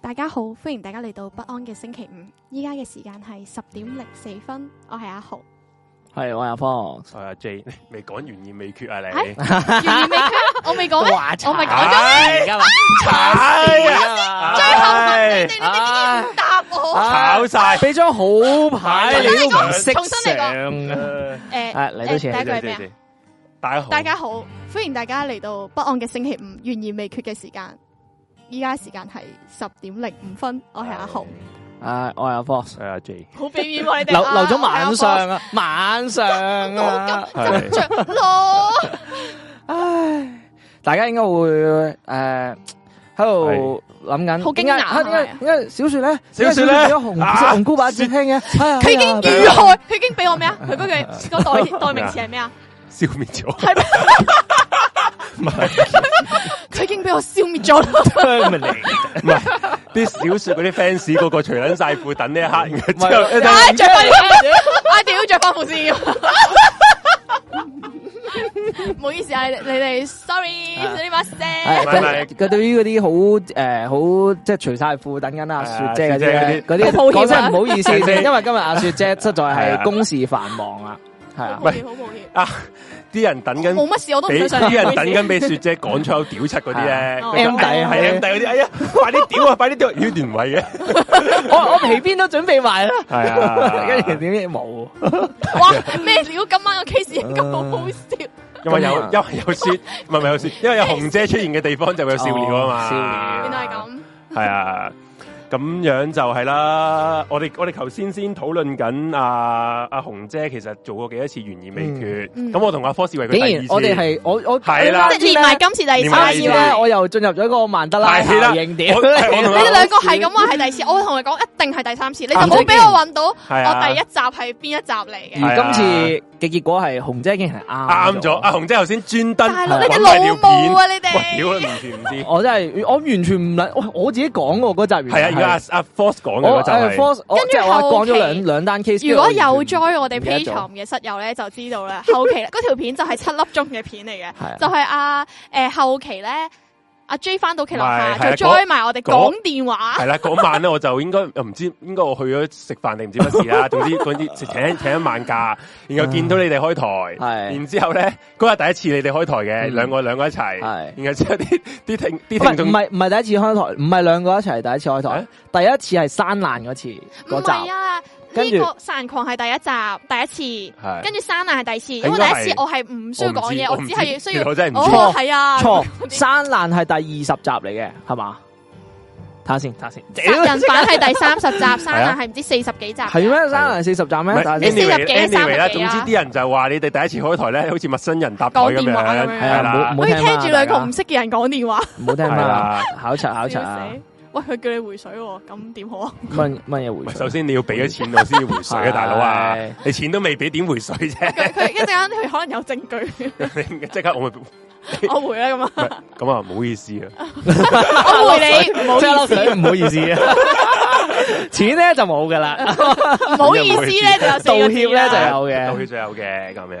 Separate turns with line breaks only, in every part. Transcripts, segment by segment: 大家好，歡迎大家嚟到不安嘅星期五。依家嘅時間係十點零四分，我係阿 豪。
系我阿 Fox，
係啊 J 未講完意未決啊你，
係完未我未講咩？
话
我咪講咗
唉而家話炒事啊嘛
最後問你哋，你哋
唉
竟然唔答我。
唉
炒晒
俾張好牌你都唔識
重新嚟過
上啊！
誒
诶
係嚟多次
第一句係
你
咩啊
哋？大家好，
大家好，歡迎大家嚟到不安嘅星期五，懸而未決嘅時間。依家時間係十點零五分，我係阿豪。
唉，我係阿 Fox，
係啊 J，
好俾面喎，你哋
留留咗晚上啊，晚上啊，
係
着 咯。
唉，大家應該會诶喺度諗緊，
好驚訝
點解啊
係
點
咪
解點解小雪咧？
小雪
點解
呢
變咗紅色
啊
紅菇把子聽嘅，
佢
佢
已經遇害，佢已經俾我咩啊？佢嗰句個代代名詞係咩啊？
消滅咗，
係 咩？佢已經俾我消滅咗啦。
唔係啲小雪嗰啲 fans 個個除撚晒褲等呢一刻，然後之後
唔係
唉，哎着啊翻啊屌，着翻副先。 唔好意思啊，你你哋 sorry
啊
呢把聲，
系
唔係唔係
哎佢對於嗰啲好诶好即係除晒褲等緊阿雪姐嗰啲
係啊雪
咧
姐
嗰
啲好
啲，
抱
講
歉啊
聲唔好意 思
係
先，因為今日阿雪姐實在
係
係
啊
公事繁忙啊，係
好
啊，
抱歉，好抱歉。
啊啲人等緊
冇乜事，我都唔
俾
想上嚟。
啲人等
唔好意思
緊俾雪姐趕出口屌柒嗰啲咧
哦
M 底啊
係 M 底嗰啲，哎呀，快啲屌啊，快啲屌，妖段位嘅，
我我皮鞭都準備埋啦，
係
à.
啊
跟住點知冇，
哇，咩料？今晚個 case 應該好
啊
好笑。
因為
咁
有
啊
因為有雪，唔係唔係有雪，因為有紅姐出現嘅地方就會有笑料啊
哦
嘛，
笑料
原來係咁，
系啊，咁样就系啦。我哋我哋头先先讨论紧啊阿阿红姐，其实做过几多次悬而未决。咁、
嗯嗯
我同阿 Force 以为佢
竟
第二
然
次，
我哋係我我
係啦
即係連埋今次第二
連
次
埋
下
第
次
二
咧，
啦。
我又進入咗一個曼德拉
係啦
效應點
我係我同
你
阿
哋兩個係咁話係第二次，我同你講一定係第三次，你就
啱
冇
先
俾我揾到我
啊係啊
第一集係邊一集嚟嘅。
而今次嘅結果係紅姐竟然係啱
啱咗。啊阿紅姐頭先專登
大佬你
揾
哋
埋條
老
片
母，啊！你
喂，屌
哋
佢唔知唔知。
我真係我完全唔諗，我我自己講喎嗰集
係啊，
原來
要阿阿 Force 講
我
嘅嗰
係
集係
哦哎 force，我
跟住
即係我
後
講
期
咗兩兩單 case。
如果有 join 我哋
唔記得咗
Patreon 嘅室友咧，就知道啦。 後期嗰條片就係七粒鐘嘅片嚟
係啊
嘅，就係阿诶後期咧，阿 J 翻到屋企樓
係係
下
啊
就 join 埋我哋
嗰
講電話
係，啦，嗰晚咧我就應該唔知，應該我去咗食飯定唔知乜事啦。總之嗰啲請請一晚假，然後見到你哋開台，
係
然之後咧嗰日第一次你哋開台嘅，
嗯
兩個兩個一齊，
係
然後之後啲啲聽
唔
啲聽
係
眾
唔係唔係第一次開台，唔係兩個一齊第一次開台，第一次係山難嗰次
唔
嗰
係
集，
啊，
跟
呢
住
個殺人狂係第一次，第一次，
係
跟住山難係第二次，因
應
為
該係
第一次我係唔需要講嘢，
我
我
唔知
只係需
其實
要
我真係唔知
哦係啊，
錯
嗰啲
山難係第二十集嚟嘅，係嘛？睇下先，睇下先，
殺人版係第三十集，
係
山
啊
難係唔知四十幾集嘅，
係咩？山難係四十集咩？
唔係
睇下
你
先
四十幾
anyway-
三十幾
anyway 啦，
啊
總之啲人就話你哋第一次開台咧，好似陌生人搭台咁
講電話咁
樣，
樣
係
係
啊，
啦
唔，
我
好
要
聽
聽住兩個
個
唔識嘅人講電話。
唔好聽
係
啦
啦，
考察考察啊
笑死！ 喂，佢叫你回水喎，咁點好啊？
乜乜嘢
唔
回
係
事？
首先你要俾咗錢我先要回水
係
嘅，大佬啊，你錢都未俾點回水 啫？
佢佢一陣間佢可能有證據，
你即刻我咪
我回啦咁啊，
咁啊，唔好意思啊，
我 回你，唔好
即
意
係甩 水唔好意思啊， 錢咧就冇噶啦，
唔好意思咧，就有四個
道
字
歉咧就
啦
有
到佢
嘅。
最有嘅咁樣。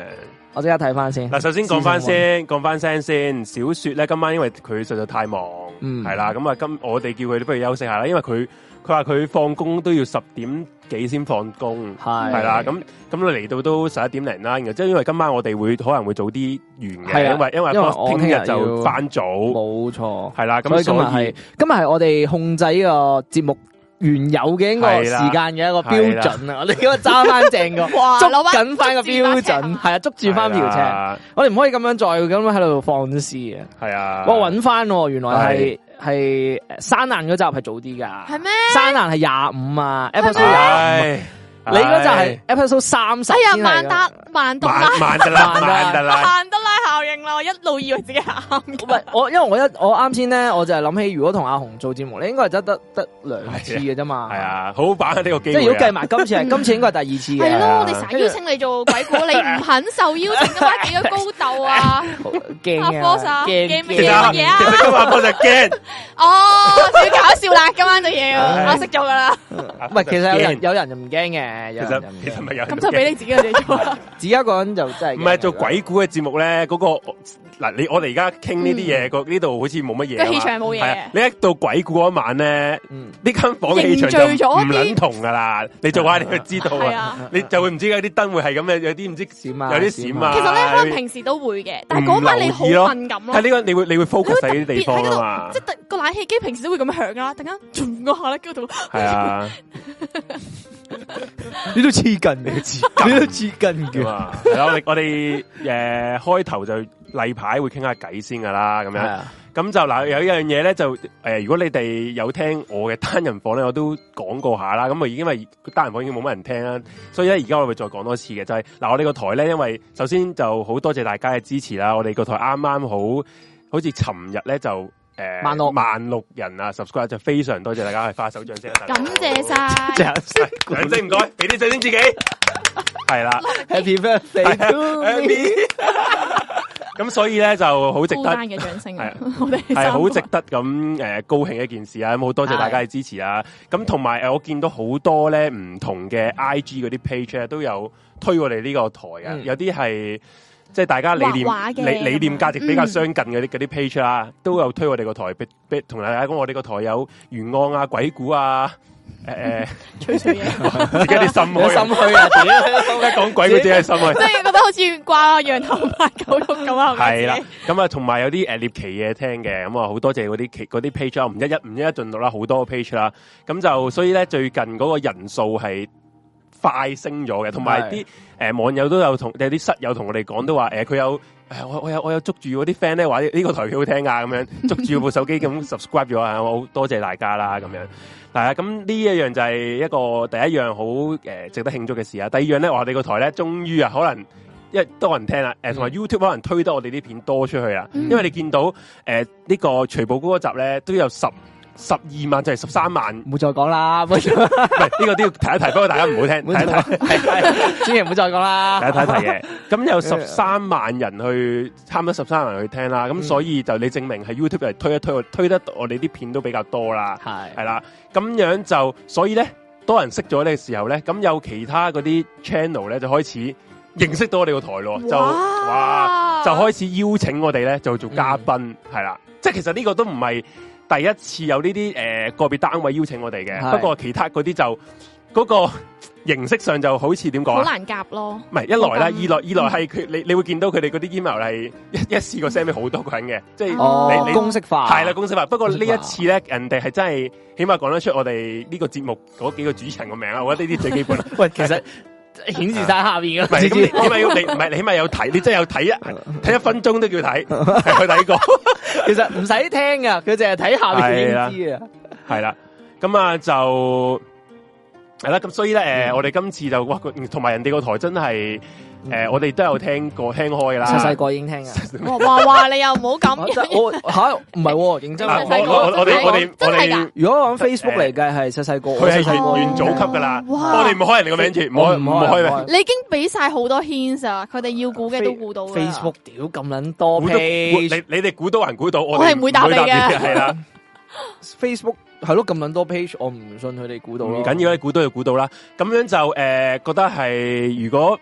我即刻睇翻先。
嗱，首先講翻
Season
先，講翻聲先。小雪咧，今晚因為佢實在太忙，
嗯
係啦，咁啊，今我哋叫佢不如休息下啦，因為佢佢話佢放工都要十點幾先放工。
係
系啦，咁咁你嚟到都十一點零啦，然後即係因為今晚我哋會可能會早啲完
係啊
嘅，因為因為
因為
boss
我
聽
聽日
日就
要
翻早，係
冇錯。
啦，
所
咁
以今日
所以
係今日係我哋控制呢個節目原有嘅一個時間嘅一個標準啊！我哋要揸翻正個，
哇
捉
老闆
緊翻個標
捉住把尺係
準，
嘛
係啊，捉住翻條尺。
尺，
我哋唔可以咁樣再咁樣喺度放肆啊！
啊係啊，
我揾翻，原來係係誒山難嗰集係早啲㗎，
係咩？
山難係廿五啊，episode 廿五。
唉，
你嗰集係
唉
episode 三十。
哎呀，萬達萬達
慢
拉
慢得啦，
慢啊得啦
慢得啦，
曼德拉效應啦，我一路以為自己係啱
唔係我，因為我一我啱先咧，我就係諗起，如果同阿紅做節目咧，應該係得得得兩次嘅啫嘛。
係啊，好把握呢個機
即係如
會
果計
啊，
埋 今次係，
嗯
今次應該係第二次
係
嘅。
咯，我哋成日邀請你做鬼故，你唔肯受邀請，咁啊幾個高竇啊？
好驚
阿 Force 啊
啊！驚
驚
其實
咩
驚
啊
啊
乜嘢啊
其實今晚我就驚，
哦，要搞笑啦，今晚就要，
唉
我識咗噶啦，
唔係，其實有人
驚
有人就唔驚嘅，嘅，
其
有
實
人
其實
唔
咪有人
咁就俾你自己去做 啦。
自己一個人就真係
唔
嘅
係做鬼故嘅節目咧，嗰、個嗱你我哋而家傾呢啲嘢，個呢度好似冇乜嘢啊嘛，
個氣場係冇嘢嘅
係啊你一到鬼故嗰晚咧，
嗯
呢間房嘅氣場就
凝聚咗
唔
啲
撚同噶啦，你做下你就知道
係
啊，
啊，
你就會唔知有啲燈會係咁嘅，有啲唔知
閃啊
有啲閃啊，
其實咧可能平時都會嘅，但係嗰晚你好敏感咯
係。呢個你會你會 focus 喺啲地方
你會特別喺嗰度
啊嘛
即，係個冷氣機平時都會咁樣響噶啦，突然間轉嗰下咧，跟住就
係啊，
你都黐近嘅，黐 你都黐近
咁
嘅，
啊，係啦我哋我哋誒開頭就例牌會傾下偈先噶啦，咁樣。
啊，
咁就嗱，有一樣嘢咧，就誒、呃如果你哋有聽我嘅單人房咧，我都講過下啦。咁啊，因為單人房已經冇乜人聽啦，所以咧而家我會再講多次嘅，就係、嗱，我哋個台咧，因為首先就好多謝大家嘅支持啦。我哋個台啱啱好，好似尋日咧就誒、呃、
萬六
萬六人啊 subscribe，就非常多謝大家，係花手掌聲啊！
感謝 晒。
真係
掌聲唔該，俾啲掌聲自己，係啦。
Happy birthday to me！
咁所以咧就好值
孤
得
單嘅掌聲啊！
係
我哋
系
三個
好值得咁诶、呃高興一件事啊！咁好多謝大家嘅支持啊！咁同埋诶，呃我見到好多咧唔同嘅 I G 嗰啲 page 咧都有推我哋呢個台啊，
嗯
有啲係即係大家理念
畫畫嘅
理理念價值比較
嗯
相近嗰啲嗰啲 page 啦，都有推我哋個台，俾俾同大家講我哋個台有懸案啊、鬼故啊、诶、
吹水 嘢，
呃，自己啲心
有
開啊
心，虛啊，屌
一講鬼故自己嘅心開
即。係覺得好似掛羊頭賣狗肉咁啊！係咪
系啦，咁啊，同埋有啲诶猎奇嘢聽嘅，咁啊好多謝嗰啲奇嗰啲 page 啦，唔一一唔一一進到啦，好多個 page 啦，咁就所以咧最近嗰個人數係快升咗嘅，同埋啲诶網友都有同有啲室友同我哋講，都話呃诶佢有诶我我有我有捉住嗰啲 friend 咧話呢個台幾好聽啊，咁樣捉住部手機咁 subscribe 咗啊，我好多謝大家啦，咁樣。係啊，咁呢一樣就係一個第一樣好誒值得慶祝嘅事啊。第二樣咧，我哋個台咧，終於啊，可能因為多人聽啦，誒同埋
嗯
YouTube 可能推得我哋啲片多出去啦。
嗯
因為你見到誒呢個徐步高嗰集咧，都有十十二萬，就係十三 萬，唔
唔好再 講啦，唔好再
係呢個都要提一提，不過大家唔好聽，
唔好
睇
再
一睇。
講，千祈唔好再講啦
大。家睇一睇嘅，咁
啊
有十三萬人去，差唔多十三萬人去聽啦，咁
嗯
所以就你證明係 YouTube 係推一推，推得我哋啲片都比較多啦。系
係
啦，咁樣就所以咧，多人識咗呢嘅時候咧，咁有其他嗰啲 channel 咧就開始認識到我哋個台咯，就哇就開始邀請我哋咧就做嘉賓，係啦、即係其實呢個都唔係第一次有呢啲诶個別單位邀請我哋嘅，
係
不過其他嗰啲就嗰、個形式上就好似點講
好
啊？
難夾咯。
唔係一來啦，二
冇咁
來二來係佢你你會見到佢哋嗰啲 email 係一一次過 send 俾好多個人嘅，即係。
哦
你，你
公式化
系啦，公司法。不過呢
公司
一
法
次咧，人哋係真係起碼講得出我哋呢個節目嗰幾個主持人個名啊！我覺得呢啲最基 本啦。
喂，其實顯示晒下面
唔
嘅，
係咁，你起碼要你唔係你起碼有睇，你真係有睇 一睇一分鐘都叫睇，係去睇過
其實唔使聽噶，佢淨係睇下面已經知啊。
係啦。咁啊就係啦。咁所以咧，诶，
嗯
我哋今次就哇，佢同埋人哋個台真係诶，
嗯
我哋都有聽過聽開㗎啦。
細細個已經聽啊。
哇哇哇！你又唔 好
我
咁
真我吓唔係喎，認真
嗱
細
喎。
細個
啊我我我哋我哋
真
我
係㗎
哋
如果講 Facebook 嚟計係細細個，
佢係
我細細個
元
原
元祖級㗎啦。
哇
我哋唔開人哋個名住，唔
我
開
唔
唔
開
開
唔
名
開。
你已經俾晒好多 hints 啊！佢哋要估嘅都估到㗎啦
Facebook 屌咁撚多
估都估你
page，Facebook
你哋估到還估到，
我
我哋
係唔會答你嘅
系啦。
係咯咁撚多 page，我唔信佢哋估到咯。
唔緊要啦，估到就估到啦。咁樣就诶、呃，觉得係如果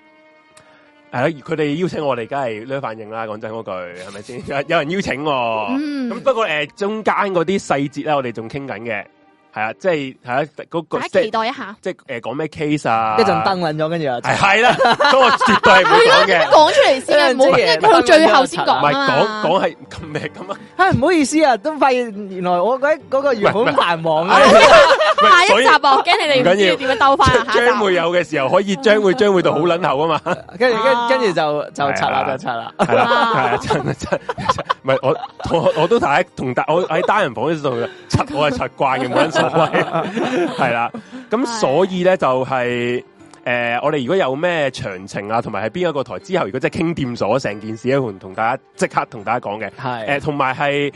系啦，佢哋邀請我哋，梗係呢反應啦。講真嗰句，係咪先？ 有有人邀請我，咁、
嗯
不過诶、呃中間嗰啲細節咧，我哋仲傾緊嘅，係啊，即係係啊，嗰、個
大
即
家
係
期待一下。
即係诶講咩 case 啊？
一陣燈撚咗，跟住又
係係啦，咁我絕對係唔 會講嘅。
講出嚟先啊，唔好
即係
到最後先講
唔
啊
係講
嘛。
講係咁咩 咁啊？
唉，唔好意思啊，都發現原來我嗰嗰個月好繁忙啊，
喂
下一
所以
集啊，我驚你哋唔
唔緊要
知點樣兜翻啊！下一
將會
集
有嘅時候，可以將會將會到好撚後啊嘛。
跟住
啊
跟跟住就就拆啦
係啊
就拆啦，
系啦，系
啊
啊，真真真唔系我我我都睇同大我喺單人房嗰度刷我係刷慣嘅，冇人所謂係啦。咁所以咧就係呃我哋如果有咩詳情啊，同埋係邊一個台之後，如果真係傾掂咗成件事咧，會同大家即刻同大家講嘅。诶，
係
同埋係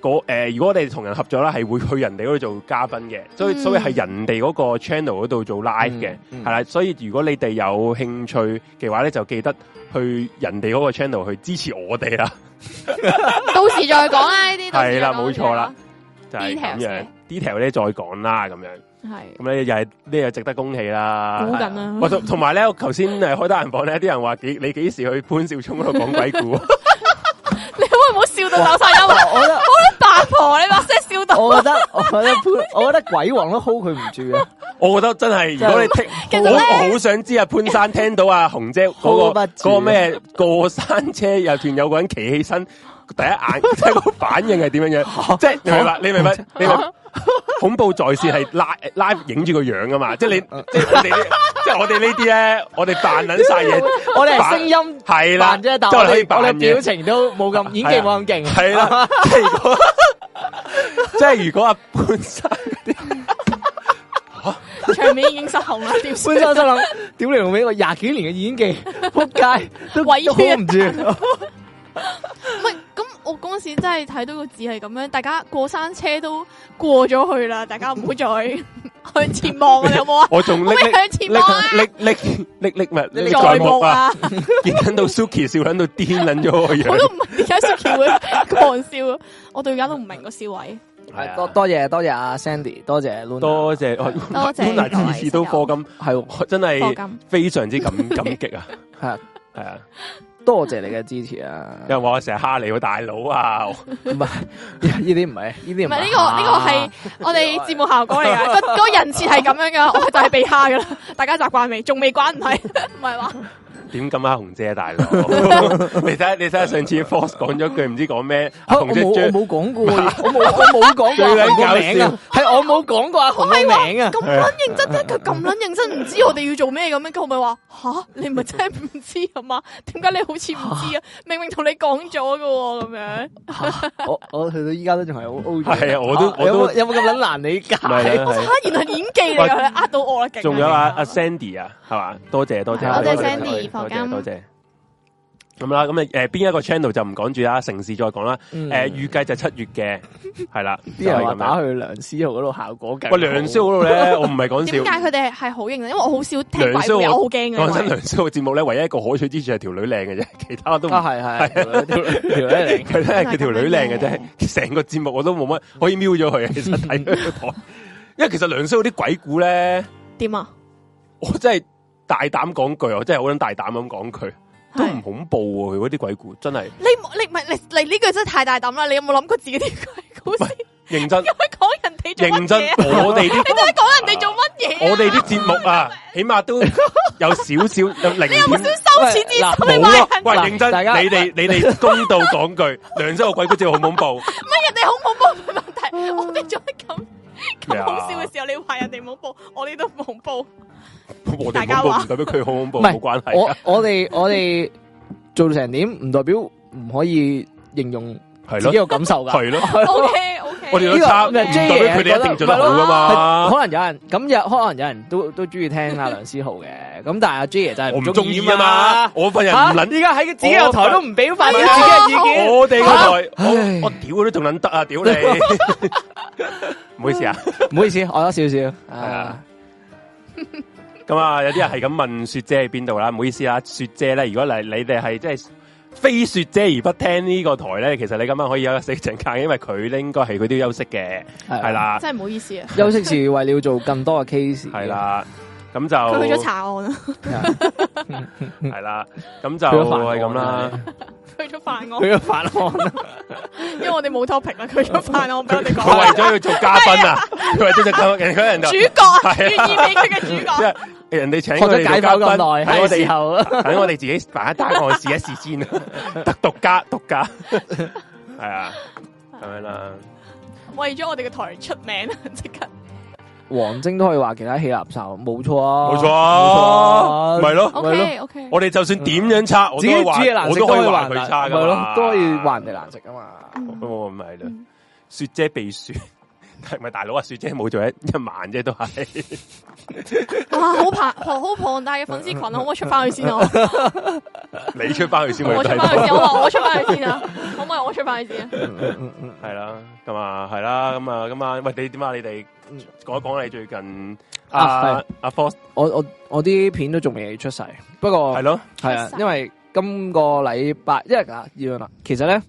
嗰诶，如果我哋同人合作啦，係會去人哋嗰度做嘉賓嘅，所以
嗯
所以係人哋嗰個 channel 嗰度做 live 嘅，
嗯嗯
係啦、所以如果你哋有興趣嘅話咧，就記得去人哋嗰個 channel 去支持我哋啦，
到時再講啦，呢啲到時啊
係啦，
再講
冇錯啦。就係咁
Details
樣
嘅
detail 咧再講啦，咁樣
系
咁咧又係呢又值得恭喜啦。
估緊
啊
啦
喂同同埋咧，我頭先誒開得人房咧，啲人話幾你幾時去潘少聰嗰度講鬼故？
你可唔可以唔好笑到抖晒音 啊？
我覺得
八婆，你把聲笑到，
我覺得我覺得潘，我覺得鬼王都 hold 佢唔住啊
我覺得真係，如果你
其實
聽，
咧
我我好想知啊潘 生聽到啊紅姐嗰、個
好不
嗰
住
個咩過山車有段有個人企起身，第一眼 即係個反應係點樣樣？即係你明白？你明白？你明白？恐怖在線係 live live 影住個樣噶嘛？即係你
啊
即係我哋呢即係我哋呢啲咧，我哋扮撚晒嘢，
我哋係
扮
聲音
係啦，
扮
即
啫，但
係我哋可以
係
扮
我哋
嘢
表。情都冇咁演技冇咁勁，
係啦，即係如果 即係如果阿潘生。
場面已經失控啦，點 算
潘？生心諗： 屌你老味，我廿幾年嘅演技，仆 街都
委屈
都 hold 唔住。
唔系咁？我嗰阵时真係睇到個字係咁樣，大家過山車都過咗去啦，大家唔好再 向前望啊！你有冇啊？
我仲拎
可唔可以向前
拎
望啊
拎拎拎拎咩？拎
再
在目
望
啊！
啊！
見撚到 Suki 笑撚到癲撚咗個
我都
樣，
唔明點解 Suki 會狂笑，我到而家都唔明個笑位。
係啊
多多謝多謝阿 Sandy，多謝 Luna，
多謝哦
多謝
Luna
各位
次次都課金，
係喎
真
課
係
金
非常之感感激啊！
係啊
係啊，
多謝你嘅支持啊！
有人話我成日蝦你喎，大佬啊！
唔係呢啲唔係呢啲
唔係呢個呢個
啊
係我哋節目效果嚟噶，個個人設係咁樣 噶，我就係被蝦噶啦。大家習慣未？仲未關唔係？唔係話
點咁啊，紅 姐大佬？你睇下你睇下上次 Force 講咗句唔知講咩，阿
嚇我
紅姐
冇
追
我冇講 過，我冇我冇講過阿
最撚
紅
搞
個名
笑
啊，係我冇講過阿紅個名啊。
咁撚認真啫，佢咁撚認真，唔知我哋要做咩咁樣，佢咪話吓你咪真係唔知啊嘛？點解你好似唔知啊？明明同你講咗噶喎，咁樣
我我去到依家都仲係好 O
係啊我都我
有冇
都
有冇咁撚難理解？
唔係啦，係
啊，原來演技嚟㗎，佢呃到我啦，勁啊
仲有啊
勁
阿 Sandy 啊，係嘛？多謝多謝
多謝 Sandy
多
課
謝
金
多謝。咁啦，咁啊，誒邊一個 channel 就唔講住啦，城市再講啦。
嗯
誒預計就七月嘅，係啦，
啲人話
就係咁樣
打去梁思浩嗰度效果勁好。
喂，梁蕭嗰度 咧，我唔係講
點
笑。
解佢哋係好認真？因為我好少聽鬼
梁蕭
故
我
我好驚啊
講真，
嘅。
梁蕭個節目咧，唯一一個可取之處係條女 靚嘅啫，其他都唔
啊係係條女條女嚟。
佢咧佢條女靚嘅
真係咁
啫，成個節目我都冇乜可以瞄咗佢。其實睇佢個台，因為其實梁蕭嗰啲鬼故咧，
點啊？
我真係大膽講句，我真係好撚大膽咁講句，都唔恐怖喎。佢嗰啲鬼故真係
你冇你唔係你你呢句真係太大膽啦！你有冇諗過自己啲鬼故事？
認 真
你可以講人哋做乜
認真
嘢啊？，
我哋啲
你真係講人哋做乜嘢啊？
我哋啲節目 啊，起碼都有少少有零點。
羞恥之
嗱
心，你
冇
話
啊
人！
喂，
嗱
認真，
大家
你哋你哋公道講句， 梁州個鬼故真係好恐 怖。
乜人哋好恐怖冇問 題，我哋做得咁咁
咩啊
好笑 嘅時候，你話人哋恐怖，我哋都唔恐 怖。
我哋
大家
恐怖
話
唔代表佢好恐怖，
唔
冇
係
關係
我
啊。
我哋我哋做成點，唔代表唔可以形容
係
自己個
咯，
感受㗎。
係咯，
O K O K，
我哋
呢
都
個
差，唔
咩
代
？J
表
爺
佢哋一定做得好噶
係
嘛。
可能有人咁有，可能有人都都中意聽阿梁思浩 嘅。咁但係阿 J 爺真係
我唔中意
啊
啊嘛，我份人唔
嚇
撚。啊
而家喺自己個台都唔俾發表自己嘅意見。
我哋個台，
唉
我我屌都仲撚得啊！屌 你，唔好意思啊。
唔好意思，我有少少
啊
啊，
咁啊，有啲人係咁問雪姐喺邊度啦，唔好意思啊，雪姐咧，如果嚟你哋係即係非雪姐而不聽呢個台咧，其實你今晚可以休息陣間，因為佢咧應該係佢都休息嘅，
係
係，啦，
真係唔好意思啊！
休息時為了做更多嘅 case，
係，啦，咁就
佢去咗查案 啊，
係
係啦，咁就
去咗飯
係咁啦。
去咗犯案，
佢嘅法案
因為我哋冇 topic 啊啦，佢去咗犯案俾我哋
佢為
講。
咗要做嘉
哎
賓啊，佢為咗做嘉賓，人哋人
主
就
角啊，
係啊
願意俾佢嘅主
即
角。啊
係人哋請
學
我哋
咗
做
解
嘉
剖咁
賓，
耐，
等
係
我
時
哋
候啊，
等我哋自己辦一單案試一 試先，啊得獨家獨家，係啊，咁樣啦。
為咗我哋嘅台出名，啊即刻
王晶都可以話其他戲垃圾，冇錯啊，
冇錯啊，
冇錯啊
咪咯。
咪咯
OK OK，
我哋就算點樣差，我
嗯自
都
己
可以
煮嘢
話，
難
我
食
都可以話
話
佢差
咪
噶
咯
嘛，，
都可以話人哋難食噶嘛。
咁我唔係啦，雪姐避雪， 係咪大佬啊？雪姐冇做一 一晚啫，都係
啊，好龐好好龐大嘅粉絲群啊，可唔可以出翻去 先啊？
你出翻去先，咪
我
就
出
係
翻去
咯
先，我話我出翻去先啊， 可唔可以我出翻去 先啊？
係啦，咁啊係啦，咁啊咁啊，喂你點啊？你哋講一講你最近
嗯啊
阿
係
阿 Force
我我我啲片都仲未出世，不過
係咯，
係啊
出，晒
因為今個禮拜，因為啊，要啦，其實咧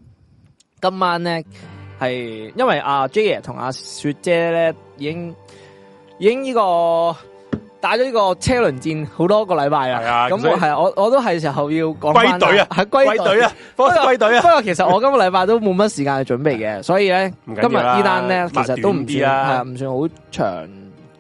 今晚咧，誒、係因為阿 J 爷同阿雪姐咧已經已經呢、個打咗呢個車輪戰好多個禮拜
係
啦，
啊
咁
所以
我係我我都係時候要講
歸隊啊
係歸
歸
隊
隊啊，波士歸隊 啊
不，過其實我今個禮拜都冇乜時間去準備嘅，所以咧
唔
今
緊
日
要啦
呢單咧其實都唔
抹短啲
算係
啦
啊唔算好長，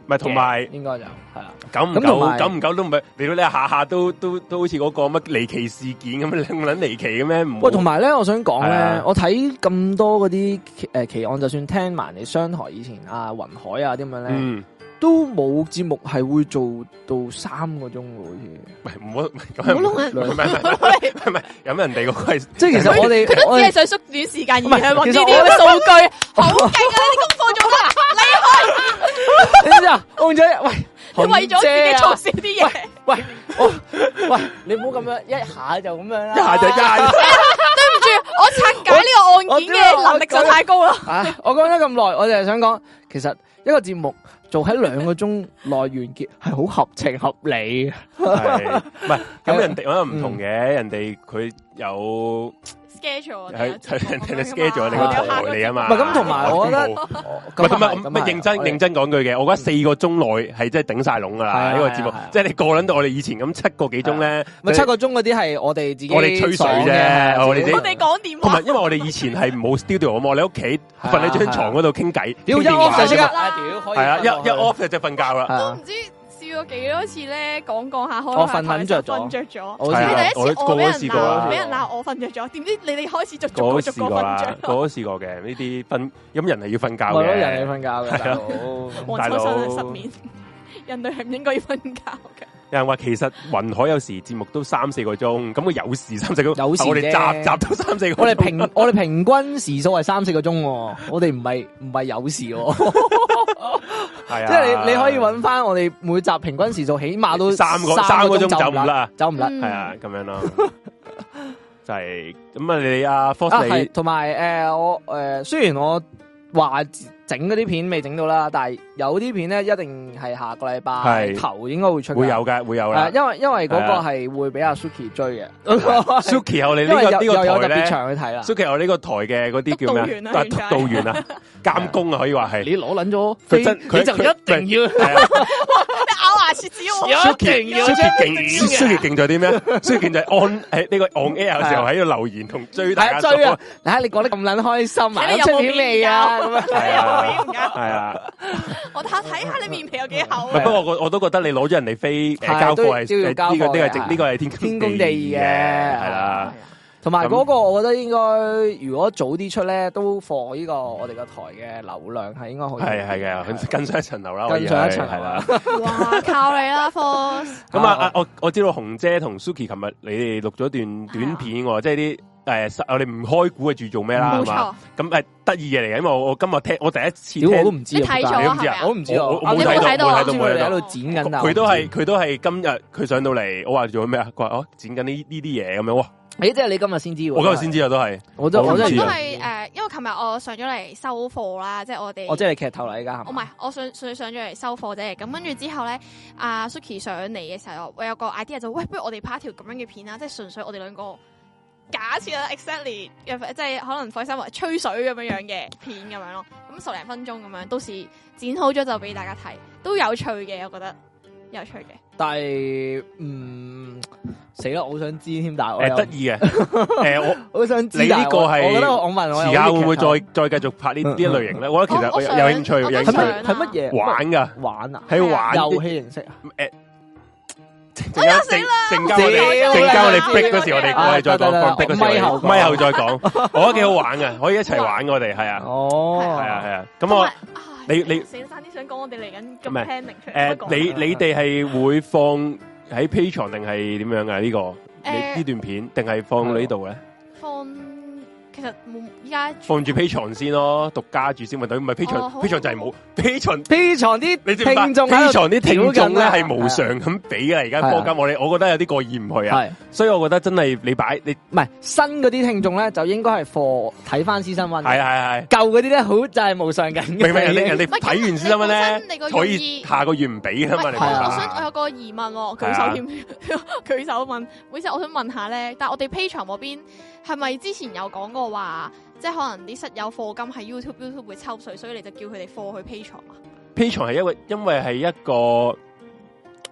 咪同埋
應該就係啦。
久唔
咁同
久
埋
久唔久都唔係，你到你下下都都都好似嗰個乜離奇事件咁 樣，你唔撚離奇嘅咩？唔
喂，同埋咧，我想講
係
咧
啊，
我睇咁多嗰啲诶奇案，就算聽埋你商台以前啊雲海啊啲咁樣咧，
嗯，
都冇節目係會做到三個鐘嘅，好啊似。
喂唔好咁樣
唔好弄人
唔係唔係唔係唔係唔係飲人哋個 規，
即係其實我哋
佢都
我
只係
哋
想縮短時間而
唔係
去揾呢
其實
啲
我
咁嘅 數據，好勁啊！呢啲功課做得啊，
你知唔知啊？ 我唔知喂，
你為咗自己
做
做少啲嘢，
喂我喂，你唔好咁樣一下就咁樣啦，
一下就一下就
跟住我拆解呢個
我
案件嘅能力就太高啦。
啊！我講咗咁耐，我就係想講，其實一個節目做喺兩個鐘內完結係好合情合理嘅。
係唔係
係
咁人哋可能唔同嘅，人哋佢有
schedule
係係人哋嘅 schedule 你
個
個
台
台嚟啊嘛，
唔係咁同埋我覺得
冇唔
咁
係同埋
係
我
咁啊
咪
係
啊認真
我哋嗯
認真講句嘅，我覺得四個鐘內係真係頂晒籠噶
係啊
啦呢個節
係
目
啊係啊，
即係你過撚到我哋以前咁七個幾鐘咧，
咪啊七個鐘嗰啲係我哋自己
我哋吹水啫
爽嘅
我哋自己
我哋講電
同
話
埋，因為我哋以前係冇 studio 啊嘛，我哋喺屋企
係啊
瞓喺張床嗰度傾偈，
屌
傾
一
電話
off 就即刻，
係啊
啊屌可以
係啊，
瞓
一一
落
off 就即係瞓覺
去
啦。
係
都
啊
唔知試過幾多次咧，講講下開
我
下
瞓
台
撚
就
着咗
瞓着咗。
我
你
係
啊
第一次我俾人
我都試過
鬧，
啊
俾人鬧我瞓着咗，點知你哋開始就逐
我
個
都
逐
試
個
過
瞓
啦
着，
我都試過嘅呢啲瞓，咁人係要瞓覺
為咗
嘅，
人哋瞓覺嘅大佬。
黃
大
秋
佬
生啊失眠，人類係唔應該要瞓覺嘅。
有人話其實雲海有時節目都三四個鐘，咁佢有時三四個鐘，啊
有時啫
我哋集集都三四個鐘。
我哋平 我哋平均時數係三四個鐘喎，我哋唔係唔係有時 喎，
係啊，
即係你你可以揾翻我哋每集平均時數，起碼都
三個
個
三個
個
鐘
走
走唔
甩，
啦，
走唔甩。
嗯
嗯
係啊咁樣咯，就係咁啊！你阿 f o
啊，
r
係
你
同埋诶，誒我诶、誒雖然我話整嗰啲片未整到啦，但係有啲片咧一定係下個禮拜
係
頭應該會出㗎。
會有嘅，會有
誒
啦。
因為因為嗰
係
個
啊
係會俾阿 Suki 追嘅，
Suki 我哋
因
呢
為又
個呢
又有
個
特
台
別
咧。
長去睇啦。
Suki 我呢個台嘅嗰啲叫
督導
咩
員啊原
啊？
來
督導員啊，監工啊，可以話係。
你攞撚咗飛，
佢真佢
你就一定要
係啊
你咬牙切齒我，
一
Suki
定要
Suki 勁
一定要
，Suki 勁在啲咩？Suki 勁在 on 喺呢個 on air 嘅時候喺度留言同追大
啊係啊
家
追
做
啊！你睇你講得咁撚開心啊，
睇你有
出
冇
片未啊？咁樣
哎你
係啊
有冇面㗎
係啊，
我睇睇下你面皮有幾厚
唔
啊
係不！過我我都覺得你攞咗人哋飛
係啊
誒交
都要都
貨
要
係
交
誒呢
貨
個
嘅
呢個係正呢個係天
天公地義嘅
嘅係啦。
同埋
咁
嗰個，我覺得應該如果早啲出咧，都放呢個我哋個台嘅流量係應該好。
係係嘅，跟上一層樓啦，
跟上一層樓
係啦。
哇，靠你啦 f o r
咁啊，
啊
啊我我知道紅姐同 Suki 琴日你哋錄咗段短片喎，即係啲誒我哋唔開估嘅住做咩啦，
冇
係嘛？
錯，
咁誒得意嘢嚟嘅，因為我我今日聽我第一次
屌
聽
我都唔知啊，
你睇咗
你
啊
都唔
係
知
咪
啊
啊
我？唔知啊，
我我
冇睇到
我
冇睇到
知佢哋
冇
喺
睇
度
到
剪緊啊，
佢都
我唔
係佢都係今日佢上到嚟，我話做咩啊？佢話哦剪緊呢呢啲嘢咁樣，哇！
知，誒，即係你今日先知喎，
我今日先知啊，都係
我都
我
我
唔
真
知
係
都
啊
係誒，因為琴日我上咗嚟收貨啦，即係我哋
啊
我即係你劇透啦，而家係
我哦唔
嘛
係，我上上上咗嚟收貨啫。咁跟住之後咧，阿、Suki 上嚟嘅時候，我有個 idea 就喂，不如我哋拍一條咁樣嘅片啦，啊即係純粹我哋兩個假設啦，exactly，又即係可能火山話吹水咁樣樣嘅片咁樣咯。咁十零分鐘咁樣，到時剪好咗就俾大家睇，都有趣嘅，我覺得有趣嘅。
但係嗯死啦，我好想知添，但係我
誒得
又
意嘅。誒我
好想知，
你呢個係
但係我我覺得我問我有
而家會唔會
啲劇
再再繼續拍呢呢一類型咧？我覺得其
我
實我
我
有
想
有興趣，
我都
有
透
想
係咪
興
係乜嘢
趣玩㗎，
玩啊？
喺度玩
遊
啲
戲形式啊？
誒。陣
哎
間陣陣間我
屌
哋
啦
陣間我哋逼嗰時，我哋
啊
我哋
得
再
得得
講，逼嗰時我
咪後
哋
講
咪後再講。我覺得幾好玩嘅，可以一齊玩我哋係
Ờ.
啊，
哦，
係啊係啊。咁我
同埋唉
你你
死啦差啲想講我哋嚟緊
唔
咁
係
planning 出嚟 不過
誒呃你你哋係會放喺 P 床定係點樣啊？呢個
誒
你呢段片定係放到呢度咧？
放其實冇依家
放住 P 床先咯，獨家住先，咪等於唔係 P
哦好
床
啊
P 床就係冇 P 床。
P 床啲
你知唔知
聽眾喺度
？P 床啲聽眾咧係無
屌緊
償咁俾嘅，而家
係啊
科金我哋，我覺得有啲過意唔去啊。
係
所以我覺得真係你擺你
唔係新嗰啲聽眾咧，就應該係課睇翻私生温。
係係係，
舊嗰啲咧，好就係無上緊嘅。
明唔明？人哋人哋
唔係
睇完先咁
你
咧
本身你個，
可
用
以
意
下個月唔俾噶嘛？你
喂
明
係
我
啊
我
白？
想我有個疑問喎，
係啊
舉手添， 舉手問，每次我想問下咧，但係我哋 P 場嗰邊係咪之前有講過話即係可能啲室友課金喺 YouTube YouTube 會抽水，所以你就叫佢哋課去 Patreon 啊。
Patreon 系因為因為係一個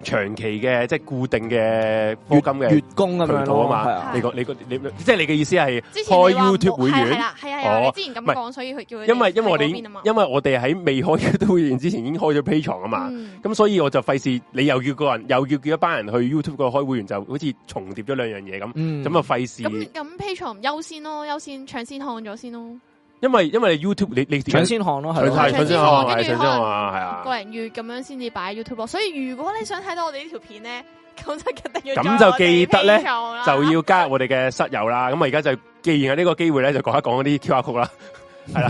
長期嘅即係固定嘅課金嘅
月工咁樣
渠道
咯，
啊嘛
係啊
你講你個你你即係你嘅意思係
之前你
開
話冇
YouTube 會
係啊係
員，
啦係啊係啊，
哦
你之前咁
唔係
講，所以佢叫佢哋
因為因為我
去
哋
嗰
已
邊啊嘛，
因為我哋喺未開 YouTube 會員之前已經開咗 Patreon 啊嘛。
嗯
咁所以我就費事，你又叫個人，又要叫一班人去 YouTube 個開會員，就好似重疊咗兩樣嘢咁，
嗯
咁啊費事
咁，咁 Patreon 優先咯，優先搶先看咗先咯，
因為因為你 YouTube 你你
搶先看咯，係
搶
咯
係
搶
搶先
先
看
看跟
係搶
住
先
可能
看啊，係啊。
個零月咁樣先至擺 YouTube 咯。所以如果你想睇到我哋呢條片咧，咁就一定要
咁
join
就
我哋
記得呢
Patreon 啦
就要加入我哋嘅室友啦。咁我而家就既然有呢個機會咧，就講一講嗰啲 QR code 啦，係啦。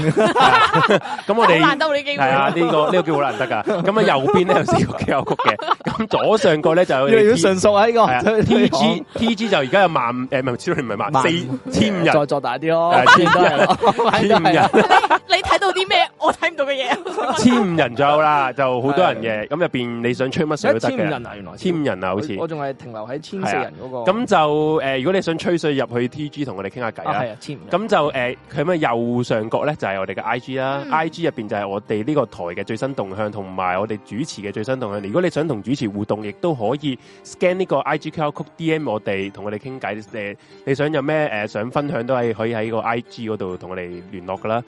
咁我
好
哋
難得呢啲機
係
會。
啊，呢 個呢個機會好難得噶。咁啊，右邊咧有四個 QR code 嘅，咁左上角咧就有
越嚟越
係
純熟啊！呢
啊
個
哦
T G T G 就而家有萬誒唔係，sorry 唔係萬
萬
四千五人，
再再大啲咯
係，
千多人咯，
千五人。
你睇到啲咩？我睇唔到嘅 嘢。
千五人左右啦，就好多人嘅。咁入边你想吹乜水
一
都得
千五
嘅，
人啊， 原來
千五人啊，好似啊
我我仲係停留喺千四人嗰個，
咁就诶，呃如果你想吹水入去 T G 同我哋傾下偈
啊
啦。
係啊，千五人
咁就诶，佢咩右上角咧就係我哋嘅 I G 啦
嗯
，I G 入边就係我哋呢個台嘅最新動向，同埋我哋主持嘅最新動向。如果你想同主持互動，亦都可以 scan 呢個 I G QR code D M 我哋，同我哋傾偈。诶，你想有咩诶想分享都係可以喺個 I G 嗰度同我哋聯絡噶啦。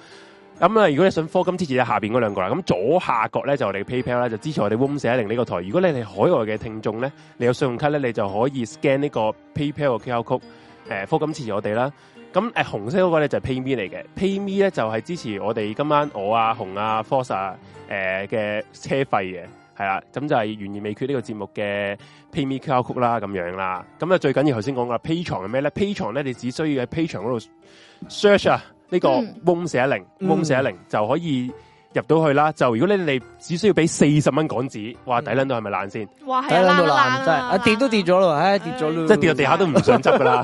咁啊，如果你想科金支持下邊嗰兩個啦，咁左下角咧就我哋 PayPal 啦，就支持我哋 Room 四一零呢個台。如果你係海外嘅聽眾咧，你有信用卡咧，你就可以 scan 呢個 PayPal 嘅 QR code，誒、科金支持我哋啦。咁誒、紅色嗰個咧就係 PayMe 嚟嘅，PayMe 咧就係、支持我哋今晚我啊紅啊 Force 啊誒嘅車費嘅，係啦，咁就係懸而未決呢個節目嘅 PayMe QR code 啦，咁樣啦。咁啊最緊要頭先講啦，Pay 床係咩咧？Pay 床咧你只需要喺 Pay 床嗰度 search 啊呢、個
嗯
Room 四一零
嗯
Room 四一零就可以。入到去啦，就如果你哋只需要俾四十蚊港紙，哇抵撚到係咪爛先？
哇，係
睇
啊，
撚到
爛啊
爛真係，啊跌都跌。咗咯，唉跌咗咯，
即係跌到地下啊都唔想執噶啦。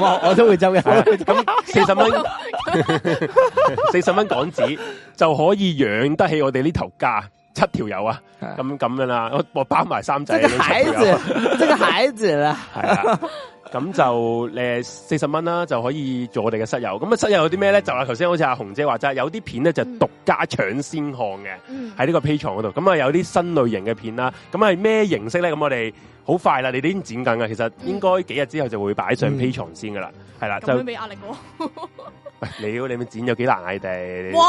我我都會走嘅， 我都會走
四十蚊， 四十蚊港紙就可以養得起我哋呢頭家七條友啊！
係
咁咁樣啦，我我包埋三仔
这个
呢七
孩
條友，啊
子，这个孩子啦，
係啊。咁就誒四十蚊啦，就可以做我哋嘅室友。咁啊，室友有啲咩咧？就係頭先好似阿紅姐話齋，有啲片咧就獨家搶先看嘅。
嗯
喺呢個 P 床嗰度。咁啊有啲新類型嘅片啦，咁啊係咩形式咧？咁我哋好快啦，你哋已經剪緊噶，其實應該幾日之後就會擺上
嗯
P 床先噶啦，係啦，啊就
咁樣俾壓力我。
你你咪剪有幾難嗌哋。
哇！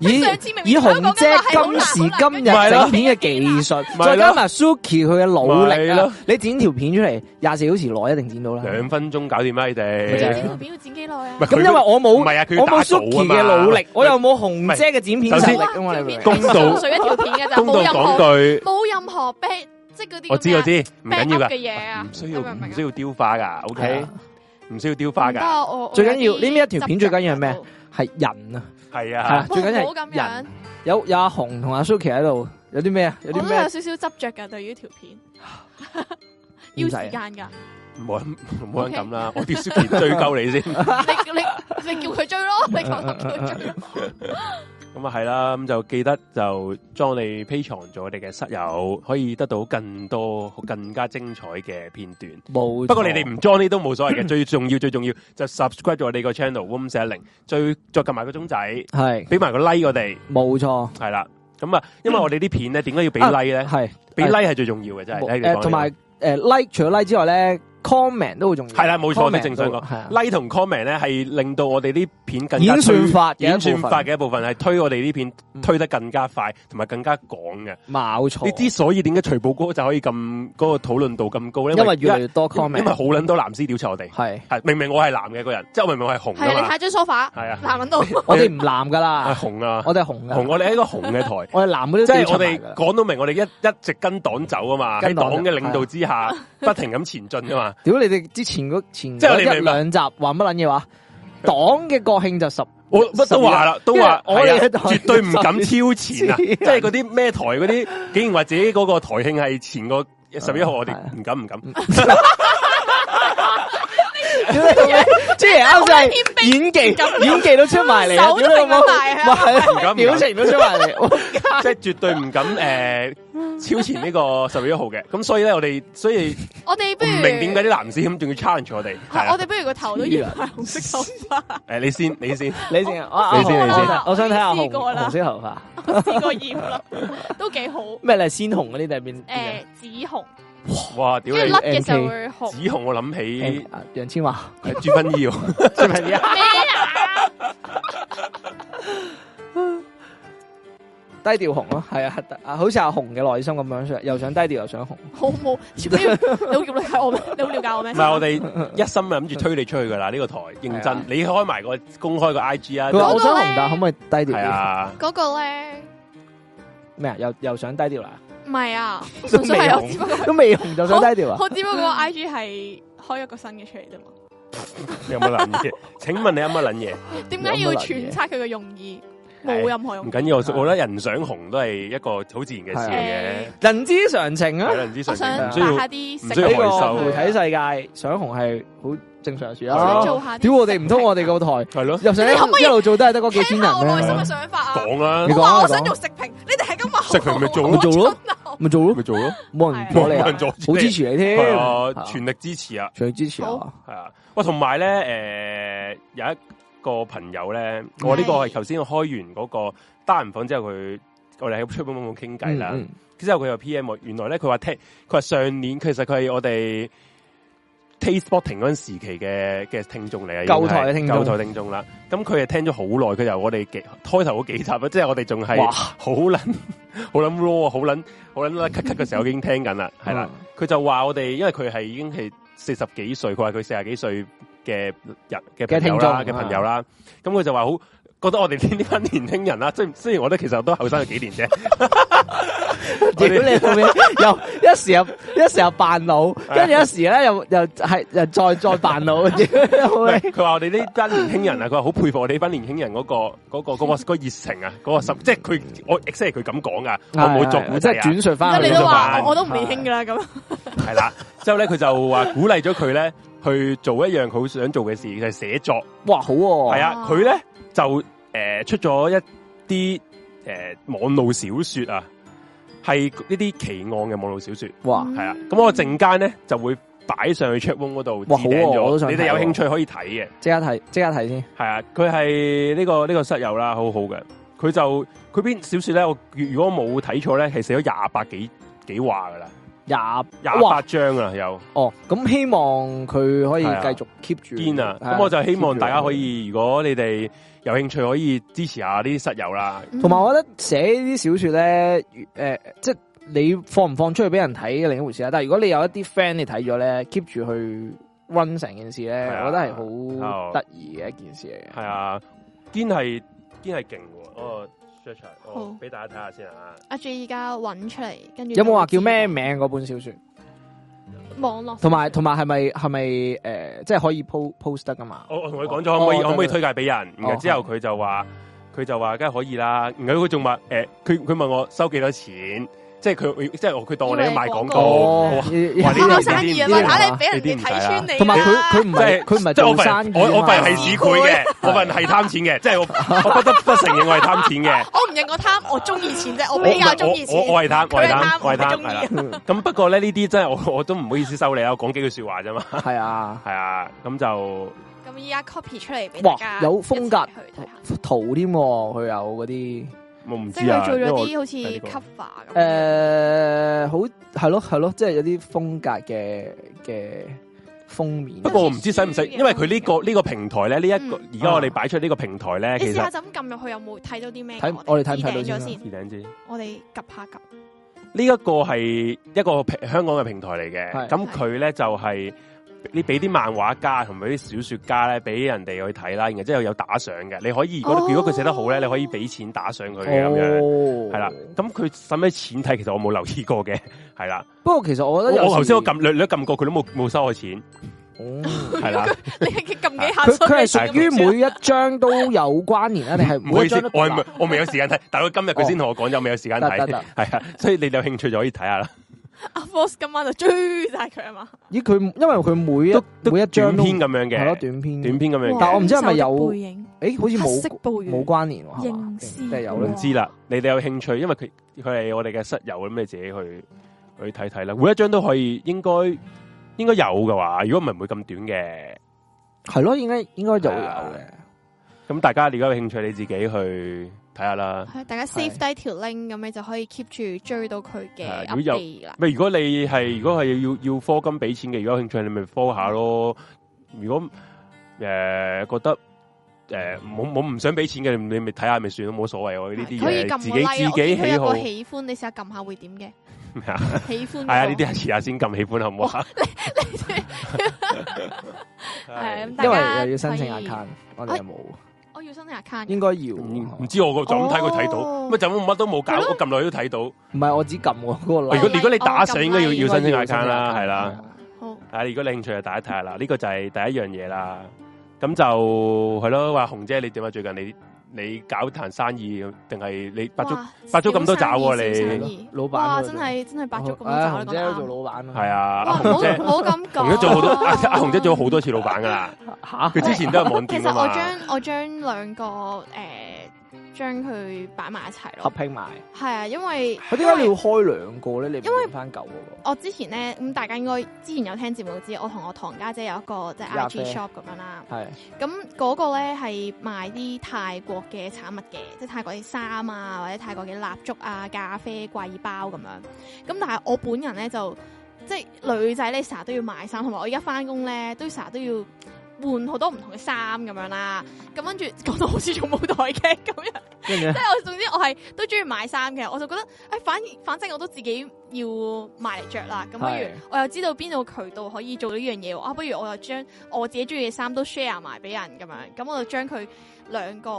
以
上次明
以
明
紅
香港
姐
嗰個係好
今
難
時
好難
今日
咪咯
整片嘅技
啊
術，
咪
再加
咯
埋 Suki 佢嘅努力
咪
啊
咯！
你剪條片出嚟，廿四小時內一定剪到啦。
兩分鐘搞掂啦，你
你
咪就
呢
係
哋
咯。
條片要剪幾耐啊
唔係？
咁因為我冇，
唔係啊佢要
我冇
打稿啊
Suki
嘛
嘅努力，我又冇
唔
紅
係
姐嘅剪片實
首先
力啊嘛，你明唔明
公道
純粹一條片嘅咋，
公道
冇任
講
何
句，
冇任何 back，即係嗰啲
我知我知，
唔
唔緊要噶
嘅，嘢啊，
唔需要
你明唔明
唔
啊
需要雕花噶
係
，OK，
啊
唔需要雕花
唔得
噶，
啊我我
最緊要
有啲
呢一條片最緊要係咩
執著
係人啊，
係
係
啊
啊，，最緊
哇唔好
要
咁
係
樣
人。有有阿紅同阿 Suki 喺度，有啲咩啊？有
我
啲
都
咩
有少少執着㗎，對於條片要
啊
時間㗎。
冇人冇人 咁啦，我屌 Suki 追究你先。
你你你叫佢追 咯，你講得叫佢追咯。
咁啊係啦，咁就記得就裝你 P 床做我哋嘅室友，可以得到更多更加精彩嘅片段。
冇錯？
不過你哋唔裝呢都冇所謂嘅，最重要最重要就 subscribe 咗我哋個 channel Room 四一零，最再撳埋個鐘仔，
係
俾埋個 like 我哋，
冇錯，
係啦。咁啊，因為我哋啲片咧，點解要俾 like 咧？
啊係
俾 like 係最重要嘅，真係。
誒同埋誒 like 除咗 like 之外咧，comment 都好重要。
係啦冇錯
comment
你正想講
都係啊
like 同 comment 咧，係令到我哋啲片更加
演算
推
法嘅
演算法
嘅
嘅一部分，係推我哋啲片
嗯
推得更加快，同埋更加廣嘅。
冇錯，
你之所以點解徐步哥就可以咁嗰個討論度咁高咧？
因為越嚟
因為
越多
因為
comment
好撚多藍絲屌柒我哋，
係，
係明明我係男嘅個人，即係我明明我係紅
係啊，
噶
你
嘛，
睇張 sofa，
係啊，
男人 度。
我哋唔男 噶
係
啦，
紅啊，
我哋紅
紅
噶，，
我哋係一個紅嘅台
我哋男嗰啲
即
都
係我
要襯
哋
埋㗎
講到明，我哋一一直跟黨走啊嘛，喺
跟黨
黨
走啊
嘅領導之下，不停咁前進噶嘛，
屌你哋之前嗰前
即係我哋
嗰一
明白
兩集話乜撚嘢 話？黨嘅國慶就十，啊
我乜都話啦，都話
因為我哋
係
嘅
啊
台
絕對唔敢 挑前啊，
黐線
即係嗰啲咩台嗰啲，竟然話自己嗰個台
啊
慶係前個十一號，我哋
係啊
唔敢唔敢。
屌你老味，J 啱晒演技，演技都出埋嚟啊，
手都
屌你老母
揈得埋啊
哇
唔敢唔敢
表情都出埋 嚟，哇
即係絕對唔敢诶、呃超前呢個十月一號嘅。咁所以咧，我哋所以
我哋不
唔
如
明點解啲男士咁仲要 challenge 我哋？ 係
係
啊
我哋不如個頭都染埋紅色頭髮，
诶，你先，你先，
你先啊，啊
你先
我
你
想
先
我想睇下
我已
紅
經試過啦
紅色啊頭髮，
試過染 啦，都幾好。
咩你係鮮紅嗰啲定係邊？
誒紫紅，
哇！屌
跟住
你
甩，嘅時候會紅。
紫紅我諗起
誒啊楊千嬅，
係朱芬姨喎，
係咪啊？
咩啊？
低調紅咯，係啊得啊，好似阿紅嘅內心咁樣，又想低調又想紅。
好冇，你要你好了解我咩？你好了解我咩？
唔係我哋一心諗住推你出去㗎啦，呢個台認
係
真
啊，
你開埋個公開個 I G 啊
佢，話
嗰
我
個
想
咧
紅，但可唔可以低調
係
啲？
啊，
嗰個咧，
咩啊？又又想低調啦？
唔係啊，
都
純粹
未
係我只不過
紅，都未紅就想低調啊？
我只不過 I G 係開一個新嘅出嚟啫嘛。
你有冇撚嘢？請問你有乜撚嘢？
點解要揣測佢嘅用意？冇任何用
唔
意。
緊要，我覺得人想紅都係一個好自然嘅事
誒，
嚟嘅
人之常情啊
係！啦，唔知
我
上
想
面
打
唔需要。
下啲
唔
食
需要
呢
害
個
羞
媒體世界想紅係好正常嘅事
係
想
啊！
做下啲
屌我哋唔通我哋個台
系咯，
又想一
你可唔可以
一路做都係得嗰幾千
聽下我內
人
心嘅？
咩
想法啊！
講啦
你，講
我話
啊
我想
講
做食評，你哋係咁話我
食評咪做咯
我
咪做咯
真係
咪做咯，
咪做咯，
冇人阻你
冇
啊！
人阻止
好
你
支持你添，
係
係
啊，
啊
全力支持啊，
全力支持啊！
係啊，喂，同埋咧，诶，有一個朋友咧，我呢個係頭先我開完嗰個單人房之後，佢我哋喺出邊冇傾偈啦，
嗯
之後佢又 P.M. 我，原來咧佢話聽，佢話上年其實佢係我哋 Taste Spotting 嗰陣時期嘅嘅聽眾嚟啊嘅，已經係
舊台嘅聽眾
舊台聽眾啦。咁佢係聽咗好耐，佢由我哋幾開頭嗰幾集啊啦，即係我哋仲係
哇
好撚 好撚 raw 啊好撚好撚甩咳咳嘅時候已經聽緊啦，係
嗯
啦。佢就話我哋，因為佢係已經係四十幾歲，佢話佢四十幾歲嘅人嘅朋
嘅聽
友啦
眾啊
嘅朋友啦，咁佢就話好。覺得我哋呢呢班年輕人啦，即係雖然我覺得其實我都後生咗幾年啫，
嗯屌你老味，又一時又一時又扮老，跟住一時咧又又係又再再扮 老，屌你老
唔係
味！
佢話我哋呢班年輕人啊，佢話好佩服我哋呢班年輕人嗰、個嗰、個嗰、個嗰、個熱誠啊，嗰、個心，即係佢我 exactly 佢咁講噶，我冇作古
即
仔
係
啊，
轉述翻
咁
佢
你
嘅
都
做
話
法，
我我都唔年輕㗎啦，咁
係啦。之後咧，佢就話鼓勵咗佢咧去做一樣佢好想做嘅事，就係、寫作。
哇，好喎！
係啊，佢咧就诶、呃出咗一啲诶、呃、網路小说啊，係呢啲奇案嘅網路小说。
哇！
係啊，咁我陣間咧就會擺上去 chat room 嗰度置
哇好
頂
喎我都
咗，
想
你哋有
睇喎
興趣可以睇嘅。
即刻睇，即刻睇先。
系啊，佢係呢個呢、個室友啦，好好嘅。佢就佢篇小说咧，我如果冇睇錯咧，係寫咗廿八幾幾話噶啦，
廿
廿
哇
八章啊，有
哦，咁希望佢可以
係啊
繼續 keep 住
堅啊。
嗯係
咁我就希
keep
望
住
大家可以，如果你哋有興趣，可以支持下呢啲室友啦。
同埋我覺得寫呢啲小说咧，诶、即系你放唔放出去俾人睇嘅另一回事啦。但系如果你有一啲 friend 你睇咗咧，keep 住去 run 成件事咧，
係啊
我覺得係啊好得意嘅一件事嚟嘅。
係啊，堅係堅係勁喎。我 search 下我
好
俾大家睇下先啊。
阿 J 而家揾出嚟，跟住
有冇話叫咩名嗰本小说？
網絡？
同埋同埋係咪係咪诶，即係可以 po post 得噶嘛？
我我同佢講咗，可唔可以
哦
可唔可
得
以
哦嗯
推介俾人？然後之後佢就話佢就話梗係可以啦。然後佢仲話誒，佢佢問我收幾多錢，即係佢即係我佢當我哋
以為
賣廣
廣
告。
告
我
哦
話，
我
呢
呢
做
啲唔知
生意啊
呢
嘛，
啲
睇
唔
你俾人哋
呢啲唔使
睇
啦
穿你啊啦。
同埋佢佢唔
即
係
係
佢唔係
即係我
做
份
生
人
意
我我份人係
系
市儈嘅，我份人係貪錢嘅，即係我 我不得不承認我係貪錢嘅。
我唔認我貪，我中意錢啫，我比較中意錢。
我我我係貪，我係
佢係貪
貪，我係貪，
我
係
係中
啦。咁不過咧，呢啲真係我我都唔好意思收你啊啦，我講幾句説話啫嘛。
係啊，
係啊，咁就
咁依家 copy 出嚟俾大
哇
家，
有風格
一齊去睇下。
圖添喎，佢有嗰啲。
我唔
即
知
係
啊
佢，做咗
因為我
啲好似
睇呢個
cover 咁。
诶、好係咯係咯，即係有啲風格嘅嘅封面。
不過我唔知使唔使，因為佢呢、個呢、個平台咧，呢、一個
嗯
而家我哋擺出呢個平台咧，
你
其
試
實
下就咁撳入去，有冇睇到啲咩？
睇我哋睇唔睇到先
咗
啊
先？
是頂知
我哋及 下及。
呢一個係一個平香港嘅平台嚟
係
嘅，咁佢咧就係你俾啲漫畫家同埋啲小說家咧，俾人哋去睇啦，然後之後有打賞嘅，你可以如果、
哦
如果佢寫得好咧，你可以俾錢打賞佢嘅咁樣，
哦，
係啦。咁佢使唔使錢睇？其實我冇留意過嘅，係啦。
不過其實我
我
覺得有時
我頭先我撳略略撳過，佢都冇冇收 我錢，
哦
係啦。
你撳幾下
佢佢係
出嚟
屬於每一張都有關聯啊，定係
唔好
每
意
一張
思
都，
我
獨立
係我未有時間睇，但係佢今日佢先同我講有未有時間睇
得得得，
係啊，所以你哋有興趣就可以睇下啦。
阿 Force 今晚就追晒佢啊嘛，
咦佢因為佢每一
都
每一張
短
都
篇咁樣
係咯
嘅，
短篇，
短篇咁樣
但我唔
嘅，
知係咪有
黃色背影，
诶好似
黑色
冇
暴雨
冇關聯喎，係嘛
凝？視
定係有
我
咧
唔？知啦。你哋有興趣，因為佢佢係我哋嘅室友，咁你自己去去睇睇啦。每一張都可以，應該應該有嘅話，如果唔係唔會咁短嘅。
係咯，應該應該就會有
係
嘅。
咁大家如果有興趣，你自己去睇下啦。
係大家 save 低條 link，咁你就可以 keep 住追到佢嘅
係如果有
update 啦。
咪如果你係如果係要要科金俾錢嘅，如果有興趣你咪科下咯。如果诶、呃、觉得诶冇冇唔想俾錢嘅，你你咪睇下咪算咯，冇所謂喎。呢啲
可以
嘢自
撳個
己
like
自
咯，我
己
見佢
喜
有
好
個喜歡，你試下撳下會點 嘅？
咩啊？
喜歡
系啊，呢
嗰個
啲 係遲下先咁喜歡好唔好啊？
係咁
係
大家
因為又要申請
可以
account，我哋又冇，
我哦要申請 account 嘅。
應該要。
唔唔
唔
知我個就咁睇佢
哦
睇到，咪就咁乜都冇搞，
係咯
我撳落去都睇到。如
係我只撳喎嗰個
哦
like
果如果你打
哦撳
上應該要
like
要申請
應該要
account 啦，
申請
係
account
啦。
好，
啊！如果你興趣就大家睇下啦，呢、個就係第一樣嘢啦。咁就係咯，話紅姐你點啊？最近你你搞壇生意定係你八足
哇
八足咁多爪喎
小生意
你
小生意
老闆
哇，
嗰度
真係真係八足咁多
唉
爪，
紅
你
姐都
講
做
得啱。
老闆啊，
係啊？
哇，唔
阿
好
紅姐
唔好啊咁講。
紅姐做好 多， 阿阿紅姐做咗好多次老闆噶啦。
吓
佢之前都有網
其
店
實
噶
我
嘛。
將我將兩個誒將佢擺埋一齊
合
咯，
拼埋。
係啊，因為
佢點解你要開兩個咧？你
因
唔用翻舊嗰個？
我之前咧咁大家應該之前有聽節目都知，我同我堂家姐有一個即係
咖啡
IG shop 咁樣啦。
係
咁嗰個咧係賣啲泰國嘅產物嘅，即係泰國啲衫啊，或者泰國嘅蠟燭啊、咖啡、貴包咁樣。咁但係我本人咧就即係女仔咧成日都要買衫，同啊埋我而家翻工咧都成日都要。換好多唔同嘅衫咁樣啦，咁跟住講到好似做舞台劇咁樣，
跟住咧
即係我總之我係都中意買衫嘅，我就覺得，哎，反而反正我都自己要買嚟着啦，咁不
係
如我又知道邊度渠道可以做到呢樣嘢喎，啊，不如我又將我自己中意嘅衫都 share 埋俾人咁樣，咁我就將佢兩個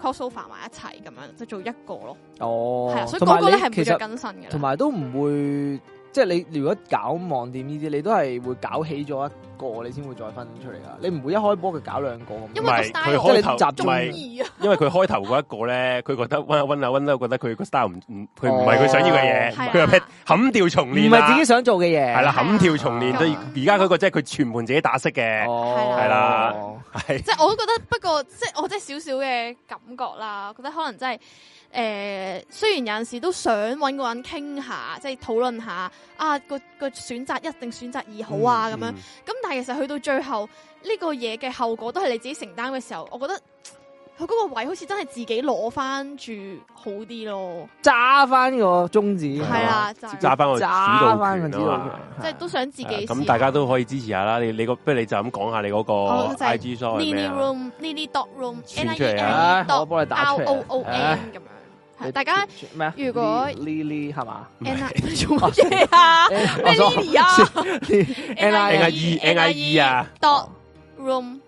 crossover 埋一齊咁樣，就做一個咯，係啊、
哦
所，以
同埋
嗰個咧
你
係唔會
其
再
實
更新嘅
同
啦，
埋都唔會，即係你如果搞網店呢啲，你都係會搞起咗一個，你先會再分出嚟噶。你唔會一開波佢搞兩個咁。
因為
唔
個
係
style
即
佢
係你
開頭
集
唔
中
係
二啊，
因為佢開頭嗰一個咧，佢覺得温下温下温下，啊覺得佢個 style 唔唔，佢唔係佢想要嘅嘢，
係啊
佢又劈冚掉重
哦唔
練
係自
啦
己，想做嘅嘢。
係啦，
係啊
冚掉重練。
咁
所以而家嗰個即係佢全盤自己打色嘅，
哦，
係
啦
哦
係
即係我都覺得，不過即係我即係少少嘅感覺啦，覺得可能真係诶、呃，雖然有阵时都想揾個人傾下，即係討論下啊個個選擇一定選擇二好啊咁、樣。
嗯
咁但係其實去到最後呢、個嘢嘅後果都係你自己承擔嘅時候，我覺得佢嗰個位好似真係自己攞翻住好啲咯，
揸翻個中指。
係啊
係啦，就係
揸翻個主
揸
導
翻個
權
指
啊
導
嘛。
權
即係都想自己
係
試
啊
下。
咁大家都可以支持下啦。你你個不如你就咁講下你嗰
哦
個
就係
I G show 係
Lily
咩啊？
Room、Lily Dot Room、
算
N I
出
E
嚟
N
啊
I E，
啊我
Dot
幫你打
R O
出嚟。
O
唉
N 咁樣，係
你
大家
咩啊？
如果
Lily 係 嘛
N I 做乜
Ờ,
嘢啊？咩 Lily 啊
N I
E ờ, N I E 啊
dot room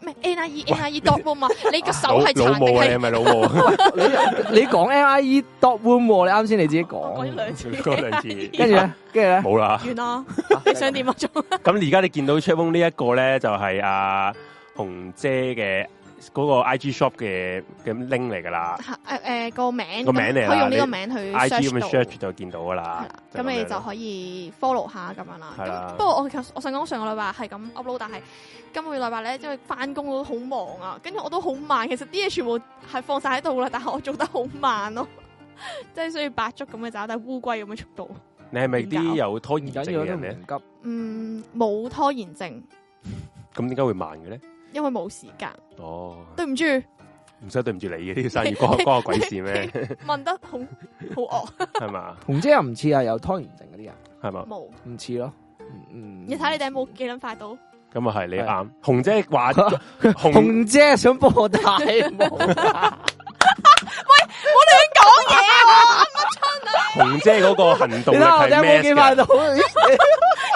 咩 N I E N I E dot room 啊？你個手係殘
老老母
定
啊你 係
係？
咪老母啊？
你你講 N I E dot room，喎你啱先你自己
我講咗
講，
兩 次，
嗰兩次
跟住咧，跟住咧，
冇啦。
完啦！
啊
你想？點啊？仲
咁而家你見到 c h e p o n 呢一個咧，就係阿紅姐嘅嗰個 I G shop 嘅嘅 link 嚟噶啦
誒誒個名
個名嚟啦
可以用呢個名去
，I G 咁
search
樣
到
search 就見到噶
係
啦
啦。
係
咁
樣
你
咯
就可以 follow 下咁樣啦。
係啦
咁不過我其實我想講上個禮拜係咁 upload，但係今個禮拜咧，因為翻工都好忙啊，跟住我都好慢。其實啲嘢全部係放晒喺度啦，但係我做得好慢咯，即係所以白粥咁嘅爪，但係烏龜咁嘅速度。
你係咪啲有拖
唔
延症
緊
嘅
要都
人
唔
咧？
急。
嗯，冇拖延症，
咁點解會慢嘅咧？
因為冇時間。
哦，
對唔住，
唔使對唔住你嘅 呢啲生意，關我關我鬼事咩？
問得好好惡。
係嘛？
紅姐又唔似啊，有拖延症嗰啲人，
係嘛？
冇，
唔似咯。嗯嗯，
你睇你哋有冇幾撚快到？
咁啊係你
係
啱。紅姐 話紅
紅姐想幫我戴帽啊，
紅姐嗰個行動
你睇
力
下我哋
係
有冇
咩
幾快
嘅？
到？
一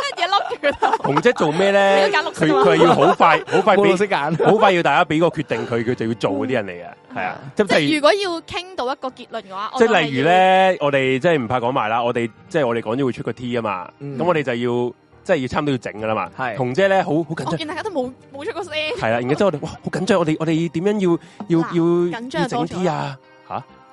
嘢笠住啦。
紅姐做咩咧？
你都揀啊綠色㗎
佢
嘛
佢係要 好快，好快
冇
俾
綠色眼，
好快要大家俾個決定佢，佢就要做嗰啲人嚟
嗯
嘅。係啊，即
即係
係
如果要傾到一個結論嘅話，我
即
就
係
係
例如咧，我哋即係唔怕講埋啦。我哋即係我哋講咗會出個 T 啊嘛，
嗯
咁我哋就要即係要差唔多要整噶啦嘛。
係
紅姐咧好好緊
要，我
張，
見大家都冇冇出過聲，
係啦。然後之後我哋哇好緊張，我哋我哋點樣要要
嗱
要
緊張
要
就多
整
咗
T 啊？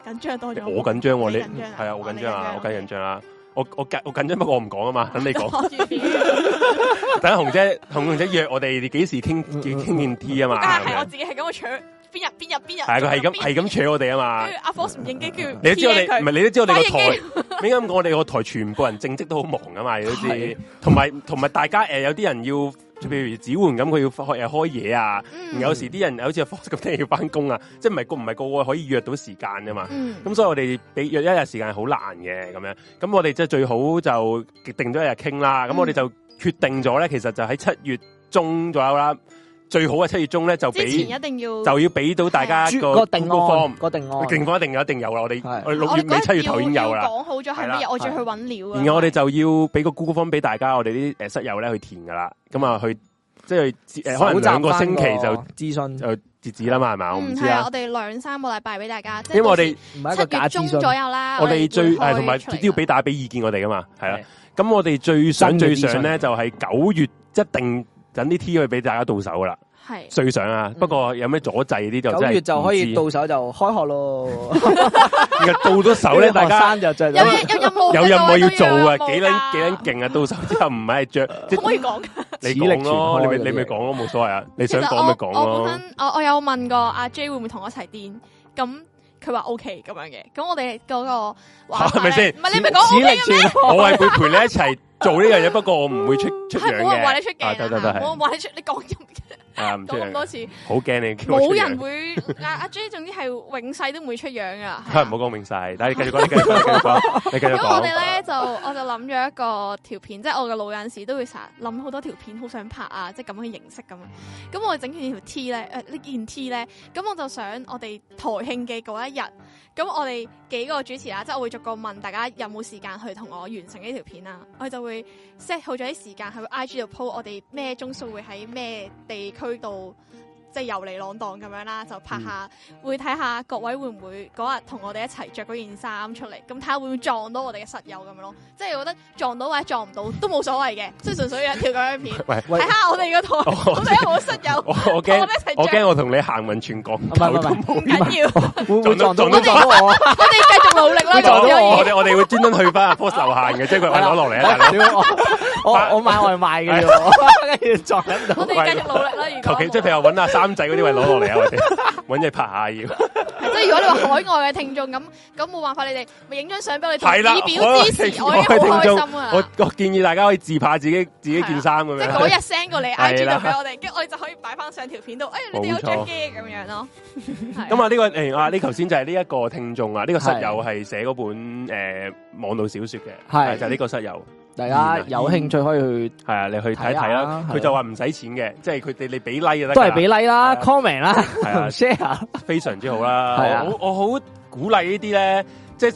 緊張多咗。
我緊張喎，
你
你
緊張啊
係啊，我緊張啊，
哦
我
你緊張
梗緊張啦。我我緊我緊張，不過我唔講啊嘛，等你 講。
係
等紅姐，紅姐約我哋幾時傾傾傾件 T 啊嘛。
但
咁
係
樣
我自己係咁去搶邊日邊日邊日，
係啊佢係
邊
咁
日
係咁扯我哋啊嘛
跟。住阿 Force 唔應機，跟住
你都知我
PA
哋
佢
唔係，你都知我哋個
反應
台，應該咁講，我哋個台全部人正職都好忙啊噶嘛，你都
係
知。同埋同埋大家誒、呃有啲人要，譬如指換咁，佢要開誒開嘢啊。
嗯
有時啲人好似阿 Fox 咁，聽日要翻工啊，即係唔係個唔係個個可以約到時間㗎嘛。
嗯
咁所以我哋俾約一日時間係好難嘅咁樣。咁我哋即係最好就定咗一日傾啦。
嗯
咁我哋就決定咗咧，其實就喺七月中左右啦。最好嘅七月中咧就
之
俾
前一定要
就要俾到大家
朱
個
個定
Google Form
案，個定案，
勁方一定有，一定有啦！我哋
係
我哋六月尾七月頭已經有啦。
講好咗係
係
乜
啦
嘢，我再去揾料啊。
然後我哋就要俾個 Google Form 俾大家，我哋啲誒室友咧去填噶啦。咁啊，去即係誒可能兩個星期就
期就諮詢，
就截止啦嘛，係嘛？我唔
嗯
知
係啊，
啊
我。哋兩三個禮拜俾大家，即係
因為我哋
唔係一
到
個假
時七
諮
月中左
詢。
右啦，
我哋最
誒
誒同埋都要俾大家俾意見我哋噶嘛，係啦
係。
咁我哋最想
真嘅
最
資訊
想咧就係九月一定等啲 T 去俾大家到手噶啦，
係
最想
嗯
啊。不過有咩阻滯呢？就
九
真係
月就可
唔
以
知
到手就開學咯，
然後到咗手咧，大
學
家。
生就最
有任有任務，
啊有任務要做啊，
有
幾
任務
捻
㗎
幾捻勁啊！到手之後唔係着，即
可唔可以講㗎？
你
此力
講
全開
咯，你咪
嗰啲
你咪
嘢
講咯，冇所謂啊！你
其
想
實
講咪
我
講
我
咯
本。身我我有問過阿 J 會唔會同我一齊癲，咁佢話 O K 咁樣嘅，咁我哋嗰個玩法
嚇係咪
呢
先
唔係你咪講 O
力
K 嘅咩？
全
我係會陪你一齊做呢樣嘢，不過我唔會出 出
係
樣
冇人話你
嘅。
出
啊
鏡
得得得
啊，
係
冇人話你出，你講咁
啊，唔出
講咁
樣
多
嘅，
次，
好驚你叫我出
冇
樣。
人會阿阿 J，總之係永世都唔會出樣噶。
啊唔好講明晒，但係你繼續講，你繼續講，你繼續講，你繼續
咁我哋
講。
咧就我就諗咗一個條片，即係我嘅腦有陣時都會成日諗好多條片，好想拍啊，即係咁嘅形式咁樣。咁我整完條 T 咧，誒、呢件 T 咧，咁我就想我哋台慶嘅嗰一日，咁我哋幾個主持啦，啊即係我會逐個問大家有冇時間去同我完成呢條片啦。我哋就會 set 好咗啲時間喺 IG 度 po 我哋咩鐘數會喺咩地區度。即係遊嚟浪蕩咁樣啦，就拍下，會睇下各位會唔會嗰日同我哋一齊着嗰件衫出嚟，咁睇下會唔會撞到我哋嘅室友咁樣咯。即係我覺得撞到或者撞唔到都冇所謂嘅，即係純粹有一條咁樣片，
喂，
喂
睇下我哋個台，
我
咁睇下我室友
我我
同我
驚
哋一齊
我
着，
驚我同你行運全港
唔係唔
頭
係
都
唔
冇。
緊要，
會唔會
撞
撞到
到撞到
撞到我？
我哋繼續努力啦，
會
咁
撞
撞
到
到
樣
我
嘢。
哋，我哋會專登去翻阿 Force 樓下嘅，即係佢話攞落嚟啊，大佬。
佬！我我我買外賣嘅啫，跟住撞緊
我
到。
哋繼續努力啦，如
求
果
其即係譬如話揾阿三仔嗰啲位攞落嚟啊，或者揾嘢拍下要。
係即係如果你話海外嘅聽眾咁，咁冇辦法，你哋咪影張相俾我哋
係啦
以表 支持，我已
海外
經好
聽眾
開心啊！
我我建議大家可以自拍自己自己件衫咁
即係
樣。
嗰日 send 過嚟 I G
係啦
度俾我哋，跟住我哋就可以擺翻上條片度。哎呀，你哋有
冇錯
着嘅咁樣咯。
咁
咁
啊，呢個誒啊，呢頭先就係呢一個聽眾啊，呢個室友係寫嗰本誒網路小說嘅，
係
就係呢個室友，
大家有興趣可以去，
係啊，你去睇一睇
睇下
啦。
係
佢就話唔使錢嘅，即係佢哋你俾 like 就得㗎啦，
都係俾 like 啦、
係啊
comment 啦、
係啊
share。
非常之好
係
啦
啊。
我我好鼓勵呢啲咧，即係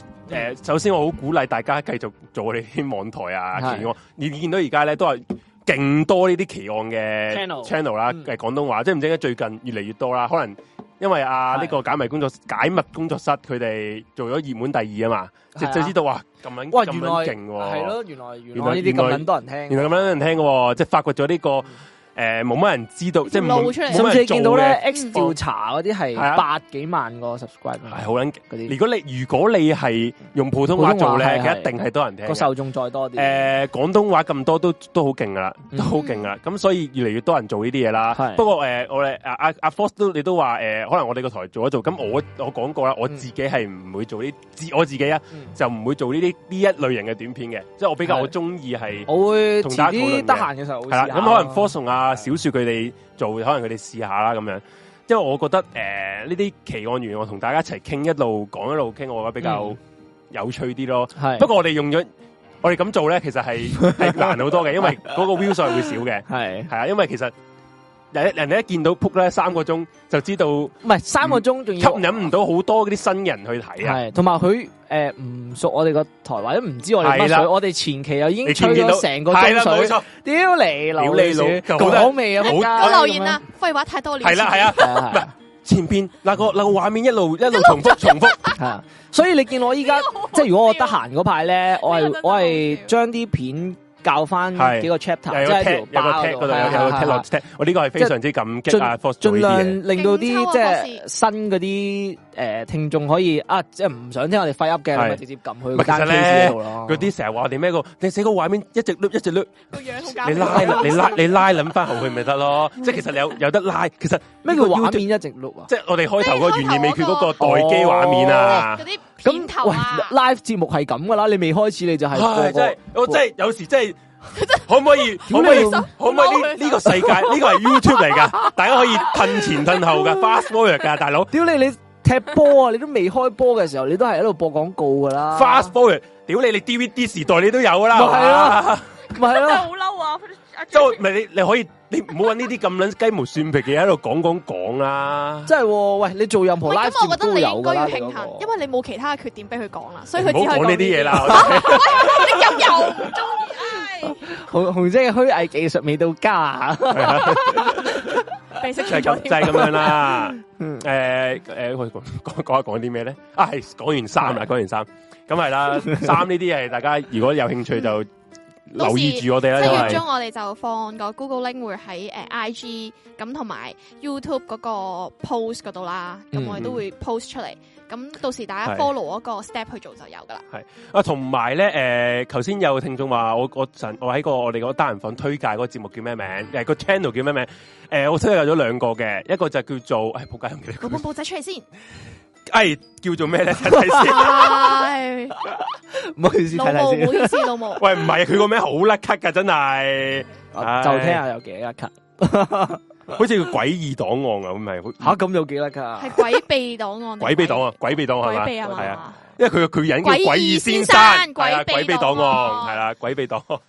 誒，首先我好鼓勵大家繼續做我哋啲網台啊
係
奇案，你見到而家咧都係。勁多呢啲奇案嘅
Channel
channel 啦，
嗯
誒廣東話，即係唔知點解最近越嚟越多啦。可能因為啊
係
呢個解密工作解密工作室佢哋做咗熱門第二啊嘛，就
係啊
就知道哇咁撚
哇，
咁
原
撚
來
勁喎，
係，咯，原來原
原
來
來
呢啲
原來
咁撚多人聽，
原來咁樣有人聽嘅喎，即係發掘咗呢個誒冇乜人知道，即係冇
露出嚟
冇
甚
乜
至
人
見
做
到咧
嘅，
X
嗯
調查嗰啲係
係啊
百幾萬個 subscribe
係好撚勁。啊
嗰啲，
如果你如果你係用普通話
普通
做咧，
話
佢
係
一定係多人聽嘅。
個受眾再多啲。
誒廣東話咁多都都好勁噶啦，
嗯
都好勁噶啦，咁所以越嚟越多人做呢啲嘢啦
係。
不過誒，我哋阿阿阿 Force 都你都話誒，可能我哋個台做一做，咁我我講過啦，我
嗯
自己係唔會做呢自我自己啊
嗯，
就唔會做呢啲呢一類型嘅短片嘅，即係我比較
係
我中意係
我會
同
遲
大家討論嘅
啲得閒嘅時候會
係啦，
試下
咁
咯
可能 Dạ, Force 同阿小雪佢哋做，可能佢哋試下啦咁樣。因為我覺得誒呢啲奇案員，我同大家一齊傾，一路講一路傾，我覺得比較
嗯
有趣 啲咯。
係
不過我哋用咗，我哋咁做咧，其實係係難好多嘅，因為嗰個 view 數係會少嘅，
係
係啊，因為其實人人哋一見到 p 咧三個鐘就知道
唔係三個鐘仲
吸
要
引唔到好多嗰啲新人去睇啊，
係，同埋佢誒唔熟我哋個台或者唔知我哋乜
係啦
水，我哋前期又已經
你見唔
吹
見到
咗成個
係啦，冇
鐘水，
錯，
屌你老
屌你老好多人
講未啊？
好
仆街
我留言啦，廢話太多了。
哎係啦係啊，
咁樣，係啊係啊
前邊嗱個嗱個畫面一路一路重複重複，
係啊，所以你見我依家
呢個好好笑
即係如果我得閒嗰排咧，我
呢個啊真
係
係好
我
好
係
笑
將啲片教翻
係
幾個
又
chapter，
有
即係
個
啊
tag，
條
有個 tag
巴
嗰
度
度，有有個 tag 落 tag，我呢個係非常之感激啊 Force 做
盡
呢啲嘢。
量令到
勁
啲
抽啊
即係
博士
新嗰啲誒聽眾可以啊，即係唔想聽我哋廢噏嘅，
係
你咪直接撳去
唔係
嗰
其實
單
咧
case 嗰度咯。
嗰啲成日話我哋咩個，你寫個畫面一直 loop 一直 loop，
個樣好搞
你拉你拉你拉撚翻後去咪得咯？即係其實你有有得拉，其實
嗯咩
呢
叫
個
畫
YouTube-
面一直錄啊？
即係我哋開頭個懸而未決嗰個
哦
待機畫面啊
嗰。啲片
咁
頭
喂
啊，
，live 節目係咁噶啦，你未開始你就係個
唉，真係
個
我真係有時 真係。可唔可以？可
屌
唔
你
可以？
老母
可唔可以呢？呢個世 界呢個係 YouTube 嚟噶，大家可以褪前褪 後噶，fast forward 噶，大佬
屌你你踢波啊， 你都未開波嘅時候，你都係喺度播廣告噶啦。
fast forward，屌你！你 DVD 時代你都有啦，
咪係咯咪係
真係
咯，
好嬲啊！
即係咪你你可以你唔好揾呢啲咁撚雞毛蒜皮嘅嘢喺度講講講啊啦。
真係喎喂，你做任何
喂
live
咁我
節目
覺得
都會
你
有
應
噶
該
啦。
要
你
慶
嗰
幸，
個
因為你冇其他嘅缺點俾佢講啦，所以
唔好
佢只可以
講呢啲嘢。啦。
你咁又唔中意，
紅紅姐嘅虛偽技術未到家啊，
唉，被識
就
穿咗
係咁，就
添。
係咁樣啦。
嗯
誒誒，我講講講下講啲咩咧？啊，係講完衫啦，講完衫，咁係啦。衫呢啲係大家如果有興趣就留意住我哋啦，
七
因
月
為
中我哋就放個 Google link 會喺誒 IG 咁同埋 YouTube 嗰個 post 嗰度啦，咁
嗯
我哋都會 post 出嚟。咁到時大家
係
follow 嗰個 step 去做就有噶啦。
啊，同埋咧誒，頭先有聽眾話我我陣我喺個我哋嗰個單人房推介嗰個節目叫咩名？誒個 channel 叫咩名？誒我推介咗兩個嘅，一個就叫做誒仆街唔記得
攞
佢，
本 簿仔出嚟先，
誒叫做咩咧？睇睇先。
唉，
唔好意思
老
睇睇
母，
先
唔好。意思，老母。
喂，唔係佢個名好甩咳噶，真係，
啊就聽下有幾粒卡
好似個詭異檔案啊，咁咪好
吓，咁有幾粒卡啊
係？鬼秘檔案定，
鬼秘檔案，鬼秘檔案
鬼
係嘛？
秘啊
係啊。
嘛，
因为佢佢人叫鬼異先
鬼異先生
係啦
鬼
鬼
秘
秘檔
檔
案
案啊
系啦，鬼秘檔案。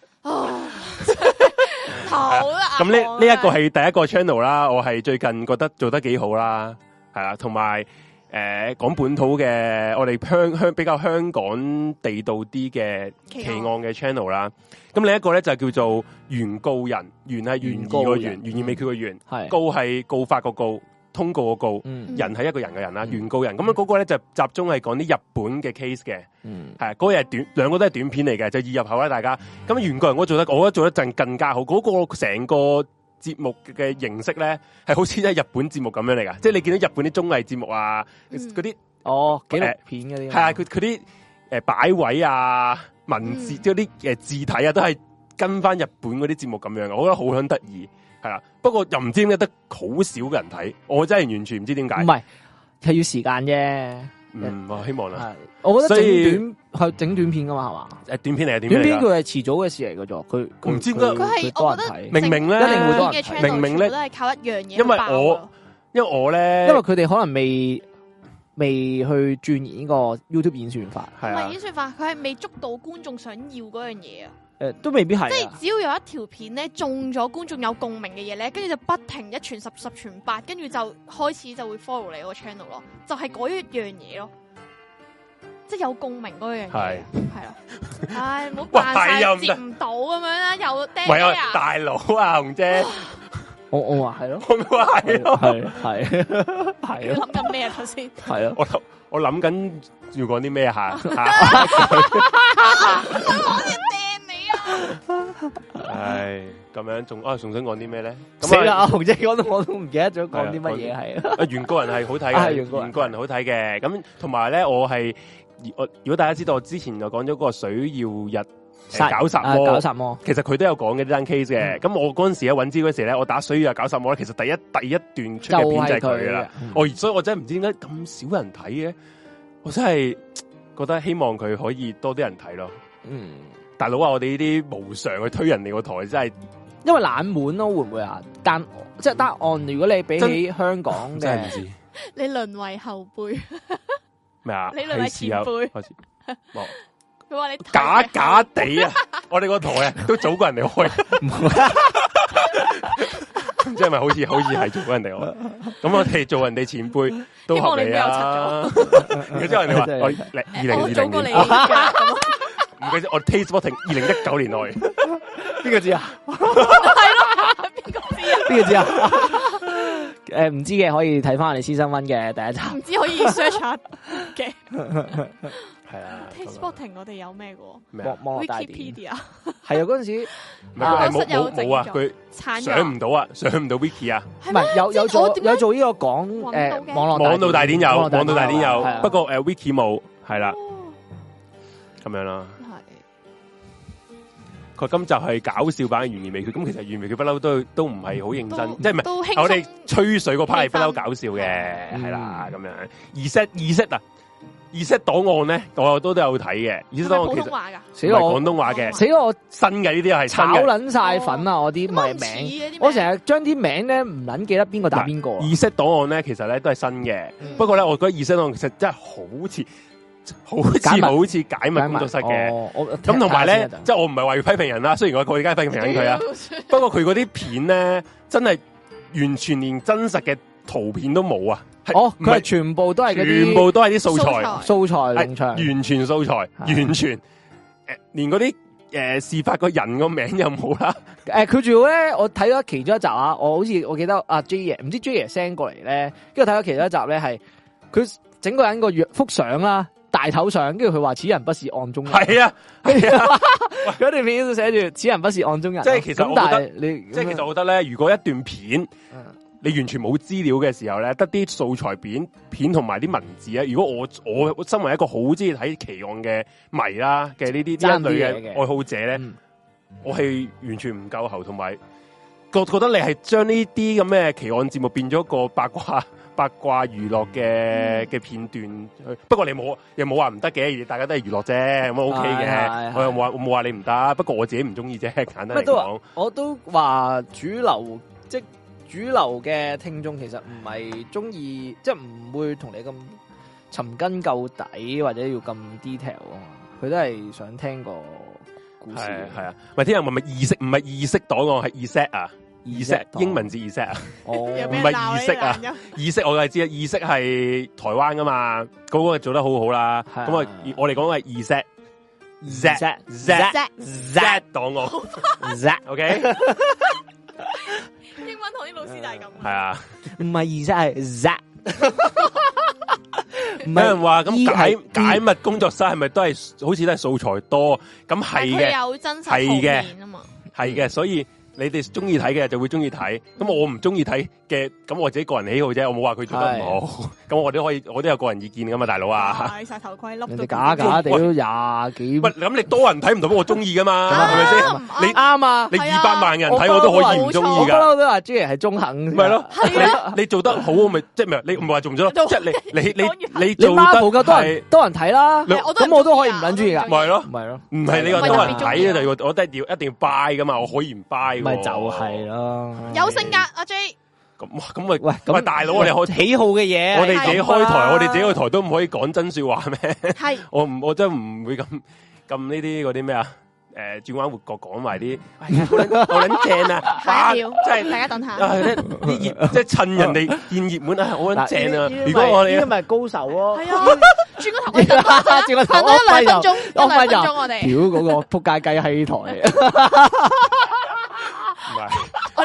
好啦，
啊咁呢呢一個係第一個 channel 啦，我係最近覺得做得幾好啦，係啦，同埋诶講本土嘅，我哋香香比較香港地道啲嘅
奇
奇
案
案嘅 channel 啦。咁另一個咧就叫做原告人，原係原疑個
原
原，
告人
原疑未決個原，
係
告係告發個告，通告個告。
嗯
人係一個人嘅人啦，
嗯
原告人咁樣嗰個咧就集中係講啲日本嘅 case 嘅，
嗯
係嗰日係短，兩個都係短片嚟嘅，就易入口啦，大家。咁原個人我做得，我覺得做得陣更加好。嗰、個成個節目嘅形式咧，係好似一日本節目咁樣嚟噶，即係你見到日本啲綜藝節目啊，
嗯
嗰啲
哦紀錄片嗰啲
係啊，佢佢啲誒擺位啊、文字
嗯
即係啲誒字體啊，都係跟翻日本嗰啲節目咁樣嘅，我覺得好撚得意。係啦，不過又唔知點解得好少嘅人睇，我真係完全唔知點解
唔。係係要時間啫。
嗯，我希望啦。
係，我覺得
所
整
以
短係整短片噶嘛，係嘛？
誒呃短片嚟嘅，短
短
片
片
嚟㗎
佢係遲早嘅事嚟嘅啫，佢
我唔知點解
佢
佢係
多
我
人
覺得
睇，
明明咧
一定會多
嘅
人睇
channel，
明明咧
全部都係靠一樣嘢去
因為
爆
我
啊
因為我咧，
因為佢哋可能未未去鑽研呢個 YouTube 演算法，
係
唔係
啊
演。算法，佢係未捉到觀眾想要嗰樣嘢啊！
誒都未必係
即係
啊。
只要有一條片咧中咗觀眾有共鳴嘅嘢咧，跟住就不停一傳十十傳八，跟住就開始就會 follow 你個 channel 咯，就係嗰一樣嘢咯，即係有共鳴嗰樣嘢
係
啊，係啦，唉，唔好扮
哇係
晒
又唔得
接唔到咁樣啦，又
唔係
嗲
啊，
啊，
大佬啊，紅姐，
我我話係咯，
我咪話係咯。
係啊係係
你
咯
諗緊
啊
咩頭先？
係咯。
我諗我諗緊要講啲咩 下下，
掟你啊！
唉，咁樣仲啊，仲想講啲咩咧？
死
咁
啦！
啊
阿，紅姐講到我都唔記得咗講啲乜
係
嘢
啊
係啊。
啊原告人係好睇
啊
嘅，
原告人
原告人好睇嘅。咁同埋咧，我係我如果大家知道，我之前就講咗嗰個水曜日
殺
誒搞殺
啊
魔
搞殺嗯魔，
其實佢都有講嘅呢單 case 嘅。咁我嗰陣時咧揾資料嗰時咧，我打水曜日搞殺魔咧，其實第一第一段出
就
嘅片就
係
係佢啦。。我所以我真係唔知點解咁少人睇嘅，我真係覺得希望佢可以多啲人睇咯。
嗯，
大佬啊，我哋呢啲無常去推人哋個台，真係
因為冷門咯，會唔會啊？但即係答案，如果你比起香港
真係唔
嘅，
知
你淪為後輩，
咩啊？
你兩位
係時候哦
前輩
開始冇
佢話你太
假假地 啊！我哋個台啊，都早過人哋開，唔知係咪好似好似係早過人哋開？咁我哋做人哋前輩都合理啊！ 佢之後人哋話
真係
我二零二
我早
零
過你
年，哦
嘅，咁啊
唔怪之我 Taste Voting 二零一九年內
邊個知啊？
邊個知啊？
邊個知啊？ 誒唔知嘅可以睇翻我哋私生温嘅第一集。
唔知可以 search 下嘅，
系啊，
Taste Spotting 我哋有咩嘅
咩啊
望望落大典系
？Wikipedia
啊，嗰阵时
唔係佢係
我
冇
室友
冇冇啊，
整咗
佢
產
上
藥
唔到啊，上唔到 Wiki 啊。
唔係有有
我
做
點解
有做呢個講
搵
诶
到嘅
網絡
網到大典有，
網
網到大典
係啊
有，不過诶 Wiki 冇，係啦
哦，
咁樣啦。
係
佢今集係搞笑版嘅懸而未決，咁其實懸而未決不嬲都都唔係好認真，
都
即係唔係
都輕
啊我哋
鬆
吹水嗰 part 係
氣氛
不嬲搞笑嘅，
哦
係啦
嗯
咁樣。二 set 二 set 啊，二 set 檔案咧，我都都有睇嘅。二
係咪
set 檔案
普
其
通
實
話㗎？哦
死
唔
啦
係
我
廣東話嘅，
死啦我
新嘅呢啲又係新
炒
嘅。
撚晒粉啊！我啲
咁我唔似
咪名，
嘅啲名
我成日將啲名咧唔撚記得邊個打邊個啊
二 set 檔案咧，其實咧都係新嘅，
嗯
不過咧，我覺得二 set 檔案其實真係好似好似
解密
好似解密工作室嘅。
哦我
咁同埋咧，即
睇
係我唔係話要批評人啦，雖然我我而家批評緊 佢啊，
嗯
不過佢嗰啲片咧，真係完全連真實嘅圖片都冇啊！
下
係
先哦，
唔
佢係
係
全部都係嗰
全
啲
部都係啲素材，
素材農場，
係完全素材，
係
完全誒連嗰啲誒事發個人個名又冇啦，
诶，佢仲要咧，我睇咗其中一集啊，我好似我記得阿 J 爺，唔知 J 爺 send 過嚟咧，跟住睇咗其中一集咧，係佢整個人個樣幅相啦，大頭相，跟住佢話此人不是案中人。
係啊，係 啊，
佢條片都寫住此人不是案中人。
即係其實
咁
我
但
覺得
係你
即係其實我覺得咧，如果一段片
嗯。
你完全冇資料嘅時候咧，得啲素材片片同埋啲文字咧。如果我我身為一個好中意睇奇案嘅迷啦嘅呢啲
爭
呢
啲
一類
嘢嘅
嘅愛好者咧，
嗯
我係完全唔夠喉，同埋覺覺得你係將呢啲咁嘅奇案節目變咗個八卦 八卦娛樂
嗯
嘅嘅片段去。不過你冇又冇話唔得嘅，大家都係娛樂啫，咁啊 OK
係係係
嘅。我又冇話我冇話你唔得，不過我自己唔中意啫，簡單
乜
嚟
都
講
話。我都話主流即係主流嘅聽眾其實唔係中意，即係唔會同你咁尋根究底或者要咁 detail 啊嘛，佢都係想聽個故事
系系啊，咪啲人咪咪意識唔係意識檔案係意識啊，意識英文字意識啊，
哦
有咩
唔係
鬧
意
呢
識
啲
啊
懶音
意識我係知啊，意識係台灣噶嘛，嗰、個做得好好啦。
係啊
咁啊，我哋講嘅係意識 Z
Z
Z
Zack
Z 檔案
Z
，OK
英文堂啲老師就係咁
係
啊。
啊。
唔係意識係 Z，唔
有人
係
話咁
E
解
係 D
解密工作室係咪都係好似都係素材多？咁係
但
嘅
啊佢。有真實
係
圖
嘅
片啊嘛。
系嘅，所以你哋中意睇嘅就會中意睇，咁我唔中意睇嘅，咁我自己個人喜好啫，我冇話佢做得唔好，咁我都可以，我都有個人意見噶嘛，大佬啊，
戴晒頭盔，笠
人
到
哋假假地都廿幾
喂，咁你多人睇唔到，我中意噶嘛，
啊
係咪
啱唔
先？你
啱啊！
你
係
二
啊
百萬人睇
我
我都可以
都
唔中
話
我
意
不
噶，
嬲都話 J 係中肯，
咪咯，
係
你你做得好，我咪即係唔係你唔係話做唔做得，
做
即係你你你你
你
做
媽
得
冇夠多人
係
多人睇啦，
你
係我都係
咁我都可以唔
鍾意啊
撚中意㗎
我都係
咪
鍾意
咯，
咪咯，
唔係你話
咪
多
特
人
別中意
睇
啊
就要我都一定要一定要 buy 噶嘛，我可以唔 buy，
咪
喎
就係咯。
有性格， 阿 J
咁哇咁咪
喂，咁
喂大佬我哋開
喜好嘅嘢，
我哋自己
係咁㗎
開
啦
台，我哋自己個台都唔可以講真说話咩？
係
我唔我真唔會咁咁呢啲嗰啲咩啊？诶，转弯活角講埋啲，哎呀好撚好撚正啊！
下
哇
一秒，
真係
大家 等下。
啊即係啲熱，即係趁人哋見熱門啊，好撚正啊
呢！啲
如果我
咪呢啲
哋
咪高手咯，
係啊，轉 個頭我哋等多陣
轉個頭
等多一兩
off mic 就
分鐘，一兩
off mic
分
就
鐘我
屌
哋，
嗰個仆街雞閪台，
唔係
我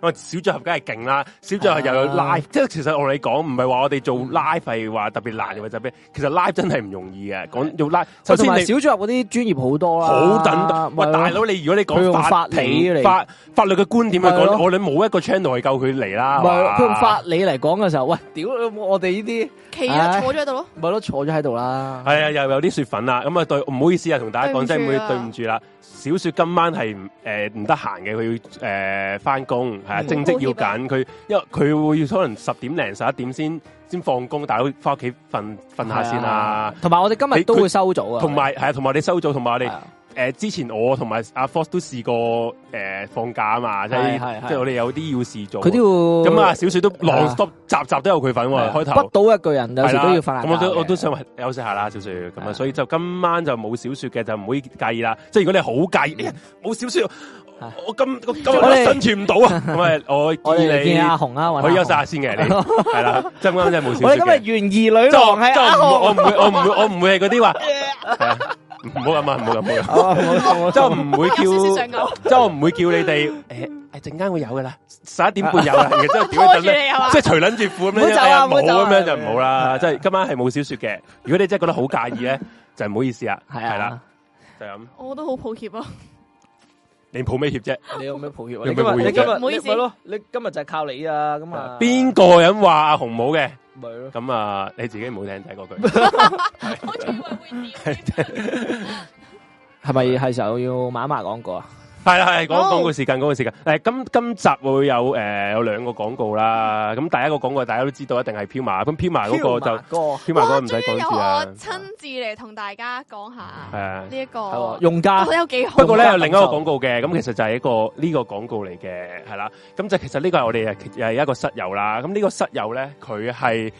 我小組合梗係勁啦，小組合又有
啊
live，即係其實我同你講，唔係話我哋做 live 係話特別難或者特別，其實 live 真係唔容易嘅。講做 live，首
同
先
埋
你
小組入嗰啲專業好多啦，
好等得，喂
咪咯
大佬，你如果你
佢用
講
法
法
理嚟
庭法法律嘅觀點去
係咯
講，我哋冇一個 channel 係夠佢嚟啦，
唔係
係嘛
佢用法理嚟講嘅時候，喂，屌我哋呢啲
企咗坐咗喺度咯，
咪咯坐咗喺度啦，
係啊，又有啲雪粉啦，咁啊對唔好意思啊，同大家講聲，
對唔
妹
住啊
對唔住啦，小雪今晚係唔誒唔得閒嘅，佢要誒翻工係啊，
嗯
正職要
抱歉
緊佢，因為佢會可能十點零十一點先先放工，大佬翻屋企瞓瞓下先
係啊
啦，。
同埋我哋今日
你
都
佢
會收組啊，
同埋係啊，同埋你收咗，同埋我哋
係啊
诶之前我同埋阿 Force 都試過诶放假啊嘛，即係
係係係
即係我哋有啲要事做。
佢都要
咁啊，小雪都 non stop 集集都有佢份
係啊
喎，開頭。
不到一個人有時
係啦
都要發爛
咁我
渣
都
嘅
我都想休息下啦，小雪咁
係啊
啊，所以就今晚就冇小雪嘅，就唔好介意啦。即係如果你好介意，哎呀冇小雪，
啊
我今今今日
我哋
生存 唔到啊！咁啊，我
我
建
哋
議
見阿
你
紅啦，
可以休息
晒。
下 先嘅，你係啦，即係啱啱真係冇小
我哋
雪
今
嘅
日。懸疑女
即係我
郎係
即係
阿
我
紅
唔會，我唔會，我唔會，我唔會係嗰 啲話，係啊唔好咁啊，唔好咁，唔好咁。
啊冇錯冇
即係
錯
我唔會
有少少想
叫
嘔，
即係我唔會叫你哋誒誒陣間會有噶啦，十一點半有啦，然後之後點
拖
樣
住你係嘛
即係除撚住褲咁
唔好
樣，
走啊
哎呀
唔好
冇
走啊
咁樣就唔好啦。即係今晚係冇小雪嘅，如果你真係覺得好介意咧，就唔好意思啊，
係
係
啊
啦。，就係咁。
我都好抱歉 啊，
你抱咩歉啫？
你有咩抱歉啊？
有
你
咩
今
抱
日你
歉
今日
唔好意思
咪咯，你今日就係靠你啊，咁啊
邊個人話阿紅冇嘅？
咪咯？
咁啊，你自己唔好聽睇嗰句。
我仲以為會點？
係咪係時候要買一賣廣告啊？
系啦，系讲
好
广告时间，广告时间。诶，今今集會有诶、誒有兩個廣告啦。咁第一個廣告大家都知道，一定係飄麻。咁飄麻嗰個就
就
飄麻
哇，
嗰個唔使
終於
講
有
住
我
啦。
親自嚟同大家講下
係啊
呢一個
係喎，用家
到底有幾好。
不過咧有另一個
感受
廣告嘅，咁其實就係一個呢、個廣告嚟嘅，係啦。咁就其實呢個係我哋誒一個室友啦。咁呢個室友咧，佢係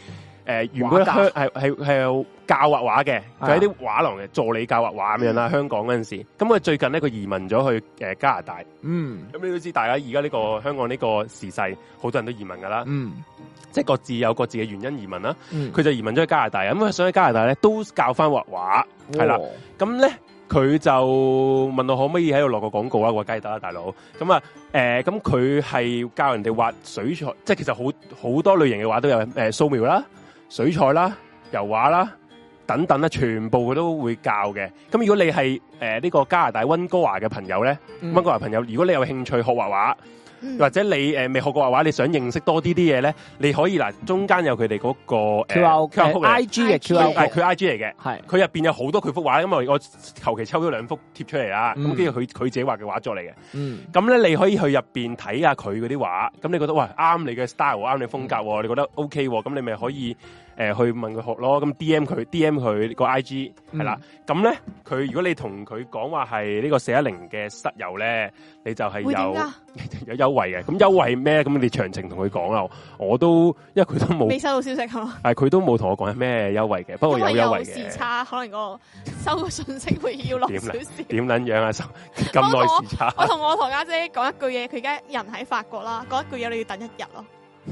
誒原本
畫家
香係係係有教畫畫嘅，佢喺
啊嗯
啲畫廊嘅助理教畫畫咁樣啦。香港嗰陣時，咁佢最近咧佢移民咗去誒加拿大。
嗯
咁你都知，大家而家呢個香港呢個時勢，好多人都移民噶啦，
嗯
即係各自有各自嘅原因移民啦。
嗯，
佢就移民咗去加拿大，咁佢想喺加拿大咧都教翻畫畫，係啦。
哦
咁咧佢就問我可唔可以喺度落個廣告啊？我話梗係得啦，大佬。咁啊，誒、咁佢係教人哋畫水彩，即係其實好好多類型嘅畫都有，誒、素描啦、水彩啦、油畫啦。等等啦，全部佢都會教嘅。咁如果你係誒呢個加拿大温哥華嘅朋友咧，
嗯
温哥華朋友，如果你有興趣學畫畫，
嗯
或者你誒、呃未學過畫畫，你想認識多啲啲嘢咧，你可以嗱中間有佢哋嗰個誒
QR
QR code 嚟
I G 嘅
IG
QR
係
code
佢 I G 嚟嘅。
係
佢入邊有好多佢幅畫，因為我求其抽咗兩幅貼出嚟啦，
嗯
咁跟住佢佢自己畫嘅畫作嚟嘅。
嗯
咁咧你可以去入邊睇下佢嗰啲畫，咁你覺得喂啱你嘅 style，啱你風格喎，你覺得 OK 喎，咁你咪可以誒、呃去問佢學咯。咁 D M 佢 D M 佢個 I G 係啦。咁咧佢如果你同佢講話係呢個四一零嘅室友咧，你就係
會點
有。
㗎？
有優惠嘅，咁優惠咩？咁你詳情同佢講啦。我都因為佢都冇
未，收到消息係嘛？
係佢都冇同我講係咩優惠嘅，不過
因
有
為
優惠
有時
嘅。
差，可能個收個信息會要落
點
少
嚟
少。
點撚樣啊？收咁耐時差，
我同我堂家姐講一句嘢，佢而家人喺法國啦，講一句嘢你要等一日咯。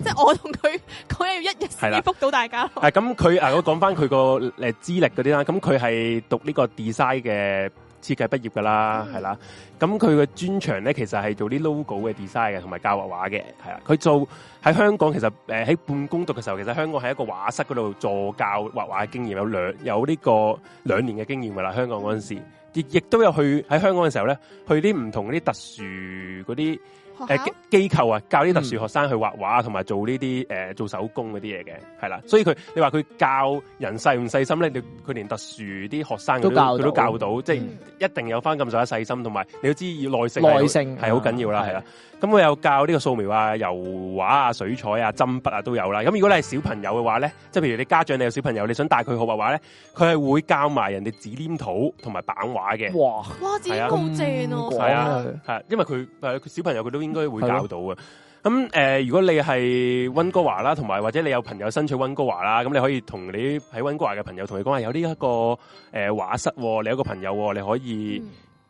即係我同佢 講嘢要一日
係
先
啦
至覆到大家咯。
係咁佢啊，我講翻佢個誒資歷嗰啲啦。咁佢係讀呢個 design 嘅設計畢業噶啦，
嗯
係啦。咁佢嘅專長咧，其實係做啲 logo 嘅 design 嘅，同埋教畫畫嘅，係啦。佢做喺香港其實誒喺半工讀嘅時候，其實香港喺一個畫室嗰度助教畫畫嘅經驗有兩有呢個兩年嘅經驗㗎啦。香港嗰陣時，亦亦都有去喺香港嘅時候咧，去啲唔同嗰啲特殊嗰啲。
學
誒
校
機機構啊，教啲特殊
嗯
學生去畫畫同埋做呢啲誒做手工嗰啲嘢嘅，係啦。所以佢你話佢教人細唔細心咧，你佢連特殊啲學生佢
都教
佢都
到
教到，即係
嗯
一定有翻咁上下細心，同埋你都知要耐性係好，
耐性啊
係好緊要啦，
係
係啦。咁佢有教呢個素描啊、油畫啊、水彩啊、針筆啊都有啦。咁如果你係小朋友嘅話咧，即係譬如你家長你有小朋友，你想帶佢學畫畫咧，佢係會教埋人哋紙黏土同埋版畫嘅。
哇
哇，自己
係啊
好正
咁
哦！
廣
係
啊
啊，系啊，因為佢诶小朋友佢都應該
係
會
咯
教到嘅。咁诶、呃如果你係温哥華啦，同埋或者你有朋友身處温哥華啦，咁你可以同你喺温哥華嘅朋友同佢講話有呢、一個诶画、畫室、喎，你有一個朋友、喎，你可以
嗯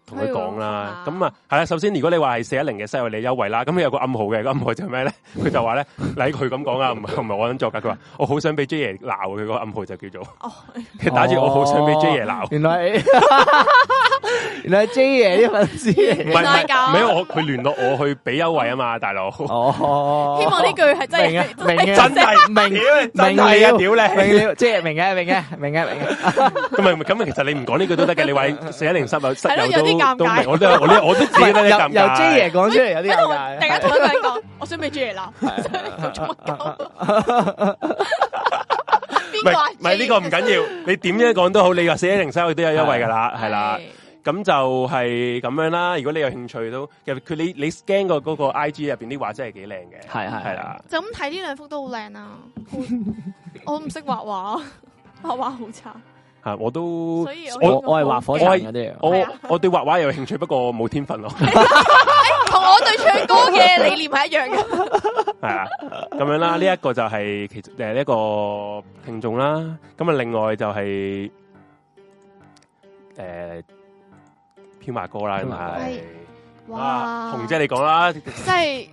同佢講啦。
可以
咁啊，係啦。首先，如果你話係四一零嘅西友你優惠啦，咁有個暗號嘅，個暗號就係咩咧？佢就話咧，嗱佢咁講啊，唔係唔係我咁作噶。佢話我好想俾 J 爺鬧佢個暗號就叫做，
哦，
佢 打住我好想俾 J 爺鬧。
原來 原來係 J 爺啲粉絲
唔係
原來
嚟
唔係，唔
係咁
係我佢聯絡我去俾優惠啊嘛，大佬。
哦
希望呢句係真
明啊
係
明啊
真係
明
屌真
明
係啊，
了
屌你！
明了，J 爺明嘅明嘅明嘅明嘅，
咁咪咁咪其實你唔講呢句都得嘅，你話四一零室友室
係
友
咯有啲尷尬
都都明，我都我都我都自己都有
由
啲尷
由 J 爺
尬。
講出嚟有
我
啲
同大
尷尬
家同一個人講，我想俾 J 嚟鬧， 佢做乜鳩？邊
唔
個啊
係唔係呢個唔緊要，你點樣講都好，你話四一零室友都有優惠㗎啦，係
Dạ.
啦。咁就係咁樣啦。如果你有興趣都，其實佢你你 scan 個嗰個 IG 入邊啲畫真係幾靚嘅，
係係
係啦。
就咁睇呢兩幅都好靚啊！好我唔識畫畫，畫畫好差。
係啊，我都
所以
我
我
我系画火柴嗰啲
我
嚟
係啊
我對畫畫有興趣，不過冇天分咯，
同我對唱歌嘅理念係一樣嘅。
係啊，咁樣啦。呢、一個就係其實诶呢一個聽眾啦。咁啊，另外就係诶
飄
飄馬哥啦，咁
馬
哥
係
係
啊
哇，
紅姐你講啦，
即係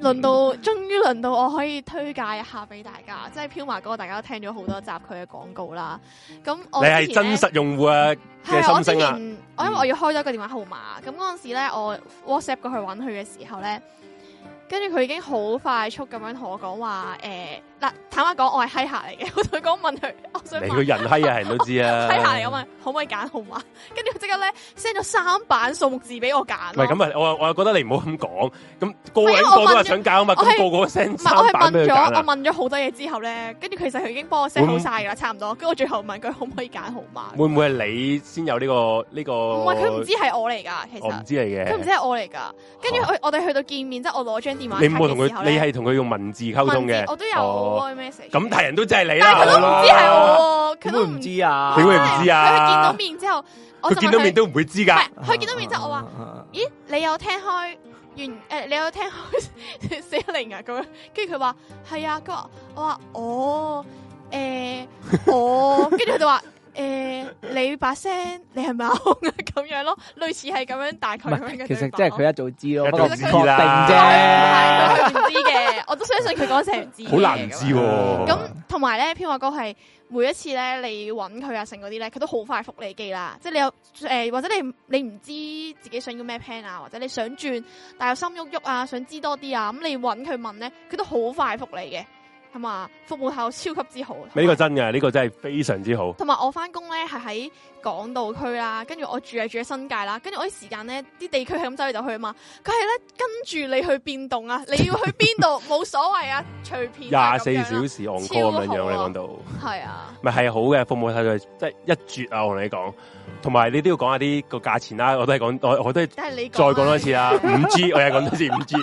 輪到，終於輪到我可以推介一下俾大家，即係飄麻哥，大家都聽咗好多集佢嘅廣告啦。咁我
你係
哦之前
真
呢
實用戶啊，嗯嘅
係我
心
之
聲啦
前我因為我要開咗一個電話號碼，咁嗰陣時咧，我 WhatsApp 過去揾佢嘅時候咧，跟住佢已經好快速咁樣同我講話，诶、嗱，坦白講，我係閪客嚟嘅， 我同佢講問佢，我想
你
問
個人閪啊，人都知啊，
閪客嚟，我問可唔可以揀號碼，跟住佢即刻咧 send 咗三版數目字俾我揀
唔係
咯。
咁啊，我我又覺得你唔好咁講，咁個
唔係因為哎我
個個都
問
話
咗
想搞啊嘛，
我
咁
係
個個都 send
唔係，我
三版
係
俾
問
佢
咗，
揀
我
啊，
問咗好多嘢之後咧，跟住其實佢已經幫我 set 好晒噶啦，差唔多。跟住我最後問佢可唔可以揀號碼，
會唔會係你先有呢個呢個？
唔係佢唔知係我嚟㗎，其
我唔
實
知你嘅，
佢唔知係我嚟㗎。跟住
嚇
我我哋去到見面，即係我攞張電話卡
你冇同
嘅時候
佢，你
咧，
係同佢用文字溝通嘅
文字，我都
哦
有 message。
咁但係人都真係你
但係
啦，
佢都唔
好啦
知係我喎，
嘅，
佢
點
都
會
唔
唔。知啊？
點會唔知
佢
啊
係見到面之後，我
佢
就
見
問
到面
佢，
都唔會知㗎。
唔係佢見到面之後，我 話。
話
咦，你有聽開原诶、你有聽開四一零啊？咁樣，跟住佢話係啊，佢話我話哦，诶、 我，跟住佢就話诶、你把聲你係咪阿空啊？咁樣咯，類似係咁樣，大概
唔
咁樣
係，
嘅
其
對
實
白
即係
咯。
佢一早知咯，
一
不過
早
唔
知
確定
啦
啫。
係佢唔知嘅，我都相信佢嗰陣唔知嘅。
好難知喎
咁樣咁同埋咧，飄華哥係每一次咧，你揾佢啊，成嗰啲咧，佢都好快覆你機啦。即係你有诶、或者你唔你唔知自己想要咩 plan 啊，或者你想轉，但係有心喐喐啊，想知多啲啊，咁你揾佢問咧，佢都好快覆你嘅，係嘛？服務效超級之好。
呢個真嘅，呢個真係非常之好。
同埋我翻工咧係喺港島區啦，跟住我住係住喺新界啦，跟住我啲時間咧啲地區係咁走嚟走去啊嘛，佢係咧跟住你去變動 啊，你要去邊度冇所謂啊，隨便啊
廿四小時 on call 咁樣
超好
樣，
啊
你講到
係啊，
咪係好嘅服務態度，即係一絕啊！我同你講，同埋你都要講下啲個價錢啦。我都係講，我我都係
但係你
再講
講啊
多
啦
次啦。五 G 我又講多次五 G，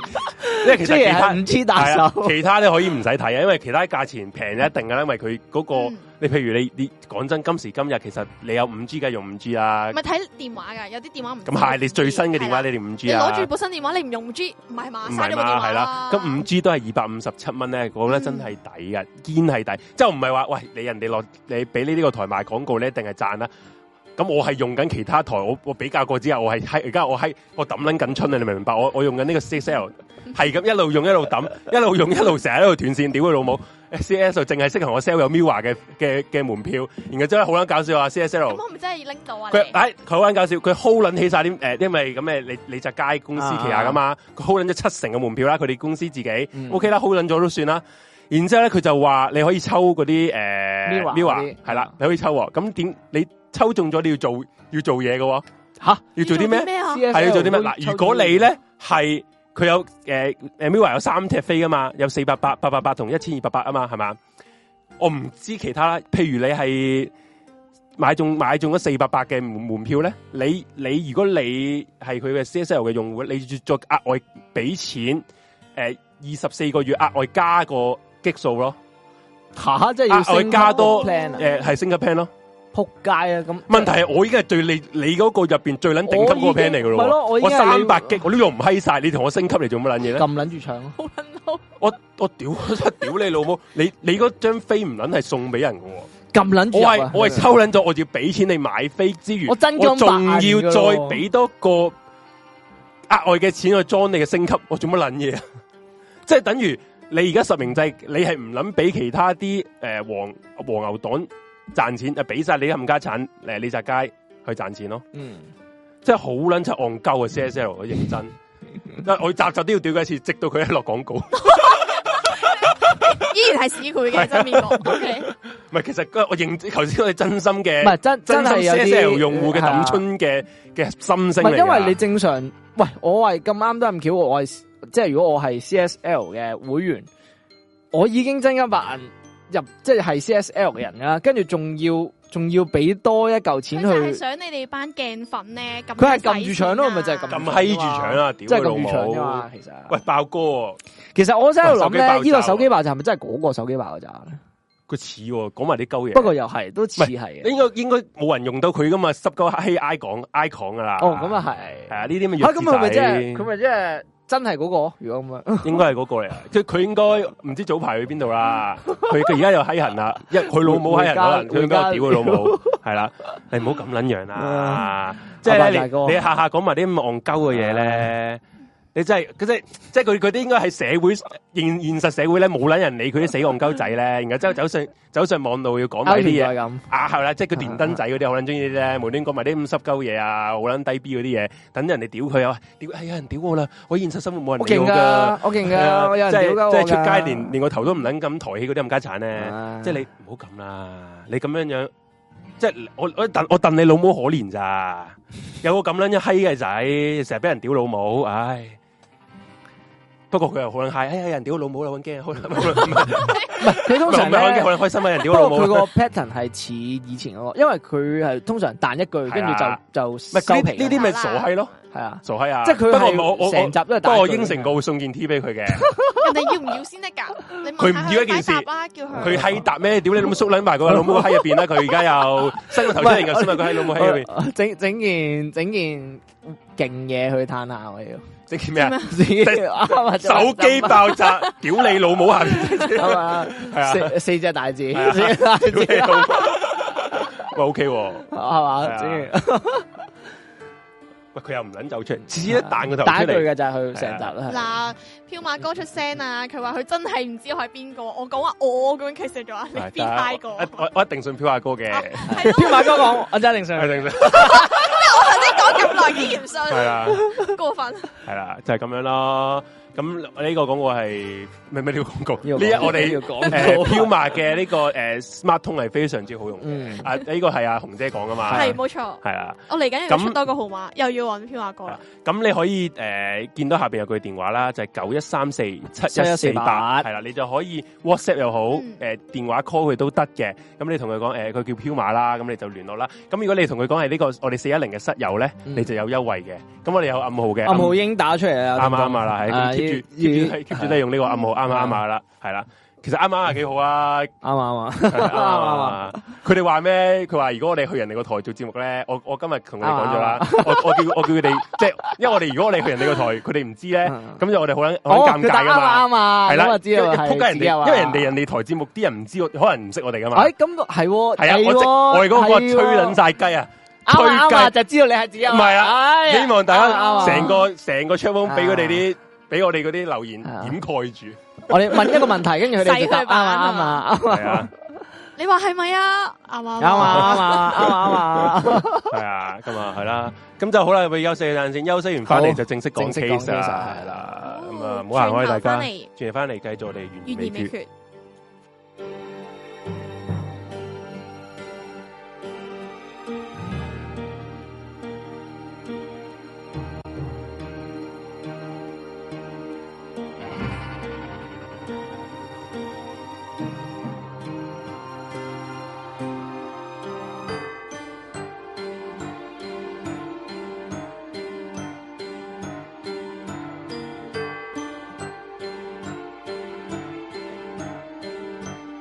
因為其實
雖
其
然
他
係唔知
係
打
啊
手，
其他你可以唔使睇啊，因為其他價錢平一定噶啦，因為佢嗰個
嗯
你譬如你你講真，今時今日其實你有五 G 梗係用五 G 啦
唔。係睇電話㗎，有啲電話唔
咁係你最新嘅電
電
話，
話
你哋五 G
嗯你
啊
攞住。部新電話，你唔用 G，唔係嘛？
唔
嘥咗
係
部電話
嘛，
嗯
係啦
啦，。
咁五 G 都係二百五十七蚊咧，我覺得真係抵嘅，堅係抵。即係我唔係話喂你人哋落你俾呢呢個台賣廣告咧，一定係賺啦。啊咁我係用緊其他台，我我比較過之後，我係閪而家我閪我抌撚緊春啊！你明唔明白？我我用緊呢 個 CSL，係咁一路用一路抌，一路用一路成日喺度斷線，屌佢老母！CSL 淨係適合我 sell 有 Miwa 嘅嘅嘅門票，然後真係好撚搞笑啊！CSL
咁可唔可以真係拎到啊？
佢
你
唉，佢好撚搞笑，佢 hold 撚起晒啲誒，因為咁誒，你你隻街公司旗下噶嘛，佢 hold 撚咗七成嘅門票啦，佢哋公司自己、
啊嗯
OK 啦，hold 撚咗都算啦。然之後咧，佢就話你可以抽嗰啲誒
Mirror 嗰啲
係啦
嗯，
你可以抽喎。咁點你抽中咗你要做要做嘢嘅喎，
吓
要做啲咩？
啊？
係要做啲咩？嗱，如果你咧係佢有誒誒 Mirror 有三隻飛噶嘛，有四百八、八百八同一千二百八啊嘛，係嘛？我唔知其他啦，譬如你係買中買中咗四百八嘅門門票咧，你你如果你係佢嘅 CSL 嘅用戶，你要再額外俾錢誒二十四個月額外加個激數咯，
吓，即係要
額外
升
加多
plan 啊，
誒係升級 plan 咯。
扑街啊！咁
問題係我已經係最你你嗰個入邊最撚頂級嗰個 plan 嚟嘅
咪
咯喎。
咯，我已
我
經係
三百激，我都用唔閪晒，你同我升級嚟做乜撚嘢咧？
撳撚住搶咯，
好撚嬲，
我我屌 屌你老母！你你嗰張飛唔撚係送俾人嘅喎，
撳撚住
我
入啊
係我係抽撚咗，我要俾錢你買飛之餘，
我真咁
我仲
白眼㗎
要
咯
再俾多個額外嘅錢去裝你嘅升級，我做乜撚嘢啊？ 即係等於你而家實名制，你係唔撚俾其他啲诶黃黃牛黨賺錢，誒俾晒你啲冚家產诶李澤楷去賺錢咯。
嗯，
真係好撚柒戇鳩啊！CSL，我 認真，但我集集都要屌佢一次，直到佢一落廣告。唔
依然係市儈嘅真面目。OK，
係，其實我認頭先我哋真心
唔
嘅，
係真真
真心
係有
CSL
啲
用戶嘅
係啊
抌春嘅嘅心聲
唔
嚟
係
㗎。
因為你正常，喂，我係咁啱得咁巧，我係即係如果我係 CSL 嘅會員，我已經真金白銀入，即係係 CSL 嘅人啦，跟住仲要仲要俾多一嚿
佢
錢去，
就係
佢
想你哋班鏡粉咧，咁啊
係撳住搶咯，咪就係撳
咁
住搶啫
閪住
嘛
搶啊屌
即係
佢老
撳住搶啫嘛，
母
其實。
喂爆哥喎，
其實我真係喺度諗
哇手機爆炸
咧，呢個手機爆炸係咪真係嗰個手機爆炸咧？
佢似喎，講埋啲鳩嘢。
不過又係都似係嘅。
應該應該冇人用到佢噶嘛，濕鳩閪 icon icon 噶啦。
哦，咁啊
係
係。
啊，呢啲咁嘅
啊
弱智
咁佢咪即係佢
仔
咪即係真係嗰個？如果咁樣，
應該係嗰個嚟啊！即係佢應該唔知早排去邊 度啦。佢佢而家又閪人啦，一佢老母閪人可能佢
回
應
家
該屌佢老母 係啦。你唔好咁撚樣啦，即係
啊阿伯大
咧
哥啊
你你下下講埋啲咁戇鳩嘅嘢咧。你真係，佢即係即係佢佢啲應該係社會現現實社會咧冇撚人理佢啲死戇鳩仔咧，然後之後走上走上網路要講
歐
埋啲嘢
田就係咁。
啊，係啦，即係佢電燈仔嗰啲好撚中意咧，無端講埋啲咁濕鳩嘢啊，好撚低 B 嗰啲嘢，等人哋屌佢啊，屌係有人屌我啦，我現實生活冇
我
人
勁
理我㗎，
噶，我勁
係啊
噶，我有人
Ờ, 即
屌噶
係
我
即
㗎。
係出街連連個頭都唔撚咁抬起嗰啲咁家產咧，
啊，
即係你唔好咁啦，你咁樣樣，即係我我戥我戥你老母可憐咋，有個咁撚一閪嘅仔，成日俾人屌老母，唉。不過佢又好撚嗨，哎呀，有人屌老母啦，揾驚，好撚唔
唔係佢通
係
常
唔係
咧
好。撚開心啊，人屌
不
老
過
母
佢。個 pattern 係似以前嗰個，因為佢係通常彈一句，跟住
係
就
啊
就
係
收皮
呢呢
㗎。
啲咪傻閪咯，
係啊，
傻閪啊！
即係佢
不過我我
係成
我
集都係
不
彈一句。
過我應承過會送件 T 俾佢嘅，
人哋要唔要先得 噶？你問下
佢唔要一件
快
事
答啦，叫佢
佢閪搭咩？屌你老母縮撚埋個老母喺入邊啦！佢而家又伸個頭出嚟又伸埋佢喺老母喺入邊，
整整件整件勁嘢去嘆下我要，
即係咩啊？
自己啱啊！
手機爆炸，屌你老母下邊，
係嘛？
係啊，
四四隻大字，
係啊
四隻大字
屌你老
啊
母，喂 OK 喎，
係
係
嘛？
啊
整件
喂佢又唔撚走出嚟，次次一彈個頭
打一
出
句
嚟，啊
嘅就係佢成集啦。
嗱，飄馬哥出聲啊！佢話佢真係唔知我係邊個，我講話我咁樣 kiss 咗啊！你
係
邊派個？
但係我我我一定信飄阿哥嘅，
係
天
咯，
馬哥講，我真係定
我
上
一定 信
你講咁耐竟然唔
係啊
信，
啦。
過分。
系啦，就係咁樣咯。咁呢個廣告係咩咩呢個廣告？
呢個廣告
呢一我哋
呢個廣告
誒飄馬嘅呢個誒 Smart 通係非常之好用嘅。
嗯
啊呢個係阿紅姐講噶嘛？
係啊冇錯，
係啊啦。
我嚟緊要
咁
出多個號碼，又要揾飄馬哥啦。
咁你可以誒見到下邊有句電話啦，就係九一三四七一四八，
7148
係啦，你就可以 WhatsApp 又好，誒
嗯
電話 call 佢都得嘅。咁你同佢講誒，佢叫飄馬啦，咁你就聯絡啦。咁如果你同佢講係呢個我哋四一零嘅室友咧，
嗯
你就有優惠嘅。咁我哋有暗號嘅，
暗號已經打出嚟啦，
啱啱啊啦，係
啊
咁 keep 住
要
keep 住
要
係 keep 住都係用呢個暗號，啱啱啱啊啦，係啦。其實啱啱啊幾好啊，
啱啱啊。
啱啱
啊
啊！佢哋話咩？佢話如果我哋去人哋個台做節目咧，我我今日同佢哋講咗啦，
啊
我我叫我叫佢哋，即係因為我哋如果我哋去人哋個台，佢哋唔知咧
嗯，
咁就我哋好撚
哦
好撚尷
佢打
尬
啱
噶
啱
嘛。
啊，
係
咁
啦，
我知
因為
啊，
仆街人哋，因為人哋
哋，
人哋台節目啲人唔知我，可能唔識我哋噶嘛
哎，。咁係喎，
係啊，
係
我直
喎
我哋嗰個
係
吹
喎
撚晒雞啊！
啱啊啱
吹
啊，
雞
就知道你係自己
唔係啊
哎呀
希望大
啱啊啱啊
家成個成個 chat room 俾佢哋啲俾我哋嗰啲留言
啊
掩蓋住，
我哋問一個問題，跟住佢哋就答
洗佢
啱啊
版
啱啊啱啊
係啊。
你話係咪啊？啱啱
啱啊啱啊啱啊啱啊，
系啊，咁啊系啦，咁就好啦，咪休息一陣先，休息完翻嚟
好
就正式講
正式講
case 啊啦，
case
系啦，
哦
咁啊唔好行開大
轉頭
家
返，嚟
轉頭翻嚟繼續我哋懸
懸
疑
疑
未
未
決。
決。
Hãy subscribe cho kênh Ghiền Mì Gõ Để không bỏ lỡ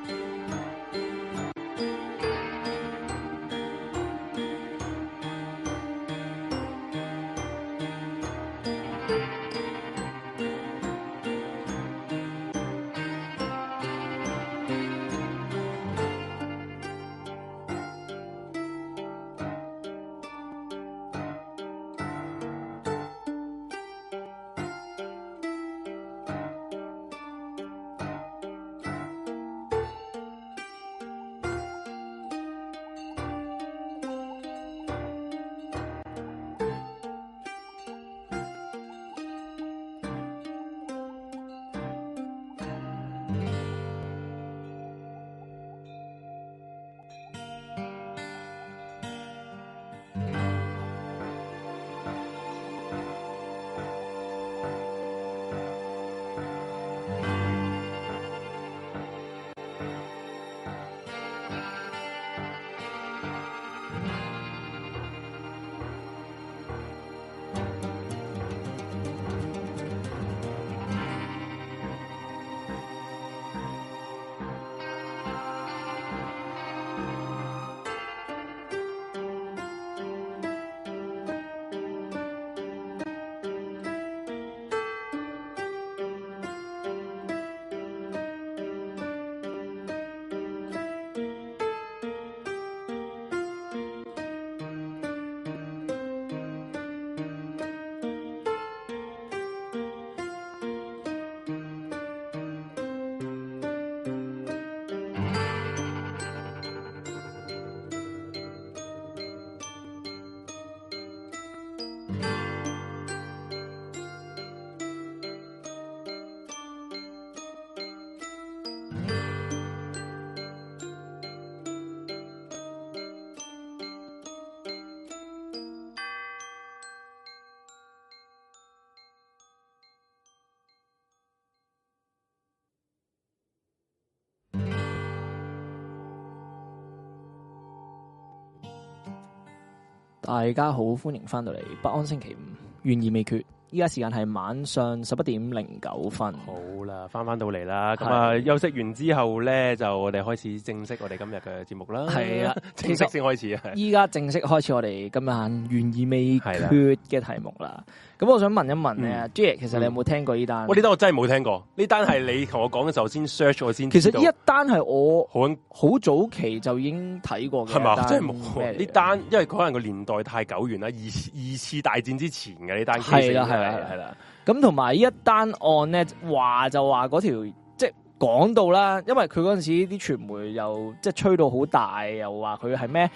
大家好，歡迎翻到嚟北安星期五，懸而未決。依家時間係晚上十一點零九分。
好啦，翻翻到嚟啦，咁啊休息完之後咧，就我哋開始正式我哋今日嘅節目啦。
係啊啦，
正式先開始啊。
依家正式開始我哋今晚懸而未決嘅題目啦。咁我想問一問咧，J，其實你有冇聽過呢單？
嗯我呢單我真係冇聽過，呢單係你同我講嘅時候先 search 我先
其
知
實
道。
呢一單係我
好撚
好早期就已經睇過嘅，
係嘛，真係冇啊
咩嚟嘅
呢單，因為可能個年代太久遠啦，二次二次大戰之前嘅呢單 case
係啦
已經
係啦係啦
係啦，
咁同埋呢一單案咧，話就話嗰條即係講到啦，因為佢嗰陣時啲傳媒又即係吹到好大，又話佢係咩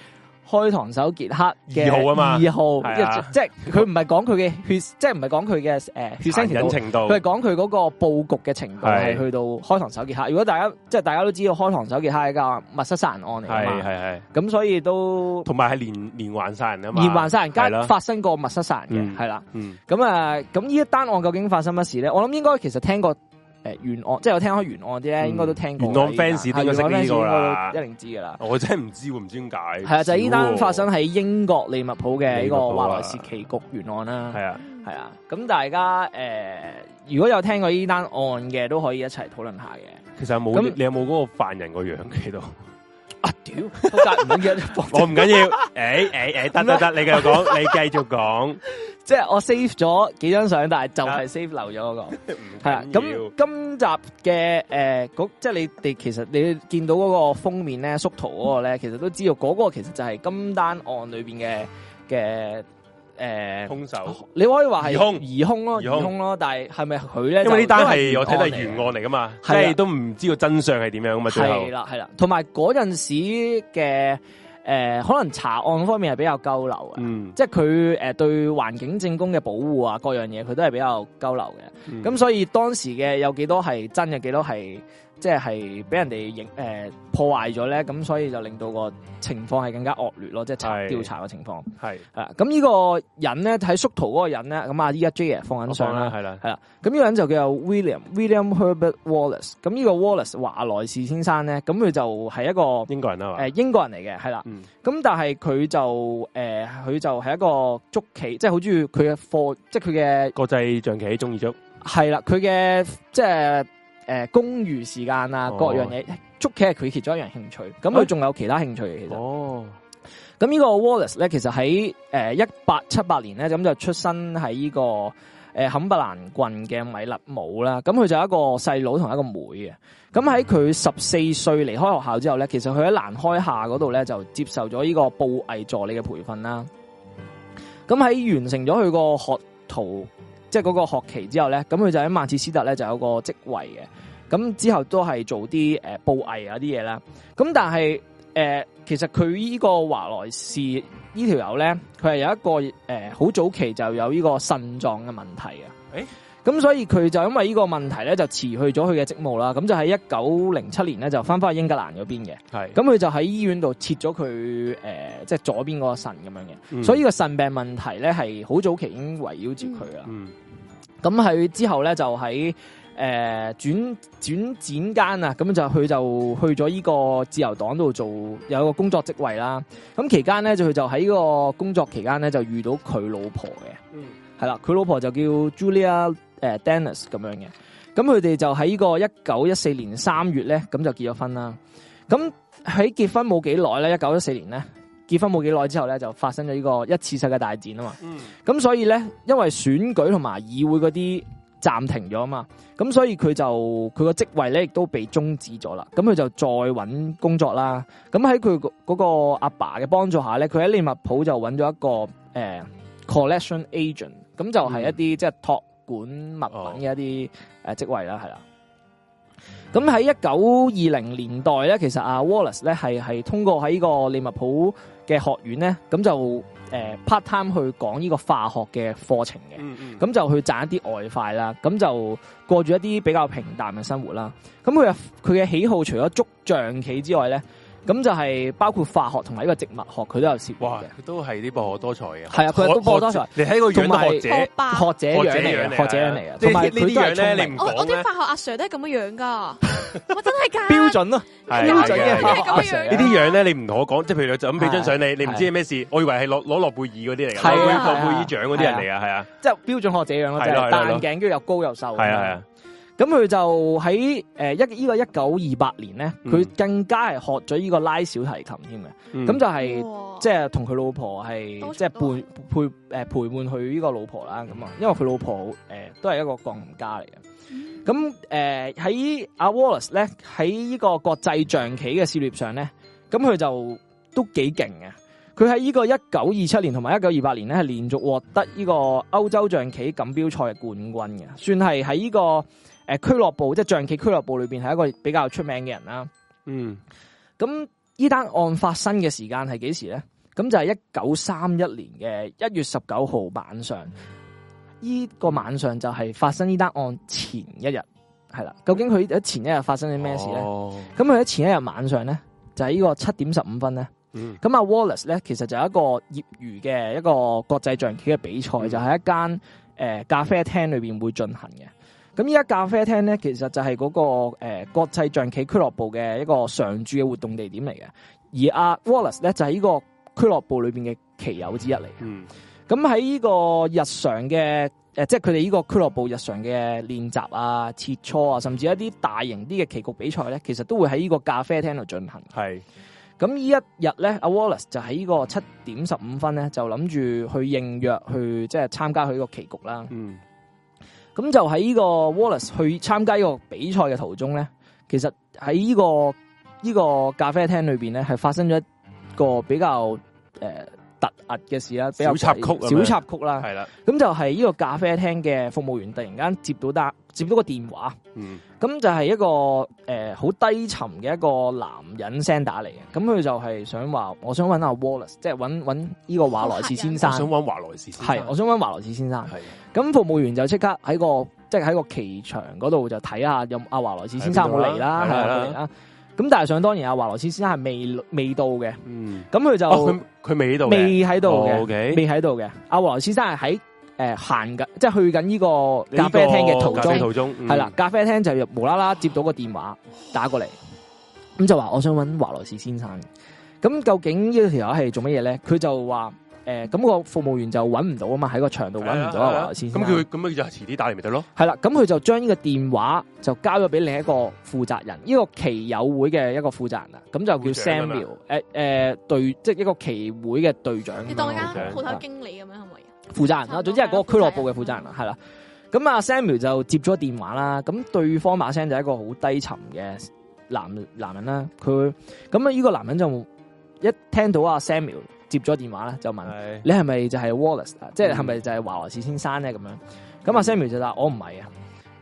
開膛手傑克嘅
二號啊嘛
二號
係啊
即係佢唔係講佢嘅血，即係唔係講佢嘅誒血腥
殘
程
忍
度。
程度
佢係講佢嗰個佈局嘅程度係
係
去到開膛手傑克。如果大家即係大家都知道開膛手傑克係一個密室殺人案嚟
係
㗎
係
嘛，
係，
咁所以都
同埋係連連環殺人啊嘛，
連環殺人
係啦
間發生過密室殺人
嗯
嘅，係啦。
嗯
咁啊，咁呢一單案究竟發生乜事咧？我諗應該其實聽過誒原案，即係有聽開原案啲咧，
嗯
應該都聽過嘅。
原案 fans 都應該識呢個啦
係原案 fans 應該都一定知噶啦。
我真係唔知喎，唔知點解。
係啊，就係呢
少
單
喎
發生喺英國利物浦嘅呢
利物
個
浦
華
啊
萊士棋局原案啦。
係啊，
係啊，咁大家誒如果有聽過呢單案嘅，都可以一齊討論下嘅。
其實有
咁
冇你有冇嗰個犯人個樣 喺度？
啊屌，仆街唔記 得咗
我唔緊要，誒誒誒，得得得，你繼 續講，你繼續講，
即係我 save 咗幾張相，但係就係 save 留咗嗰個。
啊唔
系啦，
緊要
咁今集嘅诶，嗰、即系你哋其實你見到嗰個封面咧，縮圖嗰個咧，其實都知道嗰個其實就係金單案裏边嘅嘅诶，
兇手，
你可以話係
疑兇
疑兇咯，疑
疑兇
兇咯，但係係咪佢咧？
因為呢
就
單係我睇到係
因
原
為
案嚟噶嘛，即
係啊
係都唔知道真相係點樣噶嘛，最後
係啦係啦，同埋嗰陣時嘅诶、呃可能查案方面係比較交流嘅，
嗯，
即係佢诶对环境證供嘅保護啊，各樣嘢佢都係比較交流嘅。
嗯
咁所以當時嘅有幾多係真嘅，幾多係即係俾人哋影誒破壞咗咧，咁所以就令到個情況係更加惡劣咯，即係查
係
調查嘅情況。
係
係啦，咁呢個人咧睇縮圖嗰個人咧，咁啊依家 J 爺放緊
我講
相
啦，
啦。
係啦，
係啦，咁呢個人就叫做 William William Herbert Wallace。咁呢個 Wallace 華萊士先生咧，咁佢就係一個誒、
英國人啊嘛，
英國人嚟嘅，係啦。
嗯
咁但係佢就誒，呃佢、就係一個捉棋，即係好中意佢嘅課，即係佢嘅
國際象棋中意足，
系啦，佢嘅即系诶公餘時間啊，
哦
各樣嘢，捉棋係佢其中一樣興趣。咁
哎
佢仲有其他興趣嘅，其實。
哦，
咁呢個 Wallace 咧，其實喺诶一八七八年咧，咁就出生喺呢個诶坎伯蘭郡嘅米勒姆啦。咁佢就有一個細佬同一個妹嘅。咁喺佢十四歲離開學校之後咧，其實佢喺蘭開夏嗰度咧就接受咗呢個布藝助理嘅培訓啦。咁喺完成咗佢個學徒，即係嗰個學期之後咧，咁佢就喺曼徹斯特咧就有個職位嘅。咁之後都係做啲誒、呃、布藝啊啲嘢啦。咁但係誒、呃其實佢呢個華萊士呢條友咧，佢係有一個誒好、早期就有呢個腎臟嘅問題啊。
誒
咁所以佢就因為呢個問題咧，就辭去咗佢嘅職務啦。咁就喺一九零七年咧，就翻返去英格蘭嗰邊嘅。
係，
咁佢就喺醫院度切咗佢誒，呃即係左邊嗰個腎咁樣嘅。
嗯
所以，個腎病問題咧係好早期已經圍繞住佢啦。
嗯，
咁佢之後咧就喺誒轉轉展間啊，咁就佢就去咗呢個自由黨度做有一個工作職位啦。咁期間咧就佢就喺呢個工作期間咧就遇到佢老婆嘅，
嗯
係啦，佢老婆就叫 Julia 誒、Dennis 咁樣嘅。咁佢哋就喺呢個一九一四年三月咧，咁就結咗婚啦。咁喺結婚冇幾耐咧，一九一四年咧結婚冇幾耐之後咧，就發生咗呢個一次世界大戰啊嘛。
嗯，
咁所以咧，因為選舉同埋議會嗰啲暫停咗啊嘛，咁所以佢就佢個職位咧亦都被終止咗啦。咁佢就再揾工作啦。咁喺佢嗰嗰個阿爸嘅幫助下咧，佢喺利物浦就揾咗一個誒、呃 collection agent，咁就係一啲、即係托管物品嘅一啲誒職位啦，係啦。咁喺一九二零年代咧，其實阿 Wallace 咧係係通過喺呢個利物浦嘅學院咧，咁就誒、呃 part time 去講呢個化學嘅課程嘅。
嗯嗯，
咁就去賺一啲外快啦，咁就過住一啲比較平淡嘅生活啦。咁佢嘅佢嘅喜好除咗捉象棋之外咧，咁就係包括化學同埋呢個植物學，佢都有涉獵
哇
嘅。，
佢都係啲博學多才嘅，
係啊佢都博學多才
學你睇個樣都學
學
者，
霸。
學者樣嚟嘅，學者樣嚟嘅，同埋
啊即係呢
佢
啲
都係
樣
聰
咧，你
明
唔
我我
講
啲
咧，
化學阿 Sir 都係咁樣樣 噶，我真係㗎。
標準咯，
係
標準
係
嘅
嘅
化
係
學
嘅
阿 Sir
呢
嚟嘅
啲樣咧，你唔同我講，即係譬如你就咁俾張相你，
係
你唔知係咩事，我以為係攞攞諾貝爾嗰啲嚟嘅，
係啊
諾貝
係啊
諾貝爾獎嗰啲人嚟啊，係啊，
即係標準學者樣咯，
係
就
咯
係
係咯
戴
係咯
眼鏡，跟住又高又瘦。
係啊，係啊。
咁佢就喺诶一呢個一九二八年咧，
嗯
佢更加係學咗呢個拉小提琴添嘅，
嗯
咁就係
哇
即係同佢老婆係
都
即係
都
陪陪诶陪伴佢呢個老婆啦，咁啊，因為佢老婆诶、都係一個鋼琴家嚟嘅。咁诶喺阿 Wallace 咧喺呢個國際象棋嘅事業上咧，咁佢就都幾勁嘅。佢喺呢個一九二七年同埋一九二八年咧，係連續獲得呢個歐洲象棋錦標賽嘅冠軍嘅，算係喺呢個诶俱樂部即係象棋俱樂部裏边係一個比較出名嘅人啦。
嗯
咁呢單案發生嘅時間係幾時咧？咁就係一九三一年嘅一月十九號晚上，呢、個晚上就係發生呢單案前一日，係啦。究竟佢喺前一日發生咗咩事咧？
哦
咁佢喺前一日晚上咧，就係呢個七點十五分咧。
嗯
咁阿啊 Wallace 咧，其實就有一個業餘嘅一個國際象棋嘅比賽，
嗯
就喺一間诶、呃咖啡廳裏边會進行嘅。咁依家咖啡廳咧，其實就係嗰、個诶、呃、國際象棋俱樂部嘅一個常駐嘅活動地點嚟嘅。而阿 Wallace 咧就係呢個俱樂部裏边嘅棋友之一嚟。
嗯
咁喺呢個日常嘅诶、呃即係佢哋呢個俱樂部日常嘅練習啊、切磋啊，甚至一啲大型啲嘅棋局比賽咧，其實都會喺呢個咖啡廳度進行。
係
咁呢一日咧，阿 Wallace 就喺呢個七點十五分咧，就諗住去應約去即係參加佢呢個棋局啦。
嗯
咁就喺呢個 Wallace 去參加呢個比賽嘅途中咧，其實喺呢、個呢、個咖啡廳裏边咧，係發生咗一個比較诶、呃突兀嘅事啦，比較
小插曲咁樣
小插曲啦。
係啦
咁就係呢個咖啡廳嘅服務員突然間接到單接到個電話。
嗯
咁就係一個诶好、低沉嘅一個男人聲打嚟嘅，咁佢就係想話，我想揾阿 Wallace，即係揾揾呢個華萊士先
我
生，
想揾華萊士先生
係哦我想揾華萊士先生。
係
咁服務員就即刻喺個即係喺個棋場嗰度就睇下有冇阿華萊士先生有冇嚟啦，係啦
喺邊度啦係啦
有冇嚟啦。咁但係想當然，阿華萊士先生係未未到嘅，
嗯
咁佢
哦
就
佢佢未喺度嘅
未喺度
哦
嘅，
，OK
未喺度嘅。阿華萊士先生係喺诶行緊，即係去緊呢個咖啡廳嘅途
呢個咖
中
啡。途中嗯
系啦，，咖啡廳就入無啦啦接到個電話打過嚟，咁就話我想揾華萊士先生。咁究竟呢條友係做乜嘢咧？佢就話诶，誒咁、個服務員就揾唔到啊嘛，喺個場度
嗯
揾唔到
係
啊
啦
華萊士先
咁
生。
佢咁佢就遲啲打嚟咪得咯。
係啦，咁佢就將呢個電話就交咗俾另一個負責人，呢、個棋友會嘅一個負責人啦，咁就
會
叫
長啊嘛
Samuel，诶诶、誒隊即係一個棋會嘅隊長。
你當
間
間鋪
係
頭
啦
經理咁樣係咪？啊
負責
差
人啦，
唔多啊
總之係嗰個俱樂部嘅負責人啦，
嗯
係啦。咁啊 Samuel 就接咗電話啦，咁對方把聲就係一個好低沉嘅男男人啦，佢咁啊呢個男人就一聽到阿 Samuel 接咗電話啦，就問
係
你係咪就係 Wallace 啊？即係係
嗯
咪就係華萊士先生咧？咁樣咁阿 Samuel 就話我唔係啊。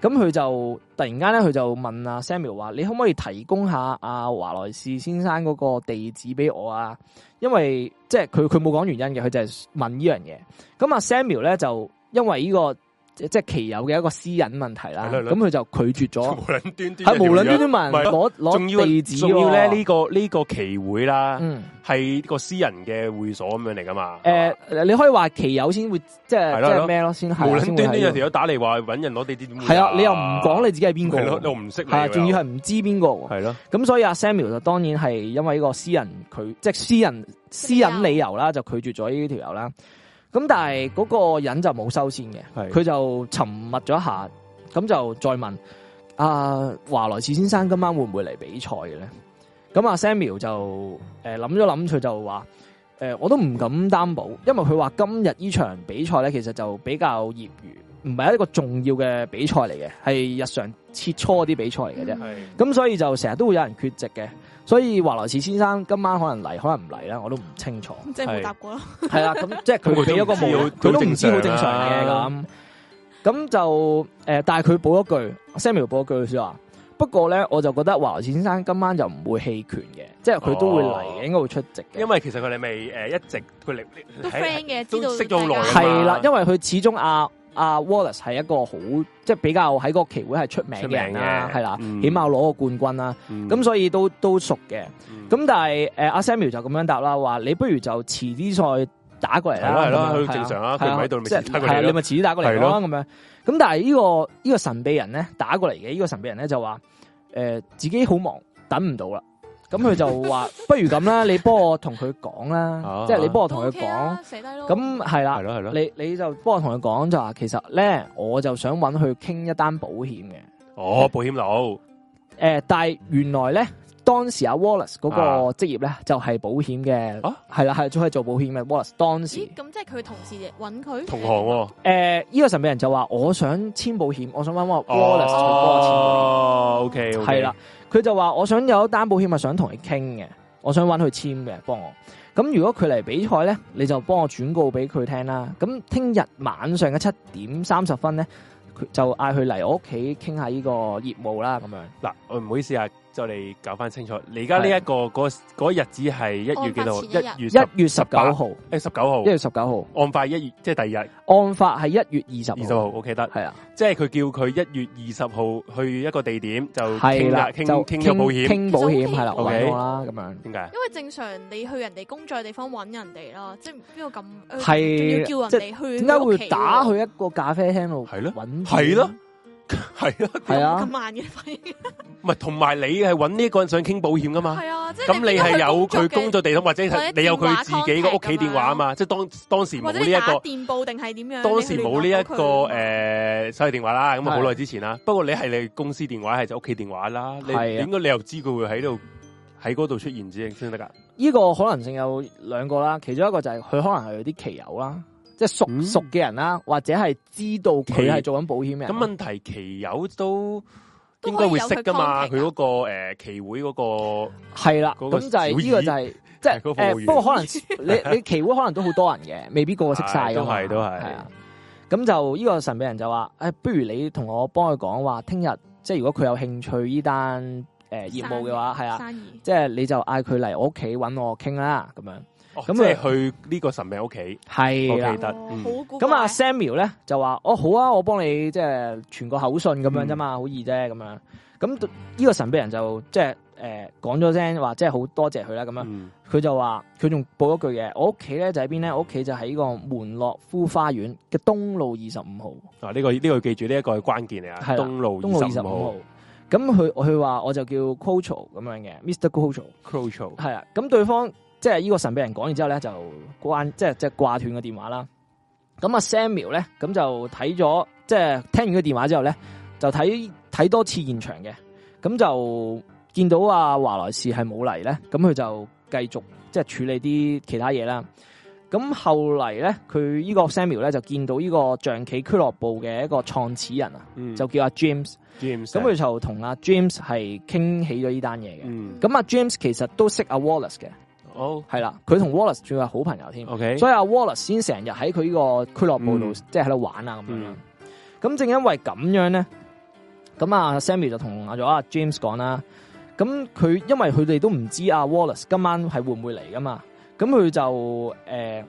咁佢就突然間咧，佢就問阿 Samuel 話：你可唔可以提供下阿華萊士先生嗰個地址俾我啊？因為即係佢佢冇講原因嘅，佢就係問呢樣嘢。咁阿 Samuel 咧就因為呢、個即即係棋友嘅一個私隱問題啦，
係啦
咁佢就拒絕 咗，
無論端端
係無論端端
唔係
問攞
仲要
攞地址喎，
仲要咧呢個呢個期會啦，
嗯。
係個私人嘅會所咁樣嚟噶嘛。
诶、你可以話棋友先會即係
係咯
即
係
係
咯
咩咯，先係啊先
無論
會
端端有
係
條友打嚟話揾人攞地址點會㗎，
系啊，你又唔講你自己係邊個
係哎咯，
喎，
你又唔識你
係啊，仲要係唔知邊個喎。
係咯，
咁所以阿 Samuel 就當然係因為呢個私人佢即係私人私隱理由啦，就拒絕咗呢條友啦。咁但係嗰個人就冇收線嘅，
係
佢就沉默咗一下，咁就再問阿華萊士先生今晚會唔會嚟比賽嘅咧？咁阿 Samuel 就诶諗咗諗，佢就話：诶、我都唔敢擔保，因為佢話今日呢場比賽咧，其實就比較業餘，唔係一個重要嘅比賽嚟嘅，係日常切磋嗰啲比賽嚟嘅啫。
嗯
係
咁所以就成日都會有人缺席嘅，所以華萊士先生今晚可能嚟，可能唔嚟啦，我都唔清楚。
即係冇答過咯。
係啦，咁 即係佢俾咗個冇，佢
佢都唔知
都唔知好正常啊嘅
好正常
咁。咁就诶、呃但係佢補一句，Samuel 補一句佢話：不過咧，我就覺得華萊士先生今晚就唔會棄權嘅，即係佢都會嚟
哦
嘅，應該會出席嘅。
因為其實佢哋未誒一直佢哋
都 friend 嘅，知
都
道
識咗好耐
大家
㗎嘛
係啦，因為佢始終阿阿 Wallace 係一個好即係比較喺個期會係出名
出
嘅
名
人啦，
嘅
係啦，
嗯
起碼攞過冠軍啦，咁、所以都都熟嘅。
咁
咁但係誒阿 Samuel 就咁樣答啦，話你不如就遲啲再打過嚟啦，
係咯係咯
咁樣
佢正常啊
係
佢唔喺度咪
即係
遲啲打過嚟
係啊
咯
你咪遲啲打過嚟
係
咯
咯
咁樣。咁但係呢、個呢、個神秘人咧打過嚟嘅呢個神秘人咧就話誒、呃自己好忙，等唔到啦。咁佢就 話不如咁啦，你幫我同佢講啦
啊，
即係你幫我同
同
佢
佢
啊
講。
啊講，寫低咯。
咁係啦
係，咯係咯，
你你就幫我同佢講就話，其實咧我就想揾佢傾一單保險嘅。
哦，保險佬
诶、呃但係原來咧，當時阿 Wallace 嗰個
啊
職業咧就係保險嘅，
啊
係啦係做係做保險嘅。Wallace 當時
咦，咁即係佢同事揾佢
同行喎，
诶，呢、個神秘人就話：我想簽保險，我想揾我 Wallace 去幫我
哦，OK，
簽保險。係啦，佢就話我想有一單保險，咪想同你傾嘅，我想揾佢簽嘅，幫我。咁如果佢嚟比賽咧，你就幫我轉告俾佢聽啦。咁聽日晚上嘅七點三十分咧，佢就嗌佢嚟我屋企傾下呢個業務啦，咁樣。
嗱，我唔好意思啊，就嚟搞翻清楚，你而家呢一個嗰嗰日子係一月幾度？
案發前一日
一月
一月十九號，
誒十九號
一，月十九
案發一月即係第二日
號，案發係一月二十
二十號，OK 得。
系啊，
即係佢叫佢一月二十號去一個地點就
係
傾
啦，
啦，傾
就
傾咗保險，
傾保險係啦，
其實
我
OK
揾我啦咁樣。
點解？
因為正常你去人哋工作嘅地方揾人哋啦，即係邊個咁
係
呃仲要叫人哋去
點解會
佢屋企喎
打去一個咖啡廳度？
係咯
揾
係咯，係啊，
係
咁
啊，
慢嘅反應？
唔係同埋你係揾呢一個人想傾保險噶嘛？
係啊，即係
咁你係有佢工
作
作地點，或者
或者
係你有佢自己個屋企電話啊嘛？即係當當時
嘅
冇
或者
呢
你
一
打
個，
電報定係點樣？
當時冇呢一
啊你去聯絡到
個呃
佢
誒手提電話啦。咁啊
係
好耐之前啦。不過你係你公司電話係就屋企電話啦。你
係啊
點解你又知佢會喺度喺嗰度出現先先得㗎？
呢個可能性有兩個啦，其中一個就係佢可能係有啲棋友啦，即係熟
嗯
熟嘅人啦，或者係知道佢係做緊保險嘅人。
咁問題期友都
都
應
可以
該會
有
識
佢
㗎嘛？
contact 啊
佢嗰個誒期會嗰哦個
係啦，
嗰個
咁就係呢
小
個
二
就係即係
係嗰個
誒
服務員
不過可能 你你期會可能都好多人嘅，未必個個識晒噶
係都
嘛，
係都係
係啊。咁就呢個神秘人就話：，誒，不如你同我幫佢講話，聽日即係如果佢有興趣呢單誒業務嘅話，係啊，
生意
即係你就嗌佢嚟我屋企揾我傾啦，咁樣
哦
咁啊
即係去呢個神明屋企。
係啦
OK。得
哦
嗯
好古怪
咁啊 Samuel 咧就話：哦好啊，我幫你即係傳個口信咁樣啫嘛，
嗯
好易啫咁樣。咁呢個神秘人就即係誒講咗聲話，即係好多謝佢啦咁樣。
嗯
佢就話佢仲補咗句嘅，我屋企咧就喺邊咧？我屋企就喺呢個門洛夫花園嘅東路二十五
啊！呢個呢個記住呢一個係關鍵嚟啊！
係啦
東
號，
路
東路
二
哦二
十
十
五
五
號
號。咁佢佢話我就叫 Quocho 咁樣嘅，Mr. Quocho
c r o c h o
係啦。啊咁對方即係呢個神秘人講完之後咧，就關即係即係掛斷個電話啦。咁啊 Samuel 咧咁就睇咗，即係聽完個電話之後咧，就睇睇多次現場嘅。咁就見到啊華萊士係冇嚟咧，咁佢就繼續即係處理啲其他嘢啦。咁後嚟咧，佢呢個 Samuel 咧就見到呢個象棋俱樂部嘅一個創始人啊，
嗯啊
就叫阿 James。啊
James
咁佢就同阿 James 係傾起咗呢單嘢嘅。
嗯
咁阿啊 James 其實都識阿 Wallace 嘅，
好
係啦，佢同 Wallace 仲係好朋友添。
OK，
所以阿 Wallace 先成日喺佢呢個俱樂部度，
嗯
即係喺度玩啊咁樣啦
嗯。
咁正因為咁樣咧，咁啊 Samuel 就同阿咗阿 James 講啦。咁佢因為佢哋都唔知阿 Wallace 今晚係會唔會嚟噶嘛，咁佢就诶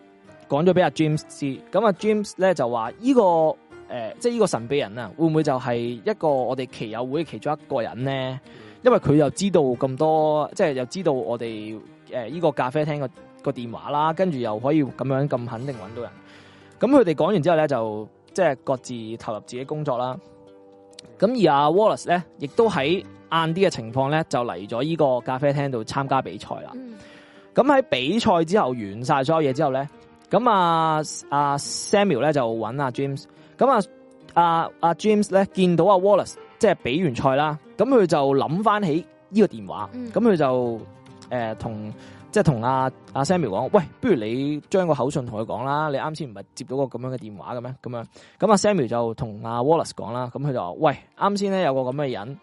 講咗俾阿 James 知。咁阿 James 咧就話呢、個誒、呃即係呢個神秘人啊，會唔會就係一個我哋奇友會嘅其中一個人咧？因為佢又知道咁多，即係又知道我哋誒依個咖啡廳個個電話啦，跟住又可以咁樣咁肯定揾到人。咁佢哋講完之後咧，就即係各自投入自己工作啦。咁而阿 Wallace 咧，亦都喺晏啲嘅情況咧，就嚟咗依個咖啡廳度參加比賽啦。
嗯
咁喺比賽之後完晒所有嘢之後咧，咁啊啊 Samuel 咧就揾阿 James，咁啊啊啊 James 咧見到阿 Wallace 即係比完賽啦，咁佢就諗翻起呢個電話，
嗯
咁佢、就誒同、即係同阿阿 Samuel 講，喂，不如你將個口信同佢講啦，你啱先唔係接到個咁樣嘅電話嘅咩？咁樣，咁阿 Samuel 就同阿 Wallace 講啦，咁佢就話，喂，啱先咧有個咁嘅人，誒、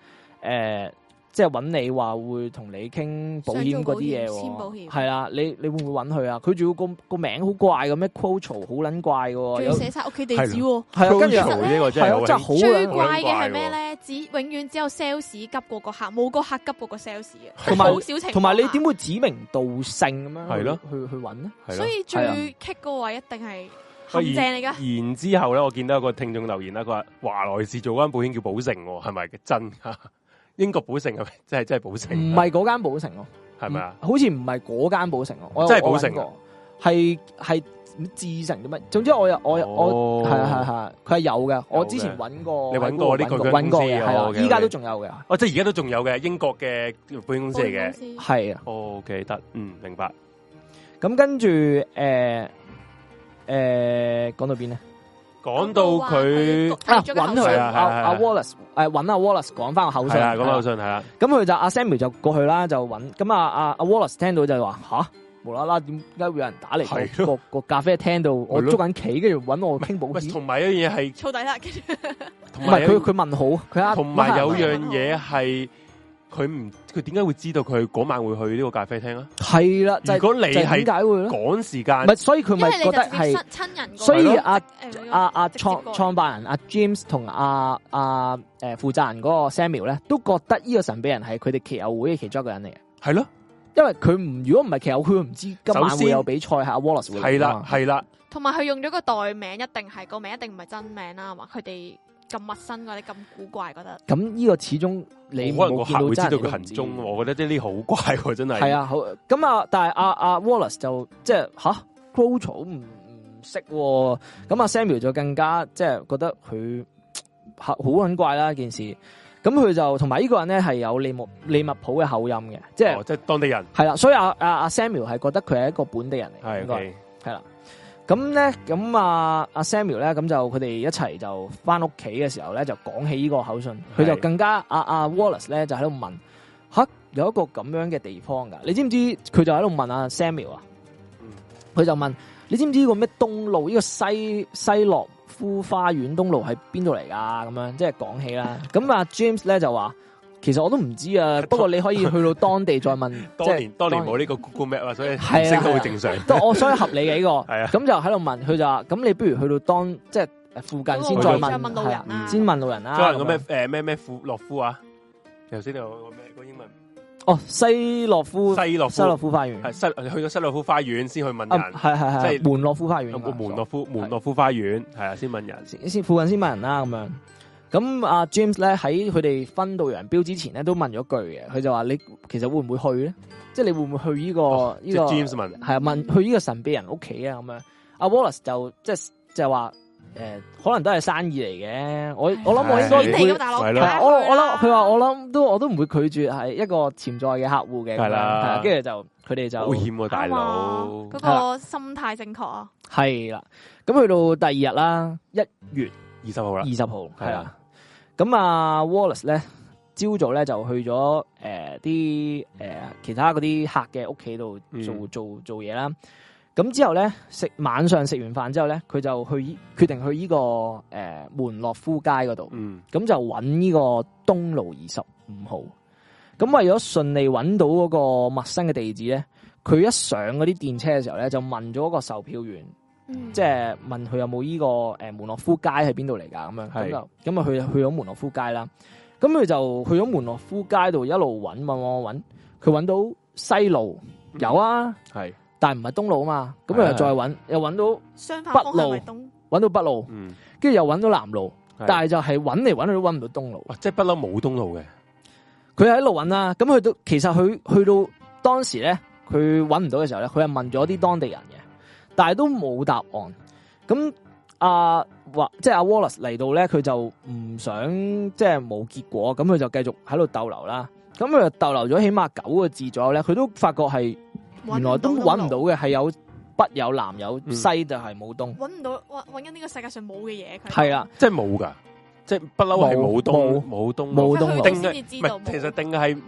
呃即係揾你話會同你傾保險嗰啲嘢
想做保險簽
喎，
保險
係啦，你你會唔會揾佢啊？佢仲要個個名好怪嘅咩 Quotro 好撚怪嘅喎，
仲
哦有
要寫晒屋企地址喎。
係啊，跟住
Crow Show 呢個真
係
係
啊，
好
真係好
最
撚
怪嘅係咩咧？只永遠只有 sales 急過個客，冇個客急過個 sales 嘅，
同埋
好少情況下啊
同埋你點會指名道姓咁樣去
係咯
去去揾呢？
係
所
咯，
以最棘嗰位一定係
陷阱嚟噶。
然之後咧，我見到有個聽眾留言啦，佢話華萊士做間保險叫寶盛喎，係咪真 㗎？英國寶盛係咪真係真係寶
唔
盛？
系嗰間寶城咯，
係啊咪啊？
唔好似唔係嗰間寶城咯，我
真係寶城啊
城，係係智成啲乜？總之我有我有我
哦
係啊係啊，係佢係有嘅。我之前
有
揾過，
你揾過呢個佢
揾
公
過
司
嘅，
啊
係
哦
啊，
，OK，OK
依家都仲有嘅，
哦，即係而家都仲有嘅英國嘅保險公司嚟嘅。
嘅，
係啊。
O K，得，嗯，明白。
咁跟住誒誒講到邊咧？
講到佢
啊，
焗咗個
揾
口
佢
水
係
阿
啊係啊係啊
阿 Wallace 誒揾阿 Wallace 講翻個口
係
信，
啦，
係
咁
啊
我信係啦，
咁佢就阿啊 Samuel 就過去啦，就揾咁啊啊阿 Wallace 聽到就話吓，無啦啦點解會有人打嚟
係
個？
咯
個個咖啡廳度我
係咯
捉緊棋，跟住揾我傾保
喂，
險。
同埋一樣嘢係，
燥底啦，跟住
同
唔係
埋
佢
有
佢問好，佢啊
同埋有
乜人
樣嘢係佢唔佢點解會知道佢嗰晚會去呢個咖啡廳啊？
係啦，就係
如果你
就係
係
點解會咧？
趕時間
唔，係，所以佢
因
咪
為
覺
你就
得
直接
係，
親親人過
所
去
以
咯，
阿
誒
阿阿
直接
創
過嚟
創辦人阿 James 同阿阿誒負責人嗰個 Samuel 咧，都覺得呢個神秘人係佢哋騎友會嘅其中一個人嚟嘅，
係咯，
因為佢唔如果唔係騎友會，佢唔知今晚
首
會
先
有比賽係阿 Wallace 會嚟㗎
係啦
嘛，
係啦。
同埋佢用咗個代名，一定係個名，一定唔係真名啦，係嘛？佢哋咁陌生嗰啲咁古怪，覺得
咁呢個始終你
可能個
冇
客會
見
知
真
道
人
佢行
你都唔
蹤
知
喎，我覺得呢啲好怪喎，真係。
係，啊，好咁啊，但係阿阿 Wallace 就即係吓 g r o w 草唔唔識喎，咁阿啊 Samuel 就更加即係覺得佢好好撚怪啦件事，咁佢就同埋呢個人咧係有利物利物浦嘅口音嘅，即係
哦即係當地人
係啦，所以阿阿阿 Samuel 係覺得佢係一個本地人嚟嘅，
係
應該
OK
係啦。咁咧，咁啊阿 Samuel 咧，咁就佢哋一齊就翻屋企嘅時候咧，就講起呢個口信，佢就
係
更加阿阿 Wallace 咧就喺度問，吓有一個咁樣嘅地方噶，你知唔知？佢就喺度問阿 Samuel 啊
嗯，
佢就問你知唔知呢個咩東路？呢、個西西洛夫花園東路喺邊度嚟噶？咁樣即係講起啦。咁阿 James 咧就話。其實我都唔知啊，不過你可以去到當地再問。即
當
係
年當年冇呢個 Google Map 啊，所以
係啊
唔識都好正 常。
都我所以合理嘅呢個，
係啊
咁就喺度問佢就話，咁你不如去到當即係附近先
嗰個
再
位
問，
再問路人啊啦
係啊先問路人啦。
可能個
咁
咩
樣
誒咩咩庫洛夫啊，頭先有個咩個英文
哦，西洛夫
西洛
西洛
夫
夫花園，
係西去到西洛夫花園先去問
啊
人，
係係
即
係
係
門洛夫花園
有
應
個
該，
門洛夫門洛夫花園係啊，先問人。
先先附近先問人啦咁樣。咁阿 James 咧喺佢哋分道揚镳之前咧，都問咗句嘅，佢就話你其實會唔會去咧？即係你會唔會去呢個呢
哦即
個
係 James 問
係啊，
嗯
問去呢個神秘人屋企啊咁樣。阿 Wallace 就即係就係話誒，可能都係生意嚟嘅。我我諗我應該
係
唔
你
會
咁大佬，
係咯
係啊我我諗佢話我諗都我都唔會拒絕係一個潛在嘅客戶嘅，
係啦
係啊跟住就佢哋
好
就
險喎，大佬。
嗰
啊
個心態正確啊！
係啦。咁去到第二日啦，一
二十號啦
二，十號係
係
啦
啊。
咁啊 Wallace 咧，朝早咧就去咗誒啲誒其他嗰啲客嘅屋企度做、
嗯
做做嘢啦。咁之後咧食晚上食完飯之後咧，佢就去依決定去呢、個誒、呃、門洛夫街嗰度。
嗯，
咁就揾呢個東路二十五號。咁為咗順利揾到嗰個陌生嘅地址咧，佢一上嗰啲電車嘅時候咧，就問咗個售票員，
嗯
即係問佢有冇呢、個誒、呃、門洛夫街喺邊度嚟㗎咁樣。咁
係
就咁啊去去咗門洛夫街啦。咁佢就去咗門洛夫街度一路揾揾揾揾，佢揾到西路有啊，
係，
但唔係東路啊嘛。咁
嗯係
佢
啊
又再揾，又揾到
相反方向為東，
揾到北路，
嗯，
跟住又揾到南路，
係
但係就係揾嚟揾去都揾唔到東路。
哇即係不嬲冇東路嘅，
佢喺度揾啦，咁去到其實佢去到當時咧，佢揾唔到嘅時候咧，佢係問咗啲當地人嘅，但係都冇答案。咁阿或即係阿 Wallace 嚟到咧，佢就唔想即係冇結果，咁佢就繼續喺度逗留啦。咁佢就逗留咗起碼九個字左右咧，佢都發覺係原來都揾唔到嘅，係有北有南有
嗯
西，就係冇東。
揾唔到，揾揾緊呢個世界上冇嘅嘢。佢
係，啦，
即係冇㗎，即係不嬲係冇東冇東路
冇
即
東
係去
路
定
到
係
先至知
唔
道
係，
冇。
其實定係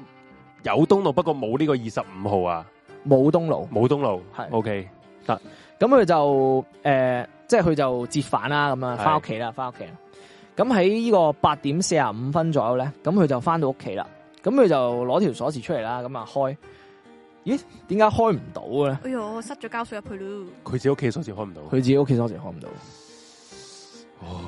有東路，不過冇呢個二十五號啊，
冇東路。
冇東路。
係
O K，
咁佢就诶、呃即係佢就折返啦，咁啊，
係
翻屋企啦，翻屋企啦。咁喺呢個八點四十五分左右咧，咁佢就翻到屋企啦。咁佢就攞條鎖匙出嚟啦，咁啊開。咦？點解開唔到嘅咧？
哎呦，我塞咗膠水入去咯。
佢自己屋企鎖匙開唔到
佢。自己屋企鎖匙開唔到，
哦，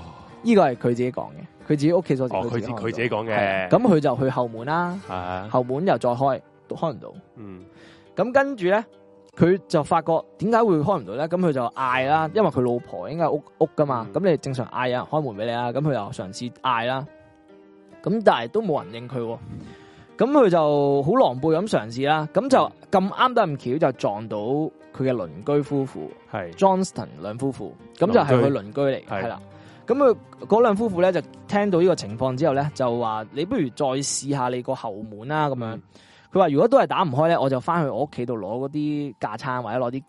呢個係佢自己講嘅。佢自己屋企鎖匙，
哦佢自
開唔到
佢自己講嘅
係啊咁佢就去後門啦，
啊，Ừ.
後門又再開，都開唔到。
嗯，
咁跟住咧，佢就發覺點解會開唔到咧？咁佢就嗌啦，因為佢老婆應該係屋屋噶嘛，咁、
嗯
你正常嗌啊有人開門俾你啦，咁佢又嘗試嗌啦，咁但係都冇人應佢喎，咁佢就好狼狽咁嘗試啦，咁就咁啱得咁巧就撞到佢嘅鄰居夫婦。
系
Johnston 兩夫婦，咁就係佢鄰居嚟，
係
係啦。咁佢嗰兩夫婦咧就聽到呢個情況之後咧，就話你不如再試下你個後門啊啦咁樣
嗯。
佢話如果都係打唔開咧，我就翻去我屋企度攞嗰啲架撐或者攞啲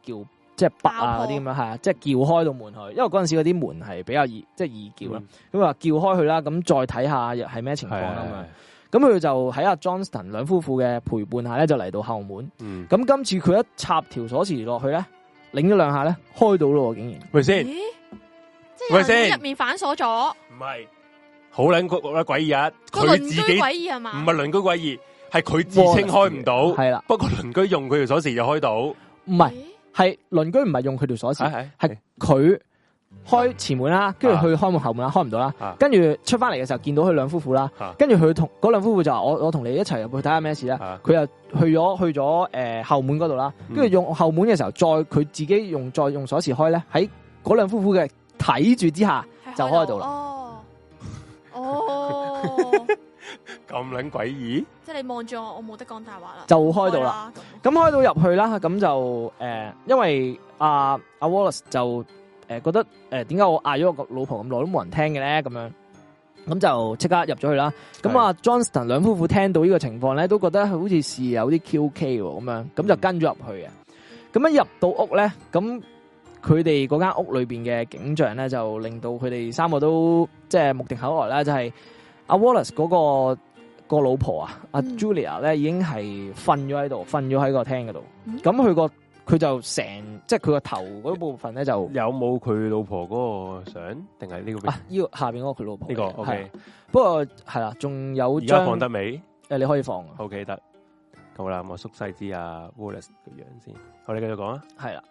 撬撬，即係拔啊
爆
嗰
破
啲咁樣，係啊，即係撬開到門去。因為嗰陣時嗰啲門係比較易，即係易撬
嗯
啦。咁佢話撬開佢啦，咁再睇下又係咩
Ừ.
情況咁樣。咁佢就喺阿 Johnston 兩夫婦嘅陪伴下咧，就嚟到後門。
嗯，
咁今次佢一插條鎖匙落去咧，擰咗兩下咧，開到咯喎，竟然。
咪先，
咦？即
喂
系
先
入面反鎖咗
唔系好捻鬼鬼异啊！
個
佢
鄰
自
居
己
詭異係
唔
嘛？
系邻居鬼异，系佢自稱開唔
系
到，
啦，
不過鄰居用佢條鎖匙就開到，
唔係
咦
係鄰居唔係用佢條鎖匙，
係
係佢開前門啦，跟住佢開門後門啦，開唔到
啊
啦，跟住出翻嚟嘅時候見到佢兩夫婦啦
啊，
跟住佢同嗰兩夫婦就話我我同你一齊入去睇下咩事啦。
啊
佢又去咗去咗诶、呃、后门嗰度啦，跟住
嗯
用後門嘅時候，再佢自己用再用鎖匙開咧，喺嗰兩夫婦嘅睇住之下，
係
就開到啦
哦，哦，
咁撚鬼異，
即係你望住我，我冇得講大話啦，
就開到啦。
啦。
咁開到入去啦，咁就诶、呃因為阿阿、Wallace 就诶、呃、觉得诶點解我嗌咗我個老婆咁耐都冇人聽嘅咧？咁樣咁就即刻入咗去啦。咁啊，Johnston 兩夫婦聽到呢個情況咧，都覺得好似是有啲 QK 喎咁樣，咁就
嗯
跟咗入去嘅。咁啊一入到屋咧，咁佢哋嗰間屋裏邊嘅景象咧，就令到佢哋三個都即係目定口呆啦。就係、阿 Wallace 嗰、個個老婆啊，阿
嗯
Julia 咧已經係瞓咗喺度，瞓咗喺個廳嗰度
嗯。
咁佢個佢就成即係佢個頭嗰部分咧就
有冇佢老婆嗰個相？定係呢個
啊呢、個下邊嗰個佢老婆
呢個
嚟嘅係
OK，
啊不過係啦，仲有
而家
張
放得未
誒你可以放啊。
？OK 得，好啦，我縮細啲啊 Wallace 個樣先，好你繼續講啊，
系啦，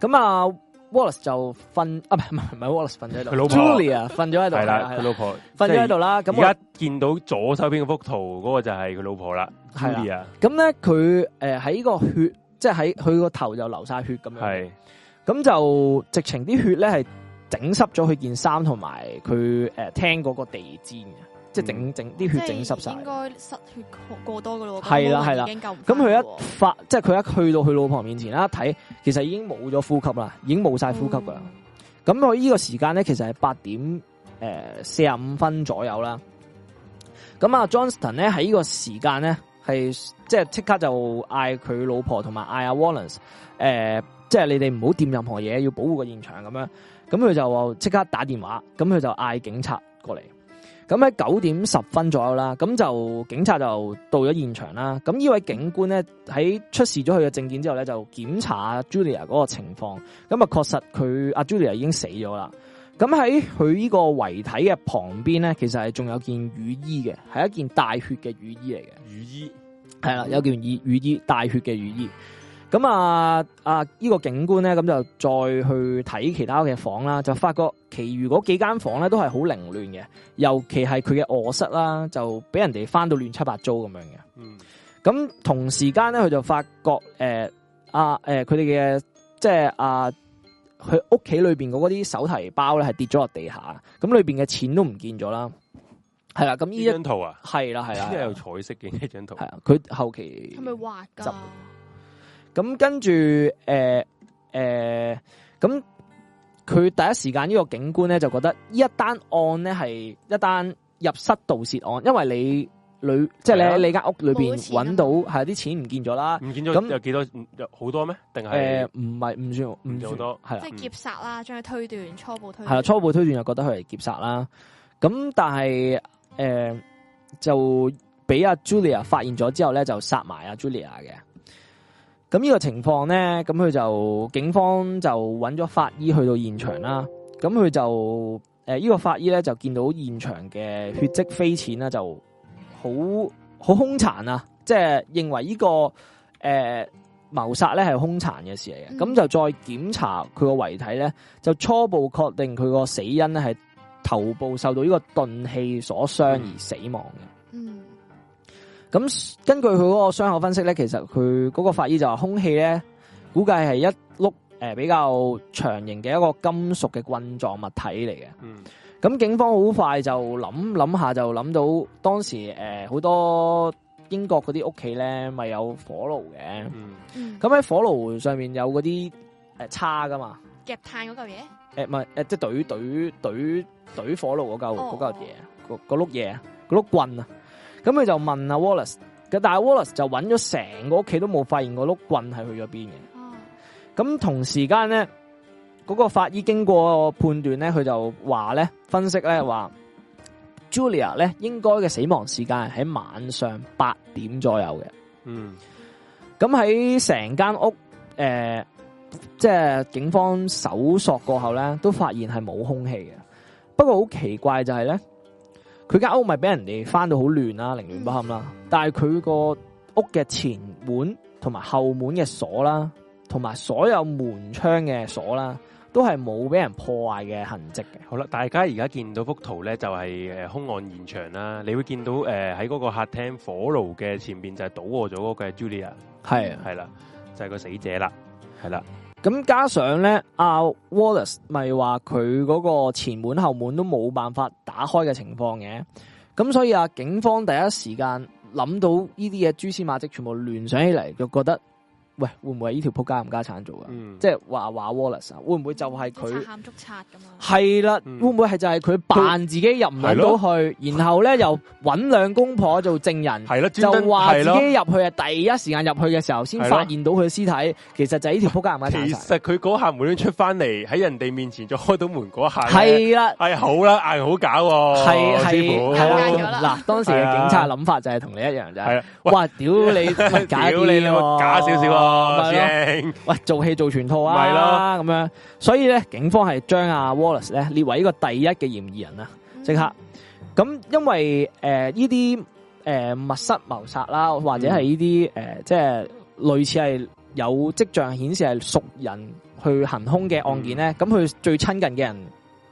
咁啊 Wallace 就瞓啊，唔係唔係唔係 Wallace 瞓咗喺度，
佢老婆
Julia 瞓咗喺度，
係
係
啦，
係
佢老婆
瞓咗喺度啦。咁
而家見到左手邊嗰幅圖嗰個就係佢老婆啦
係啦
，Julia
我咁咧，佢诶喺個血，即係喺佢個頭就流晒血咁樣，
係
咁就直情啲血咧係整濕咗佢件衫同埋佢诶廳嗰個地氈嘅，即係整整啲血整濕晒。
嗯應該失血過過多噶咯喎。
係啦係啦
咁冇人已經
咁
救唔返
佢
喎
一發，即係佢一去到佢老婆面前啦，睇其實已經冇咗呼吸啦，已經冇晒呼吸噶啦。咁佢呢個時間咧，其實係八點诶四十五分左右啦。咁啊，Johnston 咧喺呢個時間咧係即係即刻就嗌佢老婆同埋嗌阿 Wallace 诶、即係你哋唔好掂任何嘢，要保護個現場咁樣。咁佢就即刻打電話，咁佢就嗌警察過嚟。咁喺九點十分左右啦，咁就警察就到咗現場啦。咁呢位警官咧喺出示咗佢嘅證件之後咧，就檢查 Julia 嗰個情況。咁啊，確實佢阿 Julia 已經死咗啦。咁喺佢呢個遺體嘅旁邊咧，其實係仲有件雨衣嘅，係一件帶血嘅雨衣嚟嘅。
雨衣，
系啦，有件雨雨衣帶血嘅雨衣。咁啊啊！呢、個警官咧，咁就再去睇其他嘅房啦，就發覺其餘嗰幾間房咧都係好凌亂嘅，尤其係佢嘅卧室啦，就俾人哋翻到亂七八糟咁樣嘅。
嗯
咁同時間咧，佢就發覺誒啊誒佢哋嘅即係啊佢屋企裏邊嗰啲手提包咧係跌咗落地下，咁裏邊嘅錢都唔見咗啦。係啦，咁呢
呢
一
張圖啊，
係啦係
呢
啦，
張
係
有彩色嘅呢張圖，
啊，佢後期
係咪畫
執
㗎？
咁跟住誒誒，咁佢第一時間呢個警官咧就覺得呢一單案咧係一單入室盜竊案，因為你裏即係你
係啊
喺你間屋裏邊
冇錢啊嘛
揾到係啲錢唔見咗啦。
唔見咗
啊咁
有幾多有好多咩？定係
誒唔係唔算
唔
唔
算
算
好多
係啦
即係劫殺啦，將佢推斷，初步推
係啦，
斷。
初步推斷就覺得佢係劫殺啦。咁但係誒、就俾阿 Julia 發現咗之後咧，就殺埋阿 Julia 嘅。咁呢個情況咧，咁佢就警方就揾咗法醫去到現場啦。咁佢就誒呢、個法醫咧就見到現場嘅血跡飛濺啦，就好好兇殘啊！即係認為呢、個誒、呃、謀殺咧係兇殘嘅事嚟嘅。咁、
嗯
就再檢查佢個遺體咧，就初步確定佢個死因咧係頭部受到呢個鈍器所傷而死亡嘅。
嗯，
咁根據佢嗰個傷口分析咧，其實佢嗰個法醫就話空氣咧估計係一碌诶、呃比較長形嘅一個金屬嘅棍狀物體嚟嘅。
嗯，
咁警方好快就諗諗下就諗到當時诶好、多英國嗰啲屋企咧，咪有火爐嘅。
嗯，
嗯
咁喺火爐上面有嗰啲诶叉噶嘛，
夾炭嗰嚿嘢，
诶唔係诶即系怼怼怼怼火爐嗰嚿
哦
嗰嚿嘢，啊嗰嗰碌嘢嗰碌棍啊。咁佢就問阿 Wallace，咁但係 Wallace 就揾咗成個屋企都冇發現嗰碌棍係去咗邊嘅。
哦
咁同時間咧，嗰、個法醫經過判斷咧，佢就話咧分析咧話，Julia 咧應該嘅死亡時間係喺晚上八點左右嘅。
嗯，
咁喺成間屋誒、呃即係警方搜索過後咧，都發現係冇空氣嘅。不過好奇怪就係咧，佢間屋咪俾人哋翻到好亂啦，凌亂不堪啦。但係佢個屋嘅前門同埋後門嘅鎖啦，同埋所有門窗嘅鎖啦，都係冇俾人破壞嘅痕跡嘅。
好啦，大家而家見到幅圖咧，就係誒兇案現場啦。你會見到誒喺嗰個客廳火爐嘅前邊就係倒卧咗嗰個係 Julia，
係啊，
係啦，就係個死者啦，係啦，
咁加上咧，阿 Wallace 咪話佢嗰個前門後門都冇辦法打開嘅情況嘅，咁所以啊，警方第一時間諗到呢啲嘢蛛絲馬跡，全部聯想起嚟，就覺得喂，會唔會係呢條仆街冚家產做噶？啊
嗯，
即係話話 Wallace 啊，會唔會就係
即係
佢
賊？喊捉賊咁啊！
係啦，
嗯
會唔會係就係佢扮自己入唔
係
到去，然後咧又揾兩公婆做證人？
係啦，
就
專登
話自
係咯。
己入去啊，第一時間入去嘅時候先
係咯
發現到佢嘅屍體，其實就係呢條仆街冚家
其
產晒。
實佢嗰下無端端出翻嚟喺人哋面前再開到門嗰下咧，
系啦，
係好啦，硬好搞喎，
係
師
係
哦傅哦
係
尷尬咗
啦。
啦
嗱，當時嘅警察諗法就係同你一樣就係，
係啊，喂
哇！屌你， 咪假
屌
啲
你老
喎
母假少少啊，
咪咯
師兄，
喂，做戲做全套
咪
啊，
咯
咁樣。所以咧，警方係將阿 Wallace 咧列為一個第一嘅嫌疑人啊，即刻。咁因為诶呢啲诶密室謀殺啦，或
嗯
者係呢啲诶即係類似係有跡象顯示係熟人去行兇嘅案
嗯
件咧，咁佢最親近嘅人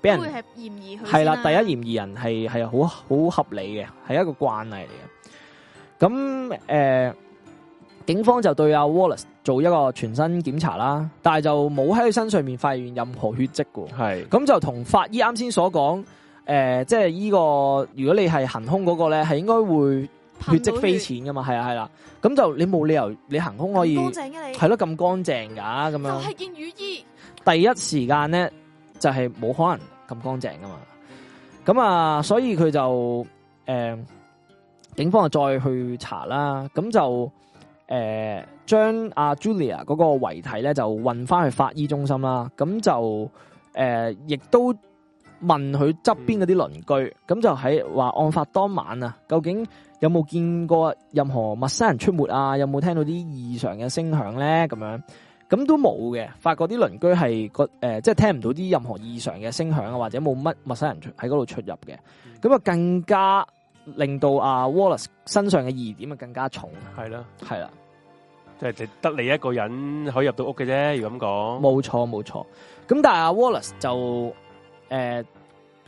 俾人
都會係嫌疑佢
系
先啊
啦，第一嫌疑人係系好好合理嘅，係一個慣例嚟嘅。咁诶、呃警方就對阿 Wallace 做一個全身檢查啦，但係就冇喺佢身上面發現任何血迹嘅。
係
咁就同法醫啱先所講，诶、即係呢、個如果你係行兇嗰個咧，係應該會血迹飛濺噶嘛，係啊係啦。咁就你冇理由你行兇可以
乾淨嘅你，
係咯咁乾淨㗎咁樣
就。係件雨衣，
第一時間咧就係冇可能咁乾淨噶嘛。咁啊，所以佢就诶、呃警方就再去查啦。咁就诶將阿 Julia 嗰個遺體咧就運翻去法醫中心啦。咁就诶、呃亦都問佢側邊嗰啲鄰居，咁、就喺話案發當晚啊，究竟有冇見過任何陌生人出沒啊？有冇聽到啲異常嘅聲響咧？咁樣。咁都冇嘅，發覺啲鄰居係個誒，即係聽唔到啲任何異常嘅聲響啊，或者冇乜陌生人出喺嗰度出入嘅。咁啊，更加令到阿 Wallace 身上嘅疑點啊更加重，
係啦，
係啦，
即係得你一個人可以入到屋嘅啫，如果咁講，
冇錯冇錯。咁但係阿 Wallace 就誒，呃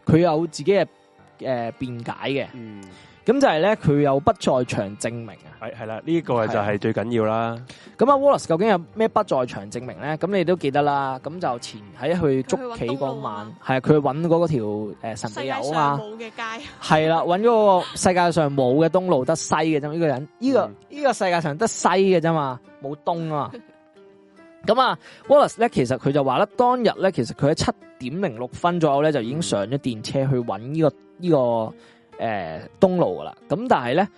佢、有自己嘅誒、呃、辯解嘅，
嗯，
咁就係咧佢有不在場證明啊。
係係啦，呢個就係最緊要啦，
咁啊，Wallace 究竟有咩不在場證明咧？咁你都記得啦。咁就前喺佢捉棋嗰晚，係啊，佢揾嗰條诶神
世
秘
界
友啊
上
嘛，
冇嘅街，
係啦，揾嗰個世界上冇嘅東路得西嘅啫嘛。呢個人，呢個
嗯
呢個世界上得西嘅啫嘛，冇東啊嘛。咁啊，Wallace 咧，其實佢就話咧，當日咧，其實佢喺七點零六分左右咧，就已經上咗電車去揾呢、個呢、個诶、東路噶啦。咁但係咧，